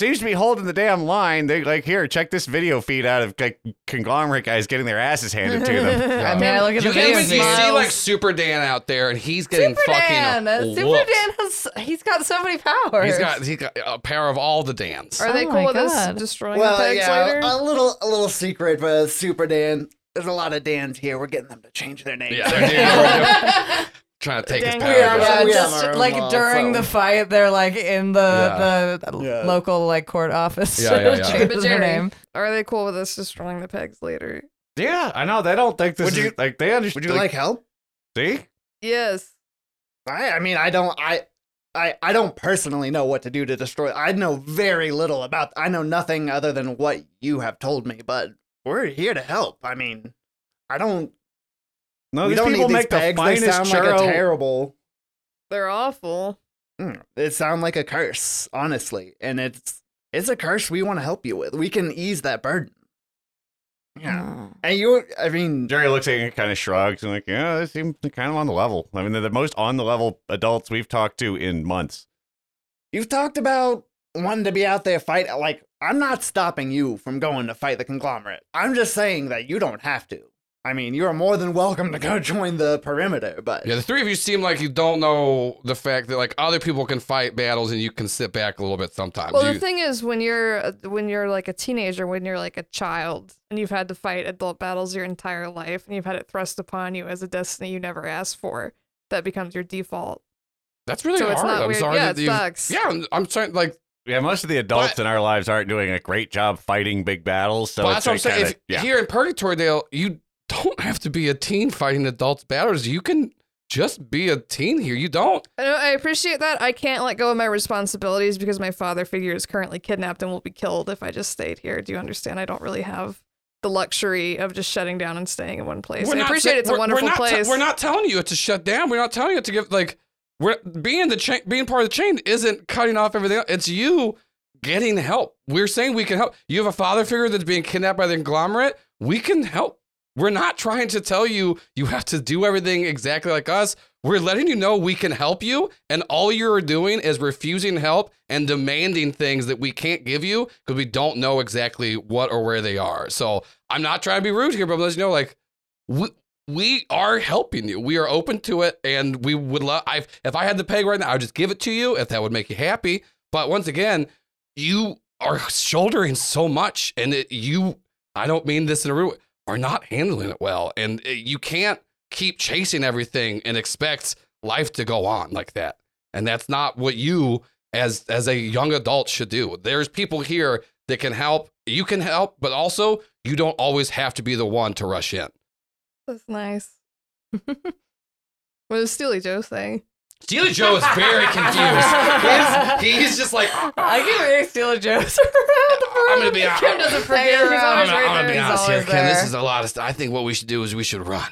E: seems to be holding the damn line. They like here, check this video feed out of like conglomerate guys getting their asses handed to them.
C: I mean, I look at
A: You,
C: the video.
A: can see, you see
C: feed.
A: like Super Dan out there, and he's getting
C: Super
A: fucking
C: Dan. uh,
A: whooped.
C: Super Dan has he's got so many powers.
A: He's got he's got a pair of all the Dans.
F: Are they
D: Oh
F: cool
D: my
F: with us
D: God.
F: destroying the
B: Well,
F: pegs
B: yeah,
F: later?
B: a little, a little secret for Super Dan. There's a lot of Dans here. We're getting them to change their name.
A: Yeah, they're doing- they're trying to take his
C: We
A: power.
C: are
B: Yeah,
A: back.
C: uh,
B: we have
C: just
B: our own
C: like
B: law,
C: during
B: so-
C: the fight, they're like in the the
B: Yeah.
C: local like court office.
A: Yeah, yeah, yeah.
C: Changes their
F: Jerry.
C: name.
F: Are they cool with us destroying the pegs later?
E: Yeah, I know. They don't think this
B: Would
E: is
B: you-
E: like they understand.
B: Would you like help?
E: see?
F: Yes.
B: I, I mean, I don't, I, I, I don't personally know what to do to destroy. I know very little about. I know nothing other than what you have told me. But we're here to help. I mean, I don't.
E: No,
B: we
E: Oh, these
B: don't need
E: people
B: these
E: make
B: pegs.
E: the
B: They
E: finest
B: sound
E: churro.
B: like a terrible.
F: They're awful.
B: Mm, it sound like a curse, honestly, and it's it's a curse we want to help you with. We can ease that burden.
E: Mm.
B: Yeah,
D: Oh.
B: and you, I mean,
E: Jerry looks at it and kind of shrugs and like, yeah, they seem kind of on the level. I mean, they're the most on the level adults we've talked to in months.
B: You've talked about wanting to be out there fight. Like, I'm not stopping you from going to fight the conglomerate. I'm just saying that you don't have to. I mean, you're more than welcome to go join the perimeter, but
A: Yeah, the three of you seem like you don't know the fact that like other people can fight battles and you can sit back a little bit sometimes.
F: Well,
A: You-
F: the thing is, when you're uh, when you're like a teenager, when you're like a child, and you've had to fight adult battles your entire life, and you've had it thrust upon you as a destiny you never asked for, that becomes your default.
A: that's really
F: so
A: hard.
F: it's not
A: I'm
F: weird.
A: sorry
F: yeah,
A: that
F: it
A: you.
F: sucks.
A: Yeah, I'm, I'm sorry. Like,
E: Yeah, most of the adults in our lives aren't doing a great job fighting big battles. So
A: but
E: it's
A: that's what I'm
E: like
A: saying.
E: kinda-
A: if,
E: yeah.
A: Here in Purgatory Dale, you don't have to be a teen fighting adults battles. You can just be a teen here. You don't.
F: I, know, I appreciate that. I can't let go of my responsibilities because my father figure is currently kidnapped and will be killed if I just stayed here. Do you understand? I don't really have the luxury of just shutting down and staying in one place. I
A: not
F: appreciate
A: sa-
F: it's a
A: we're- we're
F: wonderful
A: not te-
F: place.
A: we're not telling you to shut down. We're not telling you to give like we're being the chain, being part of the chain isn't cutting off everything. Else. It's you getting help. We're saying we can help. You have a father figure that's being kidnapped by the conglomerate. We can help. We're not trying to tell you you have to do everything exactly like us. We're letting you know we can help you, and all you're doing is refusing help and demanding things that we can't give you because we don't know exactly what or where they are. So I'm not trying to be rude here, but I'm letting you know, like, we, we are helping you. We are open to it, and we would love. I if I had the peg right now, I would just give it to you if that would make you happy. But once again, you are shouldering so much, and it, you. I don't mean this in a rude. Are not handling it well, and uh, you can't keep chasing everything and expect life to go on like that. And that's not what you as as a young adult should do. There's people here that can help. You can help, but also you don't always have to be the one to rush in.
F: That's nice. what is Steely Joe saying?
A: Steely Joe is very confused. He's, he's just like, I'm
C: I can really steal a Joe's around the room.
A: gonna be out.
C: Kim
A: I'm
C: doesn't
F: forget
C: forget
F: around.
A: gonna,
F: always
A: I'm gonna be
C: He's
A: honest here,
C: always
A: Ken. This
C: there.
A: is a lot of stuff. I think what we should do is we should run.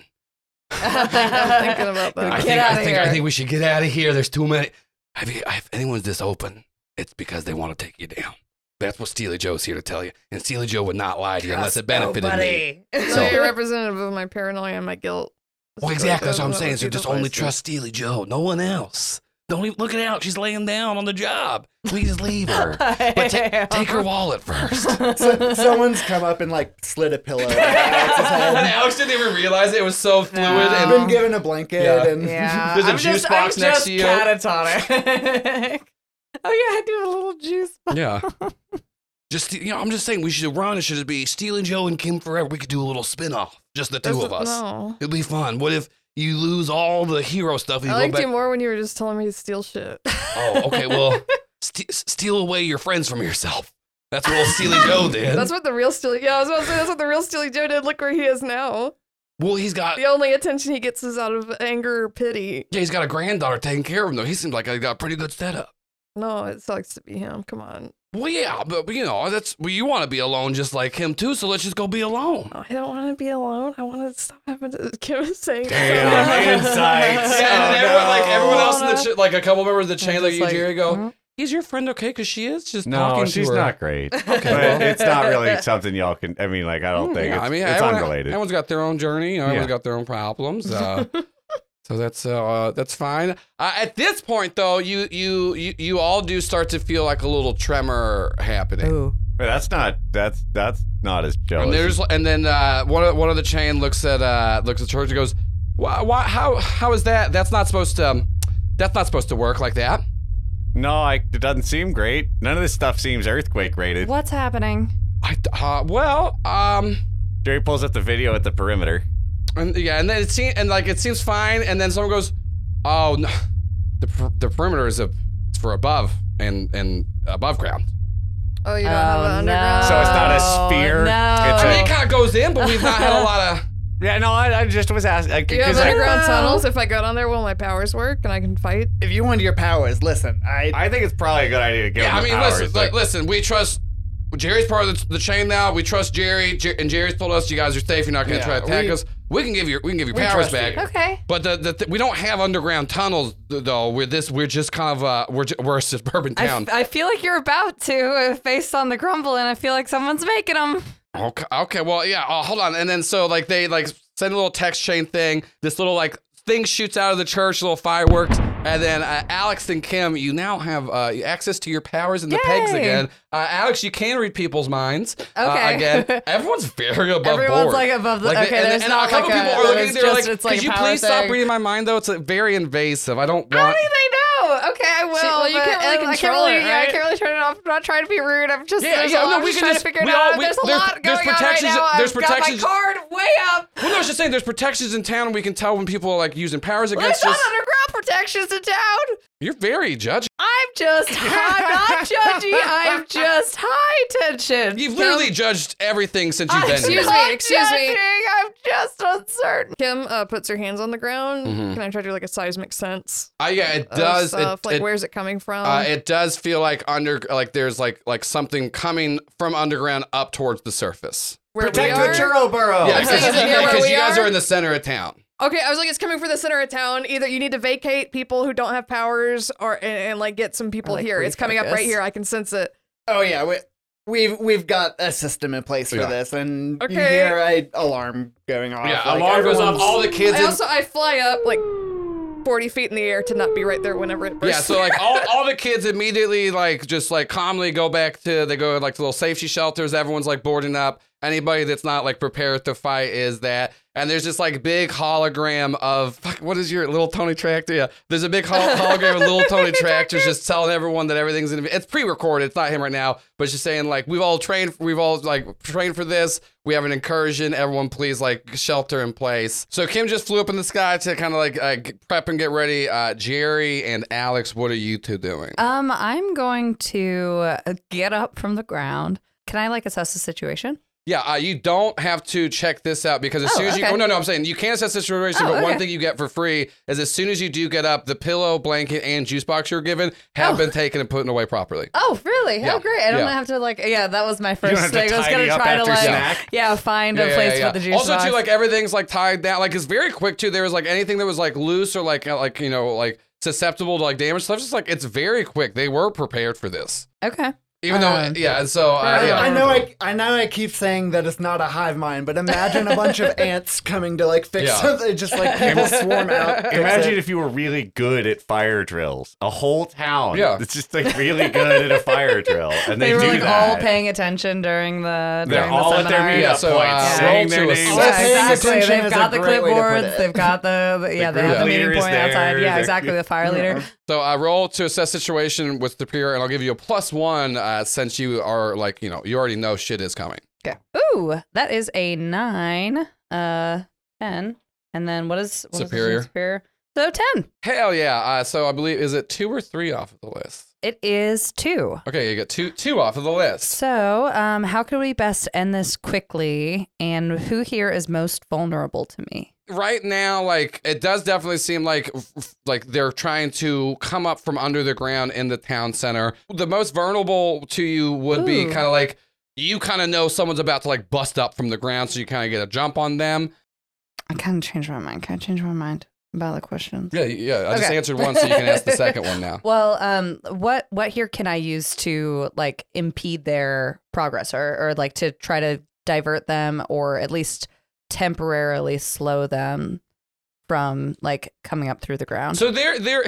F: I'm thinking
A: I
F: about that.
A: think, I
C: outta
A: think, I
C: here.
A: think we should get out of here. There's too many. Have you, if anyone's this open, it's because they want to take you down. That's what Steely Joe's here to tell you. And Steely Joe would not lie to you unless it benefited me.
F: So you're representative of my paranoia and my guilt.
A: Well,
F: So
A: exactly. That's what I'm
F: that
A: saying.
F: would
A: So
F: be the
A: just only
F: voices.
A: trust Steely Joe, no one else. Don't even look it out. She's laying down on the job. Please leave her. But ta- take her wallet first.
B: so, someone's come up and like slid a pillow. out of Alex's
A: and
B: head.
A: Alex didn't even realize it, It was so fluid.
B: I've
A: And
B: been given a blanket
A: Yeah.
B: and
C: Yeah,
A: There's a
C: I'm
A: juice
C: just,
A: box
C: I'm just
A: next to you.
C: Catatonic. oh yeah, I do have a little juice. box.
A: yeah. Just you know, I'm just saying we should run. It should be Stealing Joe and Kim forever. We could do a little spin-off, just the two
F: That's-
A: of us.
F: No.
A: It'd be fun. What if you lose all the hero stuff and
F: I
A: you
F: liked
A: go
F: you
A: back?
F: more when you were just telling me to steal shit.
A: Oh, okay. Well, st- steal away your friends from yourself. That's what old Steely Joe did.
F: That's what the real Steely. Yeah, I was about to say that's what the real Steely Joe did. Look where he is now.
A: well, he's got
F: The only attention he gets is out of anger or pity.
A: yeah, he's got a granddaughter taking care of him though. He seemed like he got a pretty good setup.
F: No, it sucks to be him. Come on.
A: Well, yeah, but you know, that's well, you want to be alone just like him too. So let's just go be alone.
F: I don't want to be alone. I want to stop having to Kim is saying.
E: Damn, insights.
A: Yeah, and then
E: Oh,
A: everyone, like everyone
E: no.
A: else in the ch- like a couple members of the chain,
C: just
A: like you
C: like,
A: hear it go,
C: "Huh?"
A: "Is your friend okay?" Because she is just
E: No,
A: talking
E: she's
A: to her.
E: not great.
A: Okay,
E: But
A: well.
E: it's not really something y'all can. I mean, like, I don't
A: Hmm,
E: think
A: Yeah,
E: it's,
A: I mean,
E: it's
A: everyone,
E: unrelated.
A: Everyone's got their own journey. You know, Everyone's
E: Yeah.
A: got their own problems. Uh, so that's uh, that's fine. Uh, at this point, though, you, you you you all do start to feel like a little tremor happening.
C: Ooh.
E: but that's not. That's that's not as jealous.
A: And there's
E: as-
A: and then uh, one of, one of the chain looks at uh, looks at George and goes, "Why? Why? How? How is that? That's not supposed to. um, that's not supposed to work like that."
E: no, I, it doesn't seem great. None of this stuff seems earthquake rated.
D: What's happening?
A: I uh, well um.
E: Jerry pulls up the video at the perimeter.
A: And, yeah, and then it seems and like it seems fine, and then someone goes, "Oh, no, the per- the perimeter is a it's for above and and above ground."
F: Oh, you don't have an
D: Oh,
F: underground.
E: So it's not a sphere, it's
A: I mean,
E: a-
D: No.
A: it kind of goes in, but we've not had a lot of.
E: Yeah, no, I, I just was asking
F: Do you have
E: because
F: underground
D: Well-
F: tunnels? If I got on there, will my powers work and I can fight?
B: If you want your powers, listen, I
E: I think it's probably a good idea to give
A: Yeah,
E: him
A: I
E: the
A: mean,
E: powers,
A: listen, like,
E: like-
A: listen, we trust. Jerry's part of the, the chain now. We trust Jerry, Jer- and Jerry's told us you guys are safe. You're not going to try to attack
B: we-
A: us. We can give your we can give your
E: We
A: powers
E: trust
A: back.
E: you.
D: Okay.
A: But the, the th- we don't have underground tunnels th- though. We're this we're just kind of uh we're ju- we're a suburban
D: I,
A: town.
D: f- I feel like you're about to, uh, based on the grumble, and I feel like someone's making them.
A: Okay. Okay. Well, yeah. Oh, hold on. And then so like they like send a little text chain thing. This little like thing shoots out of the church, little fireworks, and then uh, Alex and Kim, you now have uh, access to your powers and the pegs
D: Yay.
A: again. Uh, Alex, you can read people's minds. uh,
D: Okay.
A: again, everyone's very above
C: Everyone's,
A: board.
C: like, above the-
A: they-
C: okay,
A: And,
C: there's
A: and
C: not,
A: a couple
C: like, a-
A: people are looking.
C: it's
A: They're
C: just-
A: like,
C: it's, like,
A: could
C: a
A: you
C: power
A: please stop
C: thing."
A: reading my mind though? It's like, very invasive. I don't want.
D: I know. Okay, I will.
F: well, you
D: but,
F: can't really
D: uh, I can't
F: control
D: really,
F: it,
D: yeah, I
F: right?
D: can't really turn it off. I'm not trying to be rude. I'm just,
A: Yeah,
D: there's
A: yeah,
D: a lot.
A: no,
D: I'm
A: we
D: just
A: can
D: trying
A: just-
D: to figure it
A: we
D: out.
A: all- we-
D: there's a
A: there's-
D: lot
A: there's
D: going on right
A: protections-
D: now.
A: there's
D: I've got my
A: protections-
D: card way up.
A: Well, no, I was just saying there's protections in town. We can tell when people are like using powers
D: There's
A: against
D: not
A: us.
D: underground protections in town.
A: You're very judgy.
D: I'm just, I'm not judgy. I'm just high tension.
A: You've literally judged everything since you've
D: I'm
A: been here.
F: Excuse
D: not
F: me, excuse me.
D: judging, I'm just uncertain.
F: Kim uh, puts her hands on the ground.
A: Mhm.
F: Can I try to do like a seismic sense?
A: Uh, yeah, it
F: of
A: does. It,
F: stuff? Oh, like
A: it,
F: where's it coming from?
A: uh, it does feel like under like there's like like something coming from underground up towards the surface.
F: where
E: protect
F: we
E: the
F: are?
E: churro burrow.
A: Yeah, because
F: Oh, Is it here where we
A: you guys
F: are?
A: are in the center of town.
F: Okay, I was like, it's coming from the center of town. Either you need to vacate people who don't have powers, or and, and like get some people
C: like,
F: here. It's coming up
C: refocus.
F: right here. I can sense it.
B: Oh yeah, we, we've we've got a system in place for
A: Yeah.
B: this, and you
F: Okay.
B: hear a alarm going off.
A: Yeah,
B: like,
A: alarm goes off.
B: everyone's-
A: All the kids.
F: I
A: In,
F: also I fly up like forty feet in the air to not be right there whenever it
A: yeah,
F: bursts.
A: so like all, all the kids immediately like just like calmly go back to they go like to little safety shelters. Everyone's like boarding up. Anybody that's not like prepared to fight is that. And there's this like big hologram of fuck, what is your little Tony Tractor? Yeah, there's a big hol- hologram of little Tony Tractor just telling everyone that everything's in. It's pre-recorded. It's not him right now, but it's just saying like we've all trained. We've all like trained for this. We have an incursion. Everyone, please like shelter in place. So Kim just flew up in the sky to kind of like uh, g- prep and get ready. Uh, Jerry and Alex, what are you two doing?
D: Um, I'm going to uh, get up from the ground. Can I like assess the situation?
A: Yeah, uh, you don't have to check this out because as
D: Oh,
A: soon as you,
D: okay.
A: oh no, no, I'm saying you can assess the situation,
D: Oh,
A: but one
D: okay.
A: thing you get for free is as soon as you do get up, the pillow, blanket, and juice box you're given have
D: Oh.
A: been taken and put away properly.
D: Oh, really?
A: Yeah,
D: Oh, great. I don't
A: yeah.
D: have to like. Yeah, that was my
E: don't
D: first
E: have to
D: thing. I was
E: tidy
D: gonna
E: up
D: try to
E: after
D: like,
E: snack.
D: yeah, find a place for the juice
A: also,
D: box.
A: too, like everything's like tied down. Like it's very quick too. There was like anything that was like loose or like uh, like you know like susceptible to like damage stuff. Just like it's very quick. They were prepared for this,
D: okay.
A: even though
C: Um,
A: yeah. And so uh,
B: I,
A: yeah.
B: I know I, I know I keep saying that it's not a hive mind, but imagine a bunch of ants coming to like fix
A: Yeah.
B: something, just like people swarm out. fix
E: Imagine
B: it.
E: if you were really good at fire drills. A whole town.
A: Yeah.
E: It's just like really good at a fire drill. And they,
D: They, were
E: do
D: like
E: that.
D: all paying attention during the.
E: They're
D: during
E: all
D: the
E: at their
D: seminar.
E: meetup
A: Yeah, so,
E: points,
A: uh,
E: saying
A: roll
E: their
A: to
E: names.
A: assess.
D: Yeah,
B: Paying
D: exactly.
B: attention
D: They've
B: is
D: got
B: a
D: the
B: great way to put
D: clipboards.
B: it.
D: They've got the, the- yeah. They
E: group
D: have the meeting
E: leader is
D: point outside.
E: there,
D: Yeah,
E: the-
D: exactly. The fire leader.
A: So I roll to assess situation with the peer, and I'll give you a plus one uh, since you are like you know you already know shit is coming.
D: Ooh, that is a nine, uh, ten, and then what is what is this one?
A: Superior.
D: superior? So ten.
A: Hell yeah! Uh, so I believe is it two or three off of the list?
D: It is two.
A: Okay, you get two two off of the list.
D: So, um, how could we best end this quickly? And who here is most vulnerable to me?
A: right now, like it does definitely seem like like they're trying to come up from under the ground in the town center. The most vulnerable to you would be
D: Ooh.
A: kind of like you kind of know someone's about to like bust up from the ground, so you kind of get a jump on them.
C: I kind of changed my mind. Can I change my mind about the questions?
A: Yeah, yeah. I just
C: Okay.
A: answered one, so you can ask the second one now.
D: Well, um, what what here can I use to like impede their progress, or or like to try to divert them, or at least temporarily slow them from like coming up through the ground?
A: So there, there,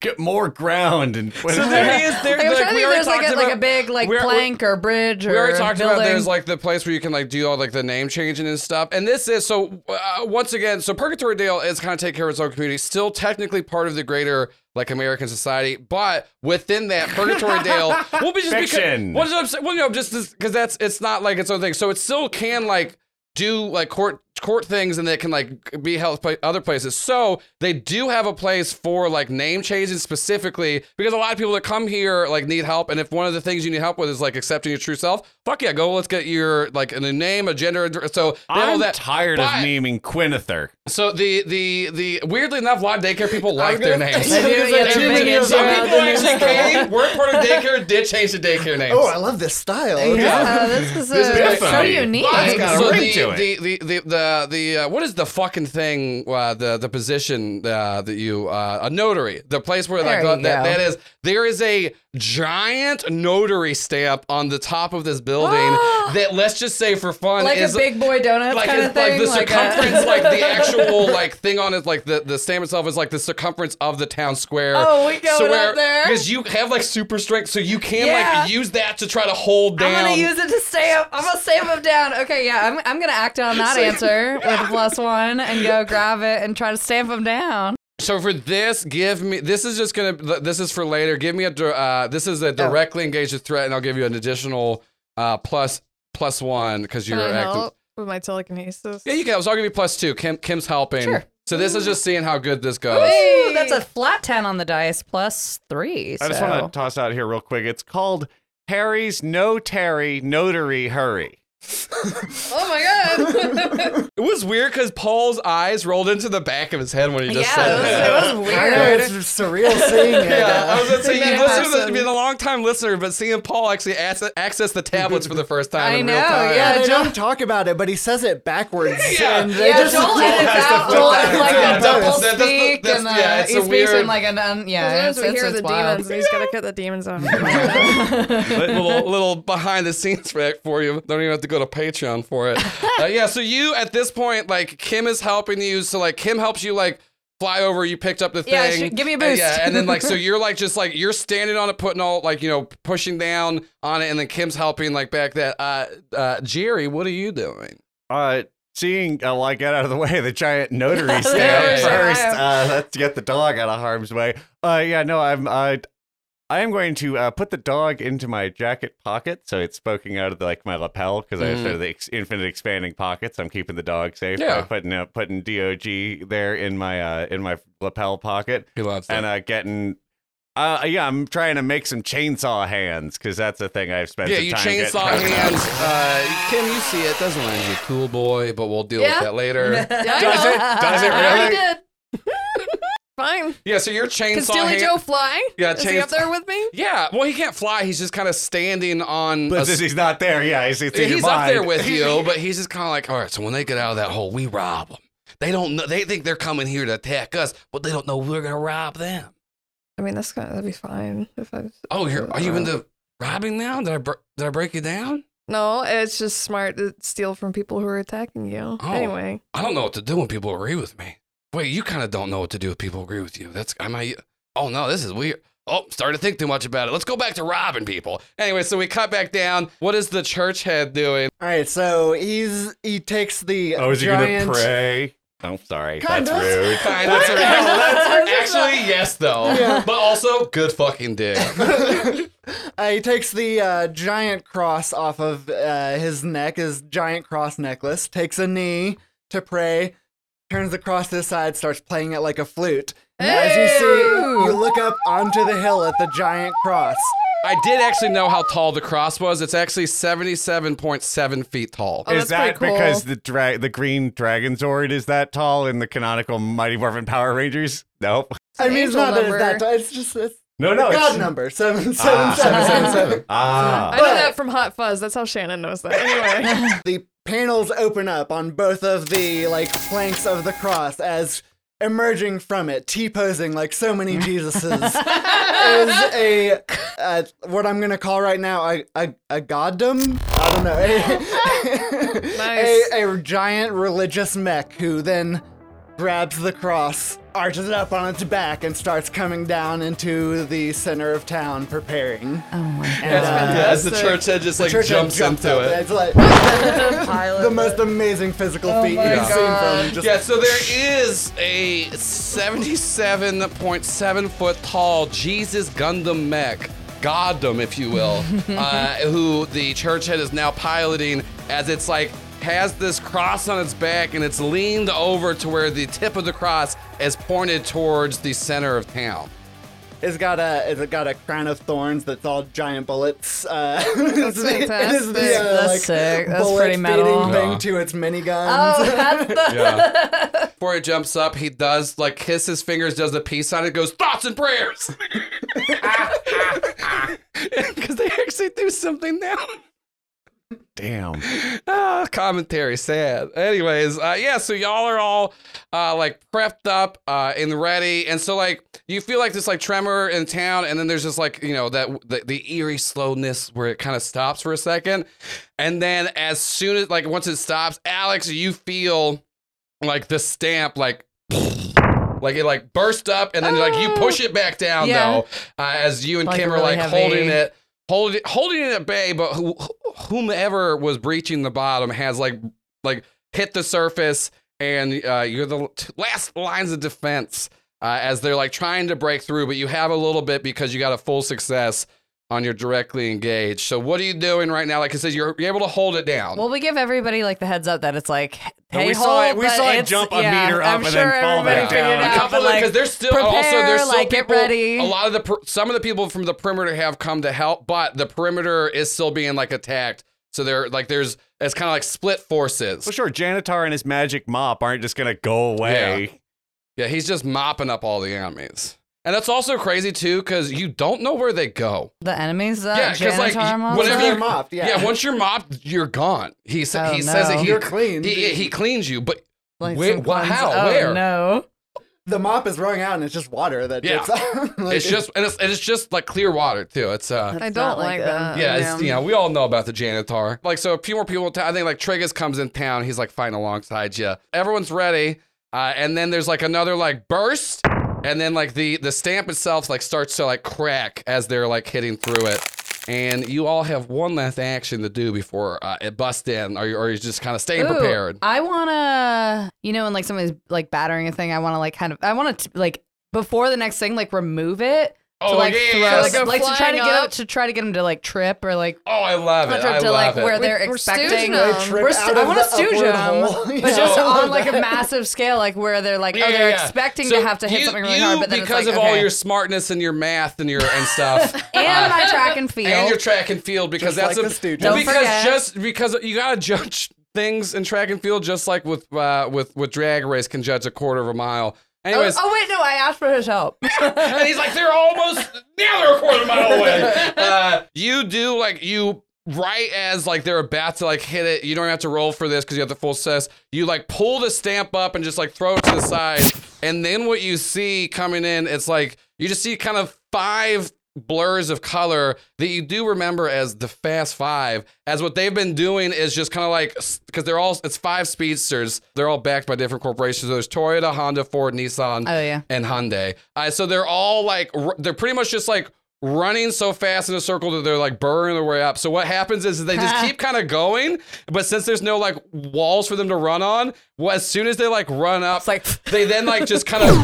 E: Get more ground and
A: so there is there. like,
D: Like, I'm trying
A: we
D: to think if
A: already
D: there's like
A: talked
D: a,
A: about
D: like a big like
A: we're- we're-
D: plank or bridge or
A: We already talked
D: building.
A: about there's like the place where you can like do all like the name changing and stuff. And this is so uh, once again, so Purgatory Dale is kind of taking care of its own community, still technically part of the greater like American society, but within that Purgatory Dale, well, but just
E: Fiction.
A: because what is what I'm saying? Well, you know, just because that's it's not like its own thing, so it still can like do like court court things and that can like be held pla- other places. So they do have a place for like name changes specifically because a lot of people that come here like need help. And if one of the things you need help with is like accepting your true self, fuck yeah, go. Let's get your like a new name, a gender. ad- So they have all
E: I'm
A: that.
E: tired
A: But-
E: of naming Quinither.
A: so the the the weirdly enough, a lot of daycare people like their
B: gonna-
A: names.
B: They do,
A: There's
C: yeah,
A: like
C: they're
A: two
C: big
A: videos
C: into
A: of
C: it.
A: people actually came, were part of daycare, did change the daycare names.
B: Oh, I love this style.
F: Yeah, this is, uh,
E: is
F: so
E: definitely-
F: unique.
A: But-
E: It's got a
A: so
E: ring
A: the,
E: to
A: the, the the the the uh, what is the fucking thing? Uh, the the position uh, that you uh, a notary, the place where like
D: There you
A: the- that,
D: go.
A: that is. There is a giant notary stamp on the top of this building that let's just say for fun
C: Like
A: is
C: a big boy donut
A: like,
C: kind
A: it's
C: of thing.
A: like the
C: like a-
A: circumference, like the actual like thing on it, like the, the stamp itself is like the circumference of the town square.
C: Oh, we going
A: so
C: up
A: where-
C: there?
A: because you have like super strength, so you can
C: Yeah.
A: like use that to try to hold down.
D: I'm gonna use it to stay up. I'm gonna save them down. Okay, yeah, I'm, I'm gonna act on that answer with a plus one and go grab it and try to stamp them down.
A: So for this, give me. This is just gonna. This is for later. Give me a. dir- Uh, this
D: Oh.
A: is a directly engaged threat, and I'll give you an additional uh, plus plus one because
F: Can
A: you're
F: I
A: active.
F: help with my telekinesis?
A: Yeah, you can. So I'll give you plus two. Kim, Kim's helping.
D: Sure.
A: So this is just seeing how good this goes.
D: Ooh, that's a flat ten on the dice plus three.
E: I just
D: so-
E: want to toss out here real quick. It's called Harry's No Terry Notary Hurry.
F: Oh my god.
A: It was weird because Paul's eyes rolled into the back of his head when he just said that.
D: yeah, it was, it was
B: I
D: weird.
B: know, it's surreal seeing it.
A: Yeah, I was gonna say
F: It's a
A: you've
F: meta
A: listened to this,
F: person.
A: been a long time listener, but seeing Paul actually access, access the tablets for the first time
D: I
A: in
D: know,
A: real time.
D: yeah.
B: they
D: Joel-
B: don't talk about it, but he says it backwards.
A: Yeah.
B: and they
D: yeah,
B: just
D: Joel edits
B: has to
D: out
B: flip
D: Joel
B: back
D: is like
B: and
D: a
A: Yeah, that's-
B: forth.
A: that's-
D: double
A: that's-
D: speak
A: that's-
D: and
A: yeah,
D: uh,
A: it's
D: he
A: a
D: speaks
A: weird-
D: in like an un, yeah,
F: Sometimes
D: it's,
F: we
D: it's,
F: hear
D: it's
F: the
D: wild.
F: demons. and He's gotta cut the demons out.
A: little little behind the scenes fact for you. Don't even have to go to Patreon for it. Uh, yeah, so you at this point, like Kim is helping you. So like Kim helps you like fly over. You picked up the thing.
D: Yeah, she- give me a
A: And,
D: boost.
A: yeah, and then like so you're like just like you're standing on it, putting all like you know pushing down on it, and then Kim's helping like back that. Uh, uh, Jerry, what are you doing?
E: Uh, seeing, uh, well, I get out of the way, the giant notary stamp
A: Yeah.
E: first. Uh, let's get the dog out of harm's way. Uh, yeah, no, I'm, uh, I am going to uh, put the dog into my jacket pocket, so it's poking out of like my lapel because I have sort of the ex- infinite expanding pockets. I'm keeping the dog safe. by
A: Mm. Yeah.
E: putting uh, putting dog there in my uh, in my lapel pocket.
A: He loves
E: and uh, getting. Uh, yeah, I'm trying to make some chainsaw hands because that's the thing I've spent.
A: Yeah,
E: some
A: you
E: time getting
A: chainsaw
E: better at.
A: hands. Uh, Kim, you see it. Doesn't land you cool boy, but we'll deal
F: Yeah.
A: with that later.
F: Yeah, I
E: Does
F: know.
E: it? Does it
F: I already
E: really?
F: did. Fine.
A: yeah, so your
F: Can
A: chainsaw
F: Steely
A: hand-
F: Joe fly?
A: Yeah,
F: Is he up
A: chainsaw-
F: there with me?
A: Yeah, well, he can't fly. He's just kind of standing on.
E: But
A: a
E: since he's not there, yeah, he's, it's in your
A: he's up there
E: mind.
A: with you, but he's just kind of like, all right. So when they get out of that hole, we rob them. They don't know. They think they're coming here to attack us, but they don't know we're gonna rob them.
F: I mean, that's gonna that'd be fine if I.
A: Oh, you're, are you
E: Uh-huh.
A: into robbing now? Did I br- did I break you down?
F: No, it's just smart to steal from people who are attacking you.
A: Oh.
F: Anyway,
A: I don't know what to do when people agree with me. Wait, you kind of don't know what to do if people agree with you. That's I might. Oh no, this is weird. Oh, started to think too much about it. Let's go back to robbing people. Anyway, so we cut back down. What is the church head doing?
B: All right, so he's he takes the
E: Oh, is he
B: giant.
E: gonna pray? Oh, sorry,
B: Kind
E: that's
B: of.
E: rude.
A: Kind of. Actually, yes, though. But also, good fucking dick.
B: uh, he takes the uh, giant cross off of uh, his neck, his giant cross necklace. Takes a knee to pray. Turns the cross to the side, starts playing it like a flute. And as you see, you look up onto the hill at the giant cross.
A: I did actually know how tall the cross was. It's actually 77.7 feet tall.
F: Oh,
E: is
F: that's pretty
E: that because
F: cool.
E: the dra- the green dragon sword is that tall in the canonical Mighty Morphin Power Rangers? Nope.
B: I
F: an
B: mean, it's
F: angel
B: not that it's
F: number.
B: that. It's just it's
E: No, no.
B: God
E: it's-
B: number seven seven
E: Ah.
B: seven seven seven.
F: I
E: Ah.
F: know
B: But-
F: that from Hot Fuzz. That's how Shannon knows that. Anyway,
B: The panels open up on both of the like flanks of the cross as emerging from it, T posing like so many Jesuses, is a uh, what I'm gonna call right now a a, a goddom. I don't know. A,
F: Nice.
B: a, a giant religious mech who then grabs the cross, arches it up on its back, and starts coming down into the center of town, preparing.
D: Oh my
B: And, uh,
A: Yeah, as the
F: Fantastic.
A: church head just like
B: church had
A: jumps
B: jumped
A: into
B: up, and
A: it.
B: It's like the most amazing physical
D: Oh
B: feat you've
A: God.
B: seen from just
A: Yeah, so there is a 77.7 foot tall Jesus Gundam mech, Gundam, if you will, uh, who the church head is now piloting as it's like has this cross on its back and it's leaned over to where the tip of the cross is pointed towards the center of town.
B: It's got a it's got a crown of thorns that's all giant bullets. Uh, that's
F: fantastic.
D: That's sick. That's
B: uh, bullet
D: pretty metal. Oh.
B: feeding thing
A: Yeah.
B: to its miniguns.
A: Yeah. Before it jumps up, he does like kiss his fingers, does the peace sign, and goes thoughts and prayers. Because they actually do something now.
E: Damn.
A: Ah, commentary sad. Anyways, uh, yeah, so y'all are all uh, like prepped up uh, and ready, and so like you feel like this like tremor in town, and then there's just like you know that the, the eerie slowness where it kind of stops for a second, and then as soon as like once it stops, Alex, you feel like the stamp like. Like it like burst up and then like you push it back down
D: Oh. Yeah.
A: though, uh, as you and
D: Like
A: Kim are
D: really
A: like
D: heavy.
A: holding it holding holding it at bay, but who, whomever was breaching the bottom has like like hit the surface, and uh, you're the last lines of defense uh, as they're like trying to break through, but you have a little bit because you got a full success on your directly engaged. So what are you doing right now? Like I said, you're, you're able to hold it down.
D: Well, we give everybody like the heads up that it's like,
E: No,
D: hey,
E: we saw it-
D: hold,
E: we
D: but
E: saw it
D: it's-
E: jump a
D: yeah,
E: meter up
D: I'm
E: and
D: sure
E: then fall back
D: everybody figured
E: down.
D: it
A: a
D: out,
A: couple
D: but,
A: because
D: like,
A: there's still also
D: prepare,
A: there's still
D: like, get
A: people.
D: ready.
A: A lot of the per- some of the people from the perimeter have come to help, but the perimeter is still being like attacked. So they're like there's it's kind of like split forces.
E: Well, sure. Janitar and his magic mop aren't just gonna go away.
A: Yeah, he's just mopping up all the enemies. And that's also crazy too, because you don't know where they go.
D: the enemies. Uh,
A: Yeah, 'cause, like,
D: janitor
A: you-
D: mobs?
A: whatever
B: They're
A: you-
B: mopped, yeah.
A: Yeah, once you're mopped, you're gone. He sa-
D: Oh,
A: he says that
D: no.
A: he,
B: You're clean.
A: he he cleans you, but
D: Like
A: where-
D: some
A: wha-
D: cleanse-
A: how?
D: Oh,
A: Where?
D: No.
B: the mop is wrung out and it's just water that
A: Yeah.
B: drips out. Like,
A: it's just and it's, and it's just like clear water too. It's uh
F: I
D: That's
F: don't
D: not
F: like
D: like
F: that.
D: a-
A: yeah, it's, you know, we all know about the janitor. Like, so a few more people. in town. I think like Trigus comes in town. He's like fine alongside you. Everyone's ready, uh, and then there's like another like burst, and then like the the stamp itself like starts to like crack as they're like hitting through it. And you all have one last action to do before uh, it busts in, or, you- or you're just kind of staying
D: Ooh,
A: prepared.
D: I wanna, you know, when like somebody's like battering a thing, I wanna like kind of, I wanna t- like before the next thing, like remove it.
A: Oh,
D: to, like,
A: yeah,
D: throw,
A: yeah, yeah.
F: So they go
D: like to try to
F: flying
D: get
F: up?
D: to try to get them to like trip or like
A: Oh, I love it.
D: punch
A: I
D: up to like
A: love
D: where
A: it.
D: they're
F: We're- we're stooges
D: expecting.
F: now. Um,
B: trip
D: we're
B: out
D: st- I
B: of
D: want
B: the
D: to stooge
B: upward
D: them,
B: hole.
D: but
B: Yeah.
D: just on like a massive scale, like where they're like, oh,
A: Yeah,
D: they're
A: yeah, yeah.
D: expecting
A: So
D: to have to hit
A: you-
D: something really
A: you,
D: hard, but then
A: because
D: it's like,
A: of
D: okay.
A: all your smartness and your math and your and stuff,
D: and my track and field.
A: and your track and field because
B: Just
A: that's
B: like the
A: a,
B: Stooges.
A: well,
D: Don't
A: because
D: forget.
A: just because you gotta judge things in track and field just like with uh, with with drag race can judge a quarter of a mile.
D: oh,
A: Anyways,
D: oh, wait, no, I asked for his help.
A: and he's like, they're almost now they're a quarter mile away. Uh, you do like you right as like they're about to like hit it. You don't have to roll for this because you have the full success. You like pull the stamp up and just like throw it to the side, and then what you see coming in, it's like you just see kind of five blurs of color that you do remember as the fast five as what they've been doing is just kind of like because they're all it's five speedsters they're all backed by different corporations there's toyota honda ford nissan
D: Oh yeah.
A: and Hyundai. Uh, so they're all like, r- they're pretty much just like running so fast in a circle that they're like burning their way up. So what happens is they just keep kind of going, but since there's no like walls for them to run on, well, as soon as they like run up,
D: like-
A: they then like just kind of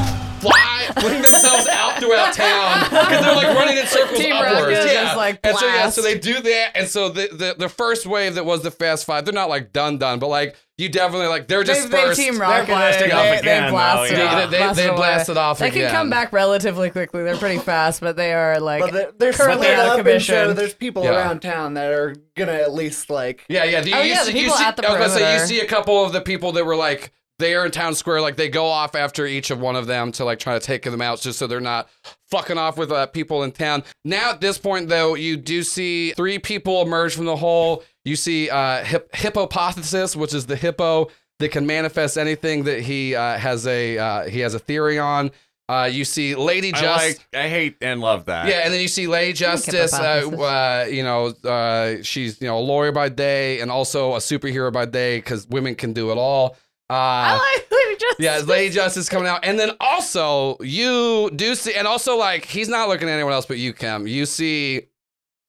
A: fly fling themselves out throughout town because they're like running in circles
C: Team
A: upwards.
C: Rocket
A: yeah.
C: is, like,
A: and so yeah,
C: blast.
A: so they do that, and so the, the the first wave that was the Fast Five, they're not like done done, but like you definitely like they're
C: They, they
A: dispersed.
C: team rocket.
E: blasting
C: they,
E: off
C: they,
E: again,
C: they
E: though,
C: blast it
E: yeah.
C: off,
A: They- they-
C: blast
A: they
C: it away.
A: blast it off
C: They can
A: again.
C: come back relatively quickly. They're pretty fast, but they are like
B: But they're, they're
C: currently
B: split
C: out of
B: up, and so
C: commission.
B: there's people
A: Yeah.
B: around town that are gonna at least like.
A: yeah, yeah. The,
D: Oh,
A: you
D: yeah, the
A: see, you
D: people
A: see,
D: at the
A: I was gonna say you
D: perimeter.
A: see a couple of the people that were like there in town square, like they go off after each of one of them to like try to take them out, just so they're not fucking off with uh, people in town. Now at this point though, you do see three people emerge from the hole. You see uh, hip- hippopothesis, which is the hippo that can manifest anything that he uh, has a uh, he has a theory on. Uh, you see Lady Just.
E: I like. I hate and love that.
A: Yeah, and then you see Lady Justice, uh, uh, you know, uh, she's you know a lawyer by day and also a superhero by day because women can do it all. Uh,
D: I like just
A: yeah, Lady Justice coming out, and then also you do see, and also like he's not looking at anyone else but you, Kim. You see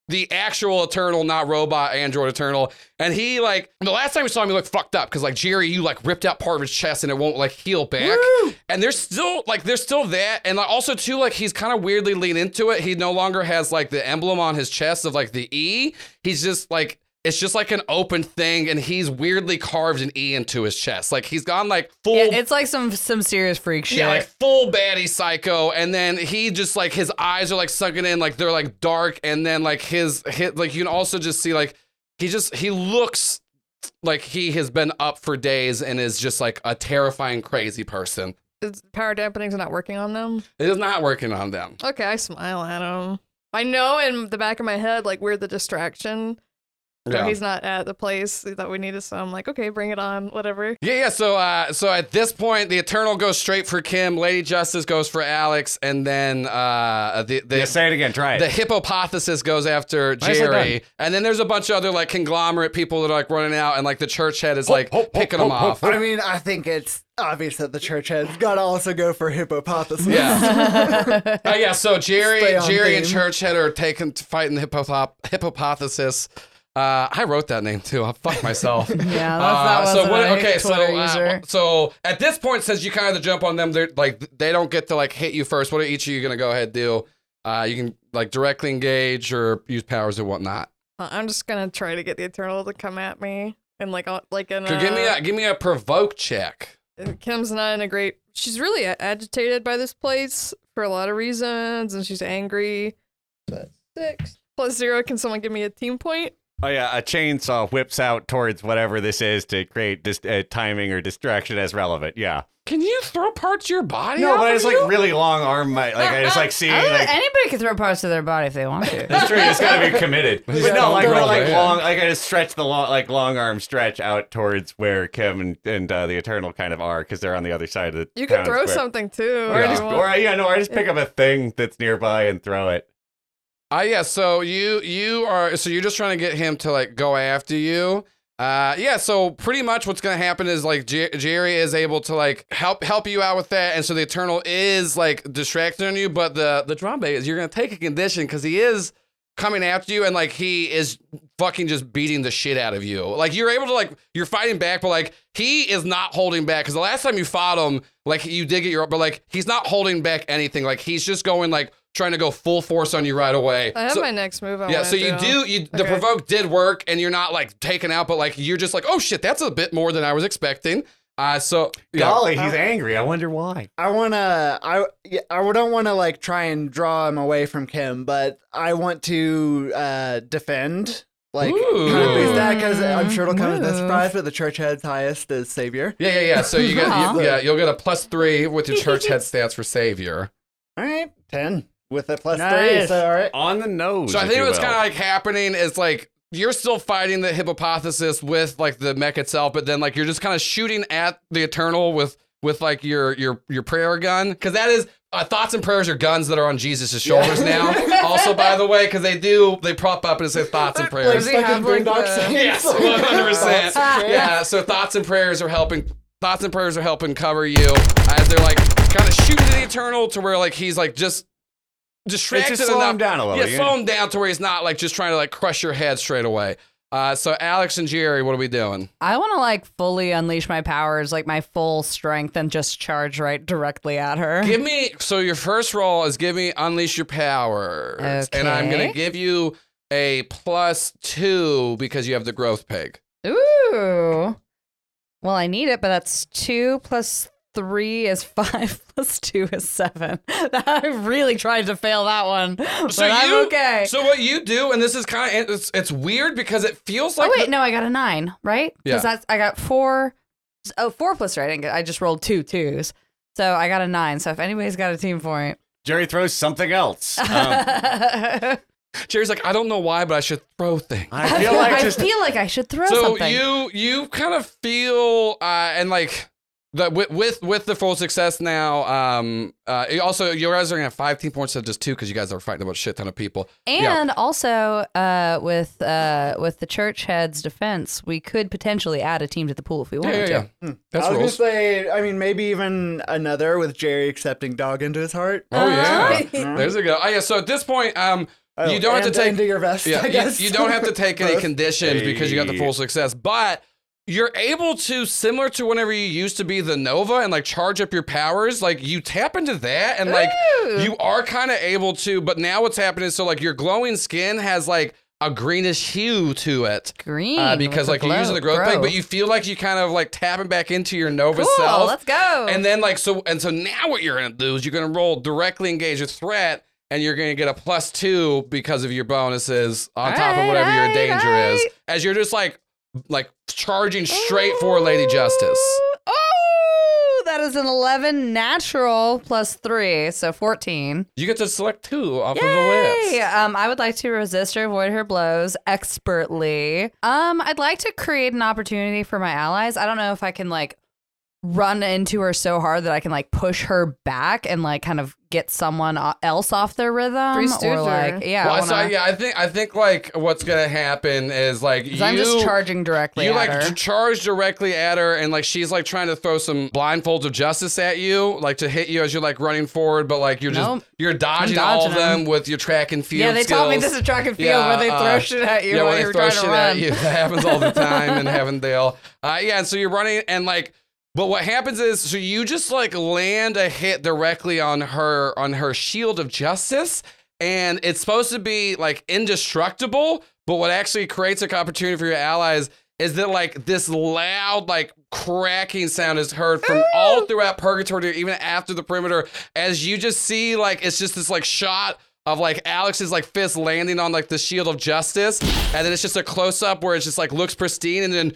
A: the actual Eternal, not robot Android Eternal, and he like the last time we saw him, he looked fucked up because like Jerry, you like ripped out part of his chest and it won't like heal back, and there's still like there's still that, and like also too like he's kind of weirdly lean into it. He no longer has like the emblem on his chest of like the E. He's just like. It's just like an open thing, and he's weirdly carved an E into his chest. Like he's gone like full
C: Yeah, it's like some some serious freak shit.
A: yeah, like full baddie psycho, and then he just like his eyes are like sunken in, like they're like dark, and then like his hit, like you can also just see like he just he looks like he has been up for days and is just like a terrifying crazy person.
F: Is power dampening's not working on them.
A: It is not working on them.
F: Okay, I smile at him. I know in the back of my head, like we're the distraction. So
A: Yeah.
F: he's not at the place that we needed, so I'm like, okay, bring it on, whatever.
A: Yeah, yeah. So, uh, so at this point, the Eternal goes straight for Kim. Lady Justice goes for Alex, and then uh, the, the
E: Yeah, say it again. Try it.
A: the hypopothesis goes after
E: Nicely done.
A: Jerry, and then there's a bunch of other like conglomerate people that are like running out, and like the church head is like
E: hope, hope,
A: picking
E: hope,
A: them
E: hope,
A: off.
B: I mean, I think it's obvious that the church has gotta also go for hippopotamus.
A: Yeah. Uh, yeah. So
B: Stay
A: Jerry,
B: on
A: Jerry, and
B: theme.
A: church head are taking fighting the hippopop hypopothesis. Uh, I wrote that name too. I fucked myself.
C: Yeah,
A: Uh,
C: that's that
A: so
C: was
A: what,
C: a
A: okay, so
C: Twitter
A: uh,
C: user.
A: so at this point, since you kind of the jump on them, they're like they don't get to like hit you first. What are each of you gonna go ahead and do? Uh, you can like directly engage or use powers or whatnot.
F: Uh, I'm just gonna try to get the Eternal to come at me, and like, uh, like in
A: So give me
F: uh,
A: a give me a provoke check.
F: and Kim's not in a great. She's really a- agitated by this place for a lot of reasons, and she's angry. Six plus zero. Can someone give me a team point?
E: Oh yeah, a chainsaw whips out towards whatever this is to create dis- uh, timing or distraction as relevant. Yeah.
A: Can you throw parts of your body?
E: No,
A: off
E: but I
A: of
E: just like
A: you?
E: really long arm. My like I just like see.
D: I don't know,
E: Like,
D: anybody can throw parts of their body if they want to.
E: that's true. It's gotta be committed. But no, like
A: don't
E: we're
A: go
E: like
A: there.
E: long. Like I just stretch the long, like long arm stretch out towards where Kim and, and uh, the Eternal kind of are because they're on the other side of the.
F: You can
E: town
F: throw
E: square.
F: something too.
E: Or
F: if
E: I
F: you
E: just,
F: want.
E: or I, yeah, no, I just pick up a thing that's nearby and throw it.
A: Uh, yeah, so you you are so you're just trying to get him to like go after you. Uh, yeah, so pretty much what's gonna happen is like Jer- Jerry is able to like help help you out with that, and so the Eternal is like distracting on you, but the the drama is you're gonna take a condition because he is coming after you and like he is fucking just beating the shit out of you. Like you're able to like you're fighting back, but like he is not holding back because the last time you fought him, like you did get your but like he's not holding back anything. Like he's just going like trying to go full force on you right away.
F: I have
A: So-
F: my next move. I
A: yeah,
F: wanna
A: so you do you the
F: Okay.
A: provoke did work and you're not like taken out, but like you're just like, oh shit, that's a bit more than I was expecting. Uh so yeah.
E: Golly,
F: Uh-huh.
E: he's angry. I wonder why.
B: I wanna, I, yeah, I don't wanna like try and draw him away from Kim, but I want to uh, defend. Like, kind of
A: Ooh.
B: boost that because I'm sure it'll come as a
C: Move.
B: surprise, but the church head's highest is savior.
A: Yeah, yeah, yeah. So you get
C: Aw.
A: you, yeah, you'll get a plus three with your church head stats for savior.
B: All right, ten with a plus three.
C: Nice.
B: So all right.
E: On the nose.
A: So I
E: if
A: think
E: you
A: what's
E: will.
A: kind of like happening is like you're still fighting the hypopothesis with like the mech itself, but then like you're just kind of shooting at the eternal with with like your your your prayer gun because that is uh, thoughts and prayers are guns that are on Jesus' shoulders now. also, by the way, because they do they prop up and say thoughts and prayers.
C: Does he have, like, the-
A: Yes, one hundred percent. Yeah. So thoughts and prayers are helping. Thoughts and prayers are helping cover you as they're like kind of shooting at the eternal to where like he's like just distracted
E: slow
A: enough.
E: him down a little,
A: Yeah,
E: yeah.
A: slow him down to where he's not like just trying to like crush your head straight away. Uh, so Alex and Jerry, what are we doing?
C: I want to like fully unleash my powers, like my full strength, and just charge right directly at her.
A: Give me so your first roll is give me unleash your powers, and I'm gonna
C: Okay.
A: give you a plus two because you have the growth pig.
C: Ooh. Well, I need it, but that's two plus three is five plus two is seven. I really tried to fail that one, but I'm okay.
A: So what you do, and this is kind of it's, it's weird because it feels like
D: oh wait,
A: the-
D: no, I got a nine, right?
A: Yeah.
D: Because that's I got four oh four plus three. I didn't get I just rolled two twos. So I got a nine. So if anybody's got a team point.
E: Jerry throws something else. Um,
A: Jerry's like, I don't know why, but I should throw things.
E: I feel like
D: I
E: just
D: feel like I should throw
A: so
D: something.
A: you you kind of feel uh, and like the, with, with with the full success now. Um, uh, you also you guys are gonna have five team points instead of just two because you guys are fighting about a shit ton of people. Yeah.
D: and also uh, with uh, with the church head's defense, we could potentially add a team to the pool if we
A: Yeah,
D: wanted
A: yeah,
D: to.
A: yeah. That's
B: Hmm. I was
A: rules.
B: gonna say, I mean, maybe even another with Jerry accepting dog into his heart.
A: Oh yeah, there's a go. Oh yeah. So at this point, um,
B: Uh-huh. Oh,
A: you don't have to
B: and
A: take
B: into your vest.
A: Yeah,
B: I
A: you-
B: guess
A: You, don't have to take any
B: Both.
A: conditions because you got the full success, but you're able to, similar to whenever you used to be the Nova and like charge up your powers, like you tap into that and like you are kind of able to, but now what's happening is so like your glowing skin has like a greenish hue to it.
D: Green.
B: Mm,
A: Uh, because like you're using the growth thing, but you feel like you kind of like tapping back into your Nova
D: cool,
A: self.
D: let's go.
A: And then like so and so now what you're gonna do is you're gonna roll directly engage with threat and you're gonna get a plus two because of your bonuses on top of
D: Alright,
A: whatever your
D: alright,
A: danger is.
D: alright.
A: As you're just like like charging straight for Lady Justice.
D: Oh, that is an 11 natural plus 3, so 14.
A: You get to select two off of the
D: Yay!
A: list.
D: Um, I would like to resist or avoid her blows expertly. Um, I'd like to create an opportunity for my allies. I don't know if I can like run into her so hard that I can like push her back and like kind of get someone o- else off their rhythm
F: Three
D: or
F: Stooges.
D: like yeah,
A: Well,
D: I
A: I saw-
D: wanna-
A: yeah, I think I think like what's gonna happen is like you
D: 'cause I'm just charging directly
A: you
D: at
A: like
D: her.
A: j- charge directly at her and like she's like trying to throw some blindfolds of justice at you like to hit you as you're like running forward but like you're just
D: Nope.
A: you're dodging,
D: I'm
A: all of them.
D: dodging
A: with your track and field
C: yeah, they taught me
A: skills.
C: this is track and field
A: Yeah,
C: where they
A: uh,
C: throw shit at you
A: yeah,
C: while
A: when they
C: you're
A: throw
C: trying
A: shit
C: to
A: at
C: run.
A: you. That happens all the time in Heavendale. Uh, yeah, and so you're running and like, but what happens is, so you just like land a hit directly on her on her shield of justice, and it's supposed to be like indestructible. But what actually creates an opportunity for your allies is that like this loud like cracking sound is heard from all throughout purgatory even after the perimeter as you just see like it's just this like shot of like Alex's like fist landing on like the shield of justice, and then it's just a close up where it's just like looks pristine, and then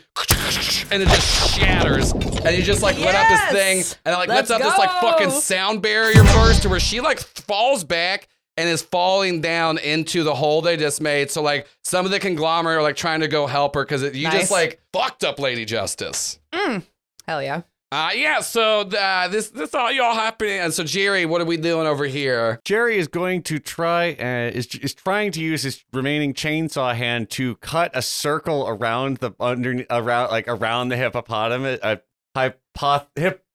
A: and it just shatters, and you just like let out this thing, and it like lets
C: Let's
A: out this like
C: go!
A: fucking sound barrier burst to where she like falls back and is falling down into the hole they just made. So like some of the conglomerate are like trying to go help her because you just
C: Nice.
A: like fucked up Lady Justice.
D: Hell yeah.
A: Uh, yeah, so uh, this this all y'all happening, and so Jerry, what are we doing over here?
E: Jerry is going to try uh, is is trying to use his remaining chainsaw hand to cut a circle around the under around like around the hippopotamus uh, hypoth hip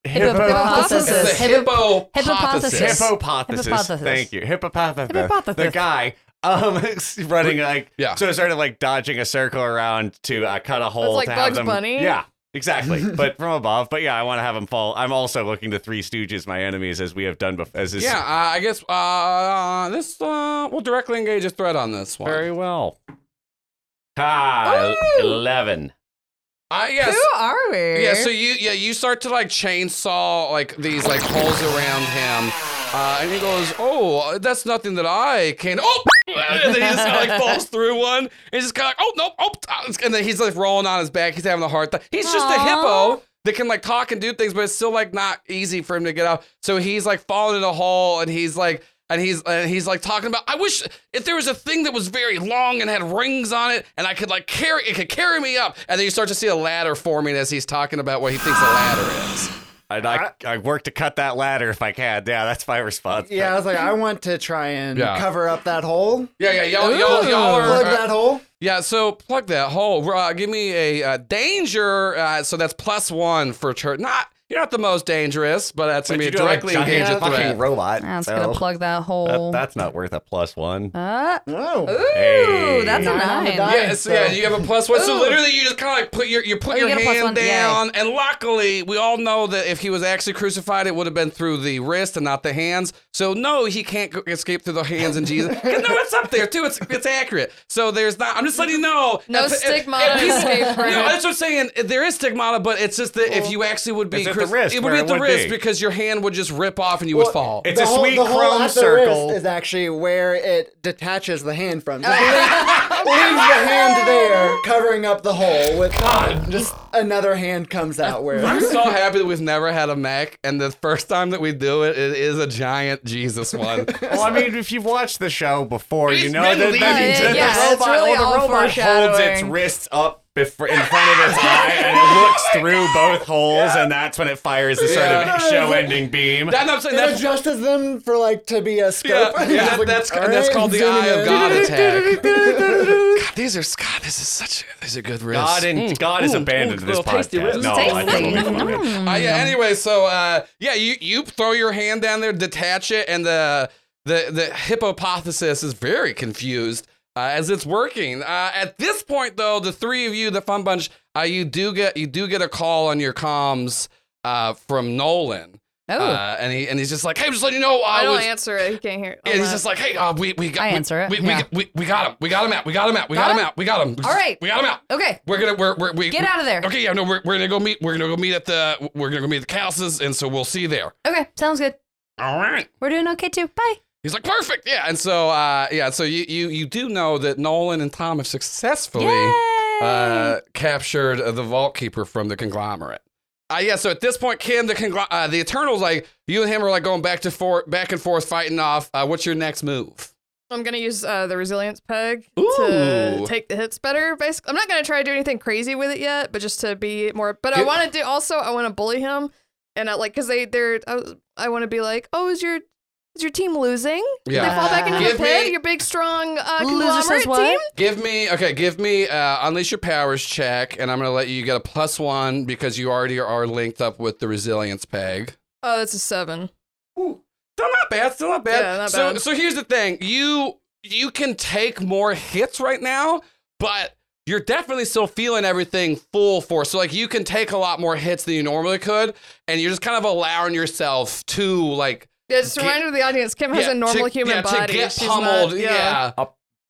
A: It's
D: Hippopotamus.
A: the
E: hippopotamus
D: Hippopotamus.
A: hippo
D: Hippopotamus.
E: hippopotamus
D: Hippopotamus.
E: thank you hippopotamus
D: Hippopotamus.
E: the guy um running like
A: Yeah.
E: so sort of like dodging a circle around to uh, cut a hole
F: like
E: to have
F: Bugs
E: them
F: Bunny.
E: yeah exactly but from above but yeah I want to have him fall I'm also looking to Three Stooges my enemies as we have done before as is
A: Yeah, uh, I guess uh, this uh, we'll directly engage a threat on this one.
E: Very well. Ah, 11.
A: Uh, yes.
C: Who are we?
A: Yeah, so you yeah you start to like chainsaw like these like holes around him, uh, and he goes, "Oh, that's nothing that I can." Oh, and then he just kind of like falls through one. And he's just kind of like, "Oh no, oh," and then he's like rolling on his back. He's having a hard time. He's just a hippo that can like talk and do things, but it's still like not easy for him to get out. So he's like falling in a hole, and he's like. And he's and he's like talking about. I wish if there was a thing that was very long and had rings on it, and I could like carry it could carry me up. And then you start to see a ladder forming as he's talking about what he thinks a ladder is.
E: I'd like, I work to cut that ladder if I can. Yeah, that's my response.
B: Yeah, I was like, I want to try and
A: Yeah.
B: cover up that hole.
A: Yeah, yeah, y'all, y'all, y'all are. uh,
B: Plug that hole.
A: yeah, so plug that hole. Uh, give me a uh, danger. Uh, so that's plus one for church. Not. You're not the most dangerous, but that's gonna
E: But
A: be
E: you
A: a
E: do, like,
A: directly
E: giant
A: engaged
E: fucking
A: threat.
E: robot.
D: That's
E: so
D: Ah, gonna plug that
E: that-
D: hole.
E: that's not worth a plus one.
D: Uh,
B: Oh.
D: ooh,
E: Hey.
D: that's a
B: Nine on the
D: nine.
B: die.
A: Yeah, so yeah, you have a plus one. So
D: Ooh.
A: literally, you just kind of like put your you put
D: Oh, you
A: your
D: get a plus
A: hand
D: one, yeah.
A: down, and luckily, we all know that if he was actually crucified, it would have been through the wrist and not the hands. So no, he can't go- escape through the hands and Jesus. 'Cause no, it's up there too. It's it's accurate. So there's not. I'm just letting you know.
F: No stigmata escape
A: No,
F: route.
A: that's what I'm saying. There is stigmata, but it's just that if you actually would be
E: It's at the
A: cruci-
E: wrist
A: it would
E: where
A: be
E: it
A: at the
E: would
A: wrist
E: be.
A: because your hand would just rip off and you would
B: Well,
A: fall.
E: It's a
B: The whole-
E: sweet
B: the whole
E: chrome
B: at the wrist
E: circle.
B: is actually where it detaches the hand from. Just leave, leave the hand there, covering up the hole with just another hand comes out where.
A: I'm so happy that we've never had a Mac, and the first time that we do it, it is a giant Jesus one.
E: Well, I mean, if you've watched the show before, you
A: It's
E: know
A: been
E: that, that,
A: leading
E: that
A: to
E: the
A: this.
E: robot,
D: It's really
E: well,
D: all
E: the robot holds its
D: foreshadowing.
E: wrists up before, in front of its eye, and it looks through both holes, and that's when it fires the sort
A: Yeah.
E: of show-ending beam.
A: That's what I'm saying.
B: It
A: That's,
B: adjusts them for like to be a
A: yeah,
B: scope.
A: yeah,
B: Just like,
A: that's,
B: all
A: that's
B: right,
A: called the
B: zooming
A: Eye of
B: in.
A: God attack. God, these are God. This is such. These are good risks. Mm.
E: God, and, God has abandoned this podcast. No, I think we'll be fine.
A: Uh, yeah. Anyway, so uh, yeah, you you throw your hand down there, detach it, and the the the hypopothesis is very confused uh, as it's working. Uh, at this point, though, the three of you, the fun bunch, uh, you do get you do get a call on your comms uh, from Nolan.
D: Oh.
A: Uh, and he and he's just like, hey, just let you know, uh,
F: I don't
A: was-
F: answer it. He can't hear.
A: And he's just like, hey, uh, we we got
D: I
A: we,
D: answer it,
A: We, we,
D: yeah.
A: we, we got him. We got him out. We got him out. We got,
D: Got
A: him
D: him?
A: out. We got him.
D: All right.
A: We got him out.
D: Okay,
A: We're gonna we're, we're we
D: Get out of there.
A: Okay, yeah, no, we're, we're gonna go meet. We're gonna go meet at the we're gonna go meet at the Calces, and so we'll see you there.
D: okay, sounds good.
A: All right.
D: We're doing okay too. Bye.
A: He's like perfect, yeah. And so uh, yeah, so you you you do know that Nolan and Tom have successfully uh, captured uh, the Vault Keeper from the conglomerate. Uh, yeah, so at this point, Kim, the congl- uh, the Eternals, like you and him are like going back to for- back and forth, fighting off. Uh, what's your next move?
F: I'm gonna use uh, the resilience peg
A: Ooh.
F: to take the hits better. Basically, I'm not gonna try to do anything crazy with it yet, but just to be more. But I
A: Good.
F: want to do also. I want to bully him, and I like because they they're. I, was- I want to be like, oh, is your is your team losing? Did they
A: Yeah,
F: fall back into
A: Give
F: the pit.
A: me-
F: Your big strong uh,
D: Loser
F: conglomerate
D: says what?
F: team.
A: give me okay, give me uh, unleash your powers check, and I'm gonna let you get a plus one because you already are linked up with the resilience peg.
F: Oh, that's a seven.
A: Still not bad. Still not bad.
F: Yeah, not
A: so
F: bad.
A: so here's the thing: you you can take more hits right now, but you're definitely still feeling everything full force. So like you can take a lot more hits than you normally could, and you're just kind of allowing yourself to like
F: Yeah, just
A: Get-
F: reminder to the audience, Kim has
A: yeah,
F: a normal
A: to-
F: human
A: yeah,
F: body.
A: to get
F: She's
A: pummeled.
F: Not,
A: yeah.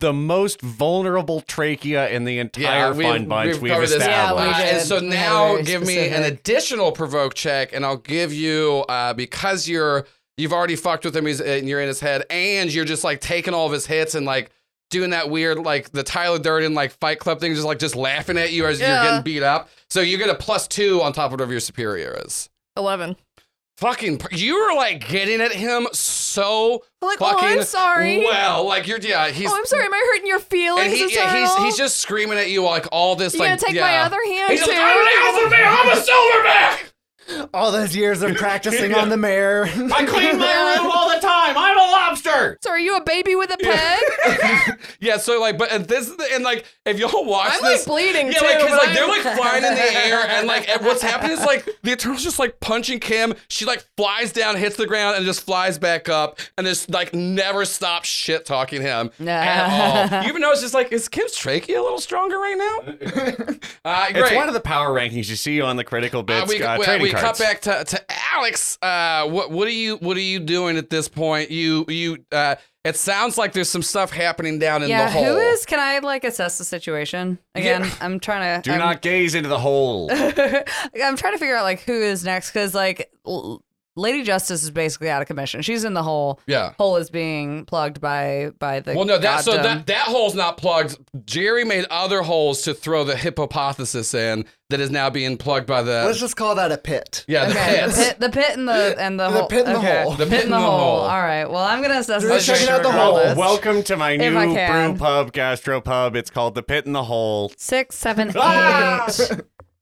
E: the most vulnerable trachea in the
A: Yeah,
E: entire
A: we've-
E: fun bunch we've,
A: covered this.
E: established.
D: Yeah, we did.
A: and so
D: We had a
A: now
D: very
A: give me an
D: specific-
A: additional provoke check, and I'll give you uh, because you're you've already fucked with him, he's, uh, and you're in his head, and you're just like taking all of his hits and like doing that weird like the Tyler Durden like Fight Club thing, just like just laughing at you as
F: Yeah.
A: you're getting beat up. So you get a plus two on top of whatever your superior is.
F: Eleven.
A: Fucking, pr- you were like getting at him so
F: I'm like, oh,
A: fucking
F: I'm sorry.
A: well. Like you're, yeah, he's.
F: oh, I'm sorry. Am I hurting your feelings?
A: and he, yeah, he's
F: Eternal?
A: he's just screaming at you like all this
F: You
A: like
F: gonna take my
A: yeah.
F: other hand
A: He's
F: too?
A: like, I'm an alpha male, I'm a silverback.
B: All those years of practicing on the mare.
E: I clean my room all the time. I'm a lobster.
F: so are you a baby with a peg?
A: Yeah, so like, but and this and like, if y'all watch
F: I'm like
A: this,
F: bleeding
A: yeah,
F: too.
A: like, 'cause,
F: but
A: like
F: I'm-
A: they're like flying in the air, and like and what's happening is like the Eternal's just like punching Kim. She like flies down, hits the ground, and just flies back up, and just like never stops shit talking him at all. You even know it's just like, is Kim's trachea a little stronger right now? uh, great.
E: It's one of the power rankings you see on the critical
A: Uh,
E: bits
A: we
E: uh,
A: we-
E: trading
A: we cut
E: cards.
A: back to, to Alex. Uh, what what are you what are you doing at this point? You you uh, it sounds like there's some stuff happening down in
D: yeah,
A: the hole.
D: who is? Can I like assess the situation again? I'm trying to.
E: Do
D: I'm,
E: not gaze into the hole.
D: I'm trying to figure out like who is next because like L- Lady Justice is basically out of commission. She's in the hole.
A: Yeah.
D: hole is being plugged by by the.
A: Well, no, that so
D: goddamn-
A: that that hole's not plugged. Jerry made other holes to throw the hypopothesis in that is now being plugged by the
B: Let's just call that a pit.
A: yeah the
D: Okay, the
A: pits.
D: pit, the pit and the and the,
B: The
D: hole.
B: pit in the
D: okay.
B: hole.
A: The pit in the hole.
D: All right. Well, I'm gonna assess.
B: Just
D: the
B: checking out the
D: situation
B: hole.
D: regardless.
E: Welcome to my new
D: I
E: brew
D: can.
E: pub, gastro pub. It's called the Pit in the Hole.
D: Six, seven, eight.
E: Ah!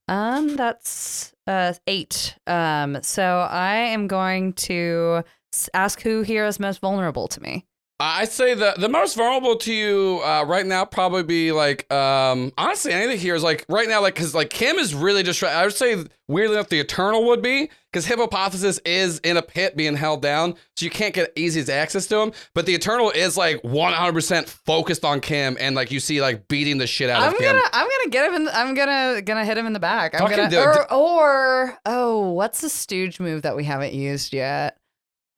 D: Um, that's uh eight. Um, so I am going to s- ask who here is most vulnerable to me.
A: I'd say the the most vulnerable to you uh, right now probably be like um, honestly anything here is like right now like because like Kim is really distracted. I would say weirdly enough the Eternal would be because Hypothesis is in a pit being held down, so you can't get easy access to him. But the Eternal is like one hundred percent focused on Kim, and like you see like beating the shit out
C: I'm
A: of Kim.
C: gonna I'm gonna get him in I'm gonna gonna hit him in the back. I'm
A: Fucking
C: gonna
A: do it.
C: or, or oh, what's the stooge move that we haven't used yet?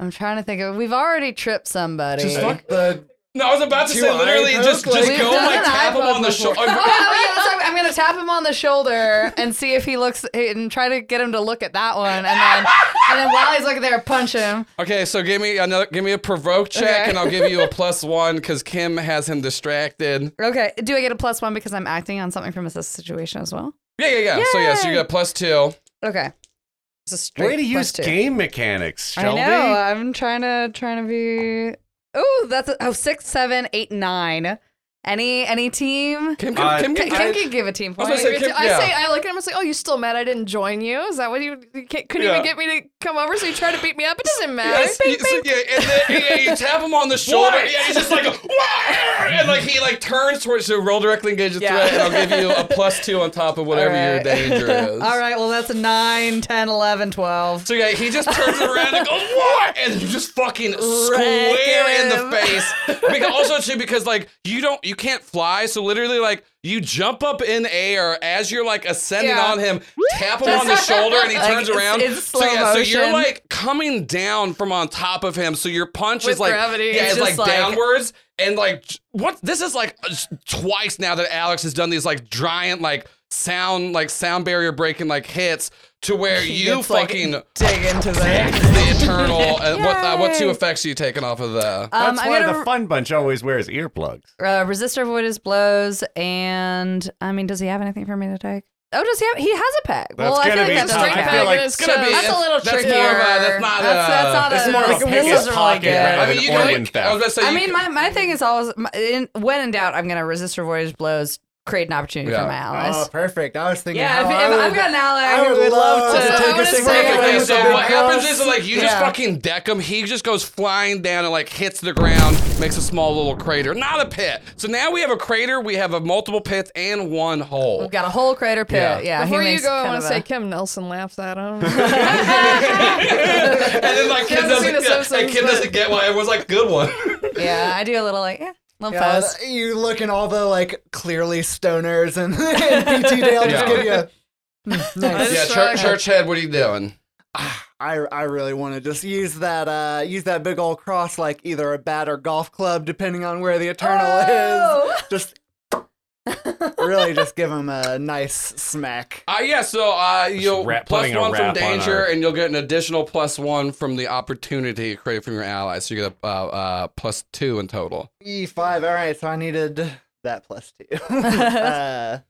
C: I'm trying to think of we've already tripped somebody.
I: Just fuck the.
A: No, I was about to
I: Two
A: say literally
I: eye
A: just
I: poke,
A: just
I: like-
A: go
C: We've
A: and, like
C: done an
A: tap
C: eye
A: him
C: poke
A: on the
C: before.
A: shoulder.
C: Oh, yeah, so I'm- I'm gonna tap him on the shoulder and see if he looks and try to get him to look at that one, and then and then while he's looking there, punch him.
A: Okay, so give me another, give me a provoke check,
C: Okay.
A: and I'll give you a plus one because Kim has him distracted.
D: Okay. Do I get a plus one because I'm acting on something from a sis situation as well?
A: Yeah, yeah, yeah. So yeah, so you
D: Yay.
A: got plus two.
D: Okay. It's a straight
E: Way to use
D: plus two.
E: game mechanics,
D: I
E: Shelby.
D: know. I'm trying to trying to be. Oh, that's a, oh six, seven, eight, nine. Any any team?
A: Kim, Kim,
I: Uh,
A: Kim,
D: Kim
A: Kim,
D: can, give a team
A: I was
D: point.
A: gonna say, Kim,
F: I
A: yeah.
F: say I look at him. I was like, "Oh, you still mad? I didn't join you? Is that what you, you can't, couldn't
A: Yeah.
F: even get me to come over? So you tried to beat me up? It doesn't matter.
A: Yes, you- so- yeah, and then yeah, you tap him on the shoulder. Yeah, he's just like, "Wah!" and like he like turns towards you. Roll directly engage the threat, and I'll give you a plus two on top of whatever your
C: Alright.
A: danger is.
C: All right, well that's a 9, 10, 11, 12.
A: So yeah, he just turns around and goes, "What?" And you just fucking square in the face. Because also too, because like you don't, you can't fly. So literally, like you jump up in air as you're like ascending
C: Yeah.
A: on him, tap him on the shoulder, and he
C: Like,
A: turns
C: it's-
A: around.
C: it's
A: so
C: slow
A: yeah, so you're
C: motion.
A: like coming down from on top of him. So your punch
F: With
A: is like
F: gravity.
A: yeah,
F: It's
A: it's, like,
C: just like-
A: downwards. And like j- what? This is like uh, s- twice now that Alex has done these like giant like sound like sound barrier breaking like hits to where you
C: It's like-
A: fucking
C: Dig into that.
A: the eternal. Uh, what uh, what two
D: Yay.
A: effects are you taking off of the?
E: That's
C: I'm
E: why
C: gonna-
E: the fun bunch always wears earplugs.
D: Uh, resist or avoid his blows, and I mean, does he have anything for me to take? Oh, does he? Have, he has a peg. well, I feel
E: gonna
D: like
E: be
D: that
E: tough.
D: doesn't
E: I
D: count.
E: feel like
F: It's
A: gonna be-
D: That's a little
A: that's more of a-
D: trickier.
A: that's not a-
D: that's not
E: It's
D: a-
E: more of a
D: like,
E: pick
D: this
E: his
D: is really
E: pocket
D: good.
E: rather than
A: you
E: organ
A: can- I, was
E: theft.
A: gonna say,
D: I
A: you
D: mean,
A: can-
D: my, my thing is always my, in, when in doubt, I'm gonna resist or avoid his blows, create an opportunity
A: Yeah.
D: for my allies.
B: Oh, perfect. I was thinking.
D: yeah, if,
B: how I
D: if I've
B: would-
D: got an ally,
B: I would love to take
D: I
B: a
D: would
B: single
D: say-
B: hit
A: Okay,
B: away with
A: so
B: a big
A: what happens is
B: girl.
A: like you just
D: Yeah.
A: fucking deck him. He just goes flying down and like hits the ground, makes a small little crater, not a pit. So now we have a crater, we have a multiple pits and one hole.
D: We've got a whole crater pit.
A: Yeah.
D: Yeah.
F: Before
D: he
F: you
D: makes
F: go, I
D: kind
F: want
D: of
F: to
D: a-
F: say Kim Nelson laughed at him.
A: And then like Kim
F: haven't
A: doesn't,
F: seen this
A: yeah,
F: episode,
A: and Kim
F: but-
A: doesn't get why everyone's like good one.
D: yeah, I do a little like yeah, little
B: Yeah,
D: pose.
B: uh, you look and all the like clearly stoners and, and PT Dale just
A: Yeah.
B: give you. A,
A: yeah, church, church head, what are you doing?
B: I I really want to just use that uh use that big old cross like either a bat or golf club depending on where the eternal
D: Oh.
B: is. Just really just give him a nice smack.
A: Uh, yeah, so uh, you'll
E: rap-
A: plus
E: putting a
A: one
E: rap
A: from
E: on
A: danger,
E: our-
A: and you'll get an additional plus one from the opportunity created from your ally. So you get a uh, uh, plus two in total.
B: E five. All right, so I needed that plus two. uh,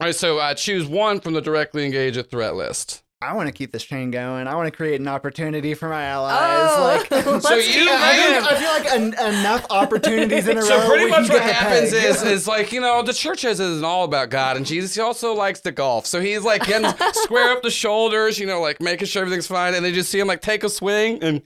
A: All right, so uh, choose one from the directly engage a threat list.
B: I want to keep this chain going. I want to create an opportunity for my allies.
D: Oh,
B: like,
A: So you,
B: I
A: you-
B: feel like, I feel like en- enough opportunities in a row.
A: so pretty
B: we
A: much
B: can
A: what
B: get the
A: happens
B: peg.
A: is is like you know the church has isn't all about God and Jesus. He also likes to golf, so he's like getting square up the shoulders, you know, like making sure everything's fine, and they just see him like take a swing and.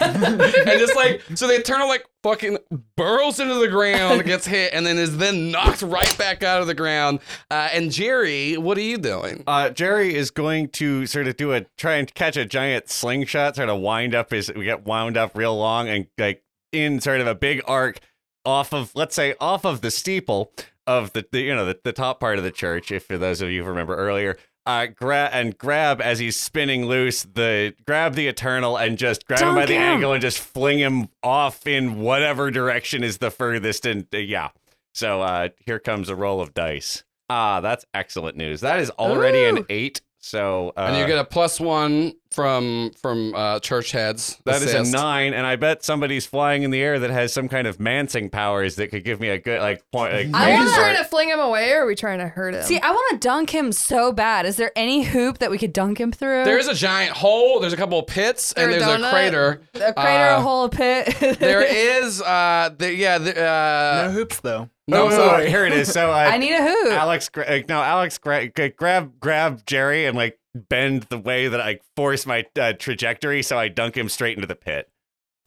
A: and just like so the eternal like fucking burrows into the ground gets hit and then is then knocked right back out of the ground uh, and jerry what are you doing
E: Uh, Jerry is going to sort of do a try and catch a giant slingshot, sort of wind up his we get wound up real long and like in sort of a big arc off of let's say off of the steeple of the, the you know the, the top part of the church. If for those of you who remember earlier, uh, grab and grab as he's spinning loose the grab the eternal and just grab him by the ankle and just fling him off in whatever direction is the furthest and uh, yeah. So uh, here comes a roll of dice. Ah, that's excellent news. That is already an eight. So uh,
A: and you get a plus one from from uh, church heads
E: that is
A: assist.
E: a nine, and I bet somebody's flying in the air that has some kind of mancing powers that could give me a good like point. Like,
F: Are
E: raise
F: we
E: for
F: trying
E: it.
F: to fling him away, or are we trying to hurt him?
D: See, I want to dunk him so bad. Is there any hoop that we could dunk him through?
A: There's a giant hole. There's a couple of pits, and
F: There a
A: there's a
F: donut?
A: crater.
D: a crater,
A: uh,
D: a hole, a pit.
A: There is, uh, the, yeah, the,
B: no
A: uh,
B: hoops though.
E: No,
A: no,
E: no,
A: sorry.
E: no, here it is. So uh,
D: I need a hoop.
E: Alex, gra- like, no, Alex, gra- g- grab, grab Jerry and like bend the way that I force my uh, trajectory, so I dunk him straight into the pit.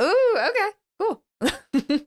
D: Ooh, okay, cool.
A: Hell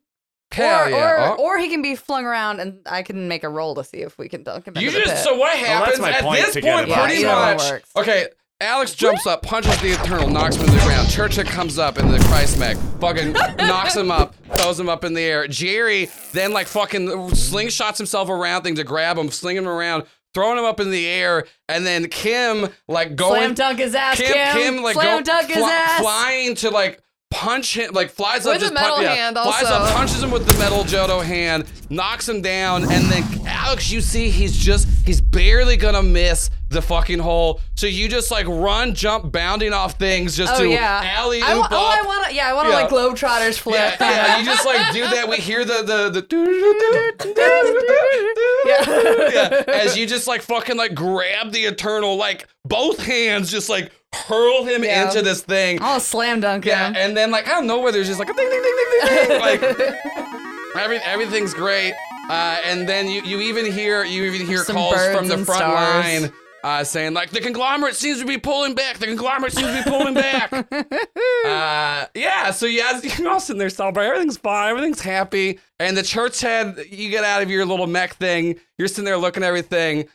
D: or,
A: yeah.
D: or,
A: Oh.
D: or he can be flung around and I can make a roll to see if we can dunk him
A: you
D: into the
A: just
D: pit.
A: so what happens
E: my
A: at
E: point
A: this
E: to get
A: point?
E: it back.
A: Pretty
D: Yeah, that
A: much.
D: works.
A: Okay, Alex jumps up, punches the Eternal, knocks him to the ground. Churchill comes up into the Christ mech, fucking knocks him up, throws him up in the air. Jerry then like fucking slingshots himself around thing to grab him, sling him around. Throwing him up in the air, and then Kim like
C: Slam
A: going
C: dunk his ass, Kim.
A: Kim, Kim, like
C: Slam
A: go,
C: dunk his
A: fly-
C: ass.
A: flying to like punch him, like flies up
F: With
A: just
F: a metal
A: punch, yeah,
F: hand
A: flies
F: also.
A: up, punches him with the metal Jodo hand, knocks him down, and then Alex, you see he's just he's barely gonna miss the fucking hole. So you just like run, jump, bounding off things just
D: Oh
A: to
D: yeah.
A: alley
D: I
A: oop
D: wa-
A: up.
D: oh, I want to. Yeah, I want to
A: Yeah.
D: like globetrotters flip.
A: yeah, yeah, you just like do that. We hear the the the yeah. as you just like fucking like grab the eternal, like both hands, just like hurl him
D: Yeah.
A: into this thing.
D: I'll slam dunk
A: Yeah,
D: him.
A: and then like I don't know where there's just like a ding ding ding ding ding like every, everything's great. Uh, and then you, you even hear you even hear
D: Some
A: calls
D: birds
A: from the
D: and
A: front
D: stars.
A: line uh, saying like the conglomerate seems to be pulling back. The conglomerate seems to be pulling back. uh, yeah, so you guys you're all sitting there celebrating. Everything's fine. Everything's happy. And the church head, you get out of your little mech thing. You're sitting there looking at everything.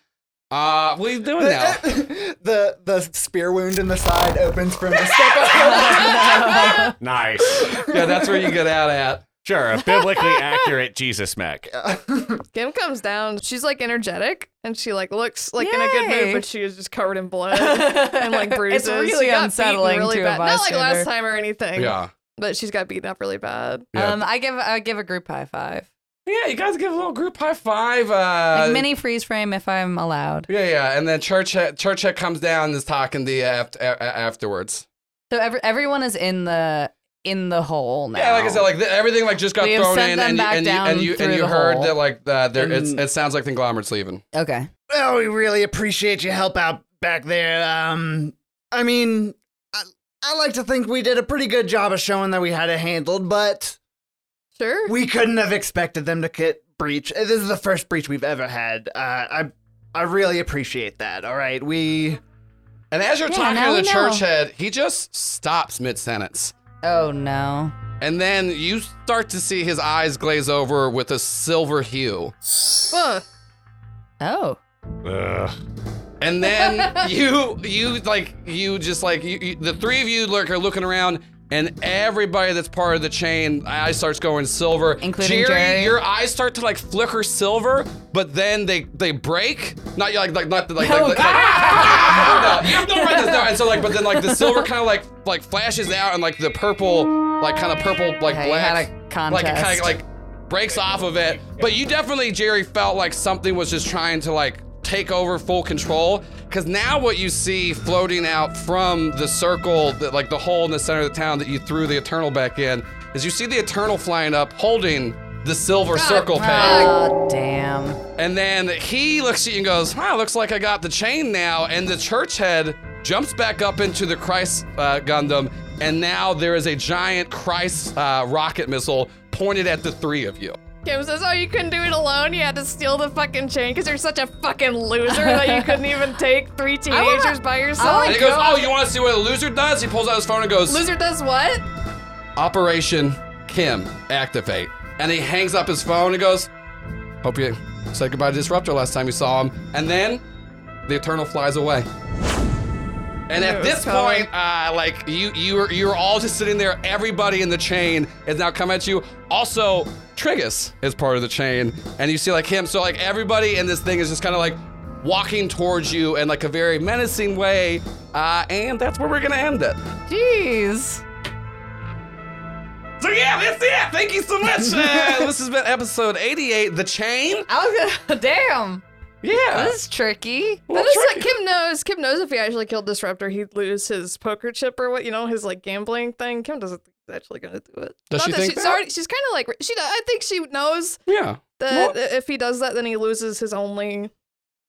A: Uh, what are you doing now?
B: the the spear wound in the side opens from the step.
E: Nice.
A: yeah, that's where you get out at.
E: Sure, a biblically accurate Jesus mech.
F: Kim comes down. She's like energetic, and she like looks like in a good mood,
D: Yay.
F: but she is just covered in blood and like bruises.
D: really
F: She got beaten
D: unsettling
F: really
D: to a
F: bad. Not like
D: bystander.
F: last time or anything.
A: Yeah.
F: But she's got beaten up really bad.
A: Yeah.
D: Um, I give I give a group high five.
A: Yeah, you guys give a little group high five. Uh,
D: Like mini freeze frame if I'm allowed.
A: Yeah, yeah, and then Churchhead Churchhead comes down and is talking uh, to you aft- a- a- afterwards.
D: So every, everyone is in the in the hole now.
A: Yeah, like I said, like th- everything like just got
D: We have
A: thrown
D: sent
A: in,
D: them
A: and you,
D: back
A: and you and
D: down
A: you, and
D: through
A: you
D: the
A: heard
D: hole. Mm.
A: that like uh, there it's,
B: And-
A: it sounds like the conglomerate's leaving.
D: okay.
B: oh, we really appreciate your help out back there. Um, I mean, I, I like to think we did a pretty good job of showing that we had it handled, but
F: Sure.
B: we couldn't have expected them to get breach. This is the first breach we've ever had. Uh, I I really appreciate that. All right, we
A: And as you're
D: Yeah,
A: talking
D: now
A: to the
D: we know.
A: Churchhead, he just stops mid sentence,
D: Oh no.
A: and then you start to see his eyes glaze over with a silver hue,
F: Ugh.
D: Oh.
A: and then you you like you just like you, you, the three of you look are looking around. And everybody that's part of the chain, eye starts going silver. Jerry,
D: Including Jerry.
A: your eyes start to like flicker silver, but then they they break. Not like like not like
D: Oh,
A: like. like, like no, you have no right to- no. And so like, but then like the silver kind of like like flashes out, and like the purple like kind of purple like
D: Yeah, you had
A: black
D: a
A: like it kind
D: contest.
A: of like breaks off of it. But you definitely Jerry felt like something was just trying to like take over full control because now what you see floating out from the circle that like the hole in the center of the town that you threw the eternal back in is you see the eternal flying up holding the silver circle peg.
D: Oh damn.
A: And then he looks at you and goes, huh, looks like I got the chain now. And the church head jumps back up into the Christ uh, Gundam. And now there is a giant Christ uh, rocket missile pointed at the three of you.
F: Kim says, "Oh, you couldn't do it alone. You had to steal the fucking chain because you're such a fucking loser that you couldn't even take three teenagers by yourself."
A: And he goes, oh, you want to see what a loser does? He pulls out his phone and goes,
F: Loser does what?
A: Operation Kim, activate. And he hangs up his phone and goes, hope you said goodbye to Disruptor last time you saw him. And then the Eternal flies away. And
F: It
A: at
F: was
A: this
F: coming.
A: point, uh, like you, you were, you were all just sitting there. Everybody in the chain is now coming at you. Also, Trigus is part of the chain, and you see like him. So like everybody in this thing is just kind of like walking towards you in like a very menacing way. Uh, and that's where we're gonna end it.
D: Jeez.
A: So yeah, that's it. Thank you so much. Uh, this has been episode 88, The Chain.
D: I was gonna damn.
A: Yeah.
D: This is tricky.
F: That is what Kim knows. Kim knows if he actually killed Disruptor, he'd lose his poker chip or what you know, his like gambling thing. Kim doesn't think he's actually gonna do it.
A: Does she
F: that
A: think
F: she's
A: that?
F: already- she's kind of like she. I think she knows
A: Yeah.
F: that if he does that, then he loses his only.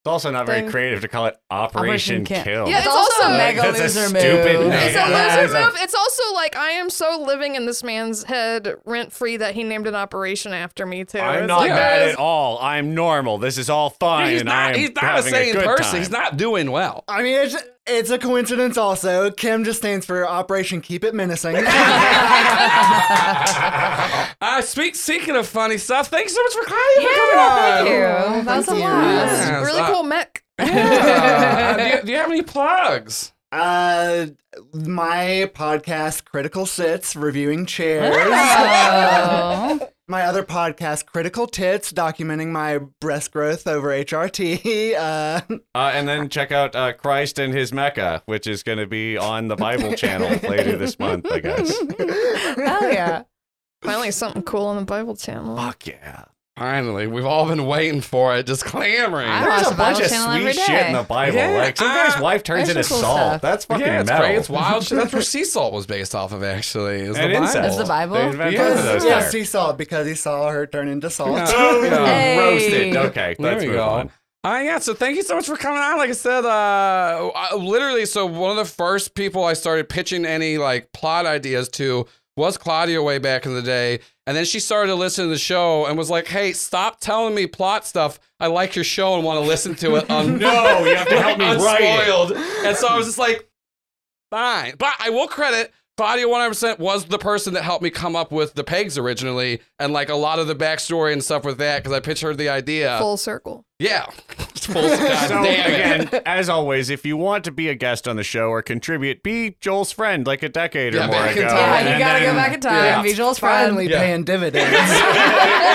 E: It's also not very
F: Thing.
E: creative to call it Operation,
D: Operation Ki-
A: Oh,
E: Kill.
F: Yeah,
D: It's also a mega
E: That's a
D: loser
E: stupid
D: move.
E: name.
F: It's a
E: Yeah,
F: loser
E: it's a-
F: move. It's also like I am so living in this man's head rent free that he named an operation after me too.
E: I'm
F: It's
E: not
F: like,
E: mad
F: guys,
E: at all. I'm normal. This is all fine.
A: He's
E: and
A: not,
E: I'm
A: he's not a
E: having
A: sane
E: good
A: person.
E: time.
A: He's not doing well.
B: I mean, it's It's a coincidence, also. Kim just stands for Operation Keep It Menacing.
A: Uh, speak, speaking of funny stuff, thanks so much for Claudia for coming on.
D: Thank you. That was a
B: Thank you.
D: lot.
A: Yes.
F: really
A: Uh,
F: cool mech.
A: yeah. Uh, do, you, do you have any plugs?
B: Uh, my podcast, Critical Sits, reviewing chairs.
C: Ah!
D: Oh.
B: my other podcast, Critical Tits, documenting my breast growth over HRT. Uh,
E: Uh, and then check out uh, Christ and His Mecca, which is going to be on the Bible Channel later this month, I guess.
C: Hell yeah.
F: Finally, something cool on the Bible Channel.
A: Uh,
E: Fuck yeah.
A: Finally, we've all been waiting for it, just clamoring.
D: I watch
E: There's a
D: the Bible
E: bunch of
D: Channel
E: sweet
D: every
E: shit in the
D: day.
E: Bible.
A: Yeah,
E: like some guy's
A: uh,
E: wife turns
C: there's
E: into
C: some cool
E: salt.
C: stuff.
E: That's fucking
A: yeah, it's
E: metal.
A: great. It's wild shit. That's where sea salt was based off of, actually. Is
E: And
A: the Bible.
E: incest.
C: Is the Bible?
E: They invented
A: Yeah.
E: both of those
B: yes,
E: there.
B: he saw it because he saw her turn into salt.
E: Oh,
A: Hey.
E: roasted. Okay,
A: There
E: let's
A: we
E: move
A: go.
E: on.
A: Uh, yeah, so thank you so much for coming on. Like I said, uh, I- literally, so one of the first people I started pitching any like plot ideas to was Claudia way back in the day. And then she started to listen to the show and was like, hey, stop telling me plot stuff. I like your show and want to listen to it un-
E: No, you have to help me write it.
A: unspoiled. And so I was just like, fine. But I will credit Claudia 100% was the person that helped me come up with the pegs originally and like a lot of the backstory and stuff with that because I pitched her the idea.
F: Full circle.
A: Yeah. It's full- God
E: So
A: damn it.
E: again, as always, if you want to be a guest on the show or contribute, be Joel's friend like a decade
A: Yeah,
E: or more
A: back in
E: ago.
A: time.
C: Yeah,
E: And
C: you gotta
E: then-
C: go back in time.
A: yeah.
C: Be Joel's friend.
B: Finally
A: Yeah.
B: paying dividends.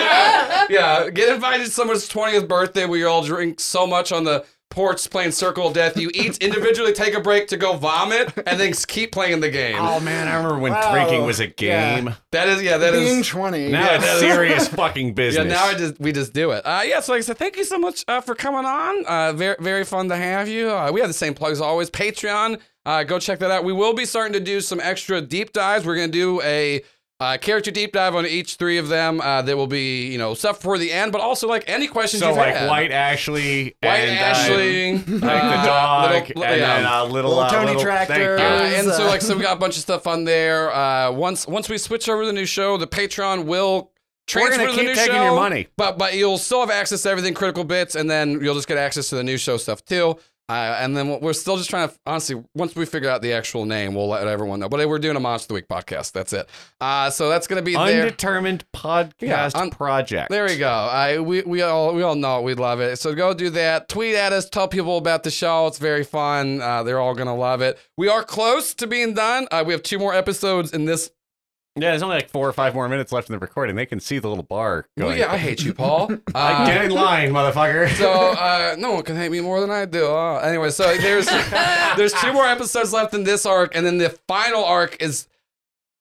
A: yeah, get invited to someone's 20th birthday where you all drink so much on the porch playing Circle of Death. You each individually take a break to go vomit and then s- keep playing the game.
E: Oh man, I remember when
B: Wow.
E: drinking was a
B: Yeah.
E: game.
A: That is, yeah, that
B: Being
A: is.
B: 20.
E: Now
A: Yeah, that
E: it's
A: is-
E: serious fucking
A: Yeah,
E: business.
A: now I just, we just do it. Uh, yeah, so like I said, thank you so much uh, for coming on. Uh, very, very fun to have you. Uh, we have the same plugs always. Patreon, uh, go check that out. We will be starting to do some extra deep dives. We're going to do a uh, character deep dive on each three of them. Uh, there will be, you know, stuff for the end, but also like any questions
E: so
A: you've
E: like
A: had.
E: White Ashley,
A: White
E: and, uh,
A: Ashley,
E: like the dog, and then uh, little,
B: Little
E: uh,
B: Tony
E: little,
B: Tractor.
E: thank you.
A: uh,
B: Yeah.
A: and so like so we got a bunch of stuff on there. Uh, once once we switch over to the new show, the Patreon will transfer to
E: gonna
A: the
E: keep
A: new
E: taking
A: show,
E: your money.
A: But but you'll still have access to everything critical bits, and then you'll just get access to the new show stuff too. Uh, and then we're still just trying to honestly. Once we figure out the actual name, we'll let everyone know. But we're doing a Monster of the Week podcast. That's it. Uh, so that's gonna be there.
E: Undetermined podcast
A: Yeah, un-
E: project.
A: There we go. I we, we all we all know it. we love it. So go do that. Tweet at us. Tell people about the show. It's very fun. Uh, they're all gonna love it. We are close to being done. Uh, we have two more episodes in this.
E: Yeah, there's only like four or five more minutes left in the recording. They can see the little bar
A: Oh
E: going.
A: yeah, I hate you, Paul. Uh,
E: Get in line, motherfucker.
A: so uh, no one can hate me more than I do. Uh, anyway, so there's there's two more episodes left in this arc, and then the final arc is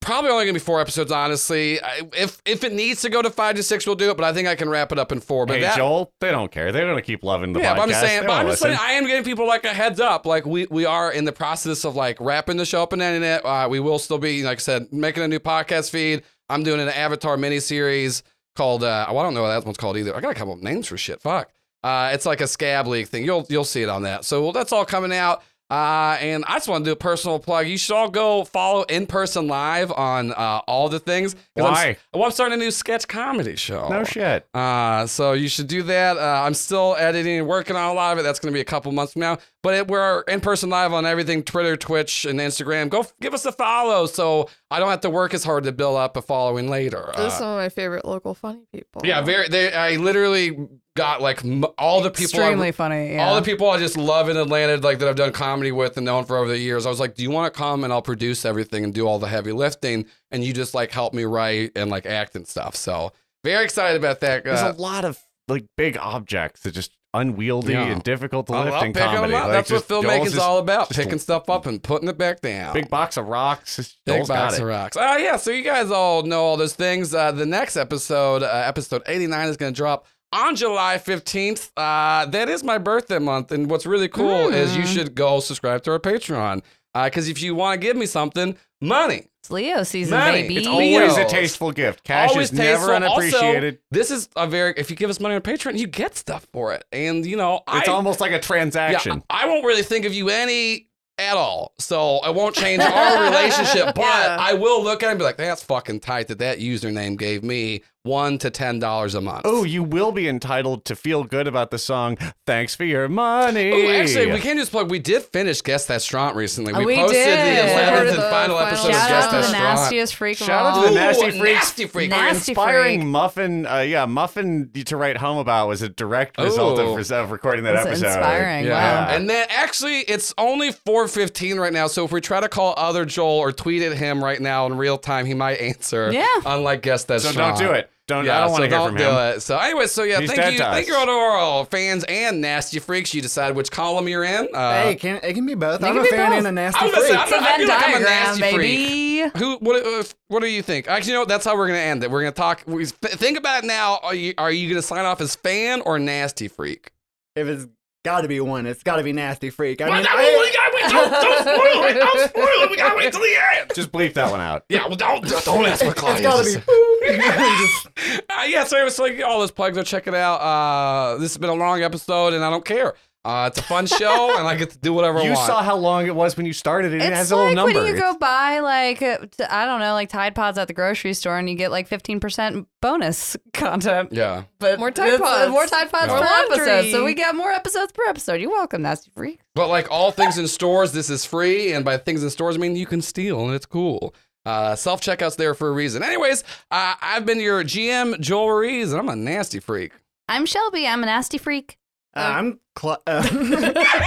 A: probably only gonna be four episodes. Honestly, I, if if it needs to go to five to six, we'll do it. But I think I can wrap it up in four. But
E: hey
A: that,
E: Joel, they don't care. They're gonna keep loving the
A: yeah,
E: podcast.
A: but I'm just saying,
E: They
A: but I'm
E: don't
A: just
E: listen.
A: saying, I am giving people like a heads up. Like we we are in the process of like wrapping the show up and ending it. Uh, we will still be, like I said, making a new podcast feed. I'm doing an Avatar miniseries called. Uh, well, I don't know what that one's called either. I got a couple of names for shit. Fuck. Uh, it's like a scab league thing. You'll you'll see it on that. So well, that's all coming out. Uh, and I just want to do a personal plug. You should all go follow in person live on uh, all the things. 'Cause I'm s-
E: Why?
A: well, I'm starting a new sketch comedy show.
E: no shit.
A: Uh, so you should do that. Uh, I'm still editing and working on a lot of it. That's going to be a couple months from now. But it, we're in person live on everything Twitter, Twitch, and Instagram. Go f- give us a follow so I don't have to work as hard to build up a following later.
F: Those are
A: Uh,
F: some of my favorite local funny people.
A: yeah, very. They, I literally got like m- all the people. I-
C: Extremely funny. Yeah.
A: all the people I just love in Atlanta, like that I've done comedy with and known for over the years. I was like, "Do you want to come and I'll produce everything and do all the heavy lifting, and you just like help me write and like act and stuff." So very excited about that.
E: There's
A: Uh,
E: a lot of like big objects that just unwieldy
A: Yeah.
E: and difficult to
A: I
E: lift
A: love
E: in
A: picking 'em
E: comedy.
A: up.
E: Like,
A: That's what
E: just- Joel's
A: filmmaking's
E: just
A: all about:
E: just
A: picking stuff up and putting it back down.
E: Big box of rocks. Just,
A: Big
E: Joel's
A: box
E: got it.
A: of rocks. Oh yeah, so you guys all know all those things. Uh, the next episode, uh, episode eighty nine, is going to drop on July fifteenth. Uh, that is my birthday month, and what's really cool is
E: Hmm.
A: you should go subscribe to our Patreon because if you want to give me something, money.
D: It's Leo season,
A: Money.
D: baby.
A: It's
E: Always a
A: Leos.
E: tasteful gift. Cash
A: Always
E: is never
A: tasteful.
E: unappreciated.
A: Also, this is a very. If you give us money on Patreon, you get stuff for it, and you know
E: it's
A: I
E: almost like a transaction.
A: Yeah, I I won't really think of you any at all. So I won't change our relationship, but
F: Yeah.
A: I will look at it and be like, that's fucking tight that that username gave me one to ten dollars a month.
E: Oh, you will be entitled to feel good about the song. Thanks for your money.
A: Ooh, Oh, actually, we can just plug. We did finish Guest That Strong recently. We,
C: Oh, We
A: posted
C: did.
A: the eleventh and
F: Recorded the
A: final episode of Guest
F: final
C: Shout out
A: That
C: to the
A: Strong.
C: nastiest freak of
E: Shout out
C: all.
E: to the
A: Ooh,
E: Nasty Freaks.
A: Nasty Freak.
E: For
C: Nasty
E: inspiring
C: Freak.
E: Muffin, uh, yeah, Muffin to write home about was a direct result
A: Ooh.
E: of, res- of recording that
C: That's
E: episode.
C: inspiring.
A: Yeah.
C: Wow.
A: And then actually, it's only 415 right now. So if we try to call other Joel or tweet at him right now in real time, he might answer.
C: Yeah.
A: Unlike Guess That
E: So
A: Strong.
E: don't do it. Don't.
A: Yeah,
E: Oh, I don't
A: so
E: want to hear
A: don't
E: from
A: do
E: him.
A: it. So anyway, so yeah,
E: He's
A: thank
E: dead
A: you,
E: to
A: thank
E: us.
A: you all to all fans and nasty freaks. You decide which column you're in. Uh,
B: hey, can, it can be both. I'm
C: can
B: a
C: be
B: fan
C: both.
B: and a nasty
A: I'm gonna say,
B: freak.
A: I'm not- I feel like I'm a nasty freak.
C: baby.
A: Who? What? uh, What do you think? Actually, you know what? That's how we're gonna end it. We're gonna talk. We, th- think about it now. Are you are you gonna sign off as fan or nasty freak?
B: If it's got to be one, it's got to be nasty freak. I
G: Well,
B: mean,
G: that-
B: I-
G: well, we gotta wait. Don't, don't spoil it. Don't spoil it. We gotta wait till the end.
E: Just bleep that one out.
G: Yeah, well, don't, don't ask for
B: it's got to be.
A: uh, yeah, so it's like all those plugs. Go check it out. Uh, this has been a long episode, and I don't care. Uh, it's a fun show, and I get to do whatever I
E: You
A: want.
E: saw how long it was when you started it. It
D: It's
E: has a little
D: like
E: number.
D: when you
E: It's-
D: go buy like uh, t- I don't know, like Tide Pods at the grocery store, and you get like fifteen percent bonus content.
A: yeah.
D: But
F: More Tide
D: it's, uh,
F: Pods.
D: more Tide Pods
F: More
D: per
F: laundry.
D: episode. So we got more episodes per episode. You're welcome, nasty freak.
A: But like all things in stores, this is free, and by things in stores, I mean you can steal, and it's cool. Uh, Self checkouts there for a reason. Anyways, uh, I've been your GM Joel Ruiz, and I'm a nasty freak.
D: I'm Shelby. I'm a nasty freak.
A: Oh.
B: I'm cl- uh,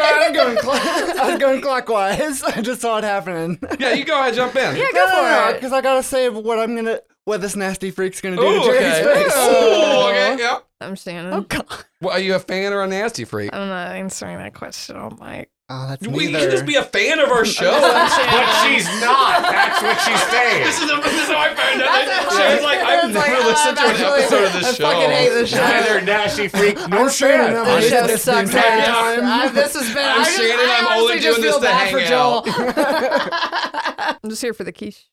B: I'm going. Cl- I was going clockwise. I just saw it happening.
A: Yeah, you go ahead, jump in. yeah,
D: Go for it.
B: Because I gotta save what I'm gonna, what this nasty freak's gonna do
A: Ooh,
B: to Jerry's
A: okay.
B: face.
A: Ooh, okay, yeah.
F: I'm standing.
A: Well, are you a fan or a nasty freak?
F: I'm not answering that question on mic.
B: Oh, that's
A: We you
B: neither.
A: can just be a fan of our show.
E: But she's not. That's what she's saying.
G: This is, this is how I found out.
A: That's
G: She was like, I've never listened to an
A: actually-
G: episode of this
A: I
G: show.
A: fucking hate this
E: Neither Nasty Freak nor
B: I'm
E: Shannon.
B: Shannon. I'm
E: I
B: Shannon.
E: should-
B: This is the entire time.
C: I- this has been.
A: I'm
C: I just,
A: Shannon,
C: I
A: I'm
C: honestly
A: only
C: just
A: doing this
C: feel
A: to
C: bad
A: hang
C: for Joel.
A: out.
F: I'm just here for the quiche.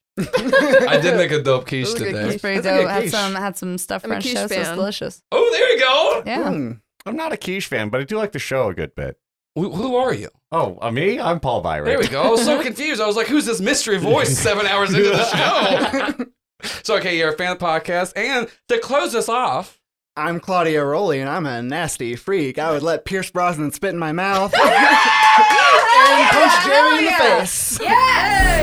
A: I did make a dope quiche
F: That was a good
A: today.
F: quiche.
D: Pretty
B: That's a good
D: dope. Had
B: quiche.
D: some had some stuffed
F: I'm a
D: French
F: quiche
D: toast. It was
F: fan.
D: delicious.
A: Oh, there you go.
D: Yeah.
B: Mm.
E: I'm not a Quiche fan, but I do like the show a good bit.
A: Who, who are you?
E: Oh, uh, me? I'm Paul Byron.
A: There we go. I was so confused. I was like, who's this mystery voice seven hours into the show? so, okay, you're a fan of the podcast. And to close us off,
B: I'm Claudia Rowley, and I'm a nasty freak. I would let Pierce Brosnan spit in my mouth and punch Jerry in the face.
D: Yes.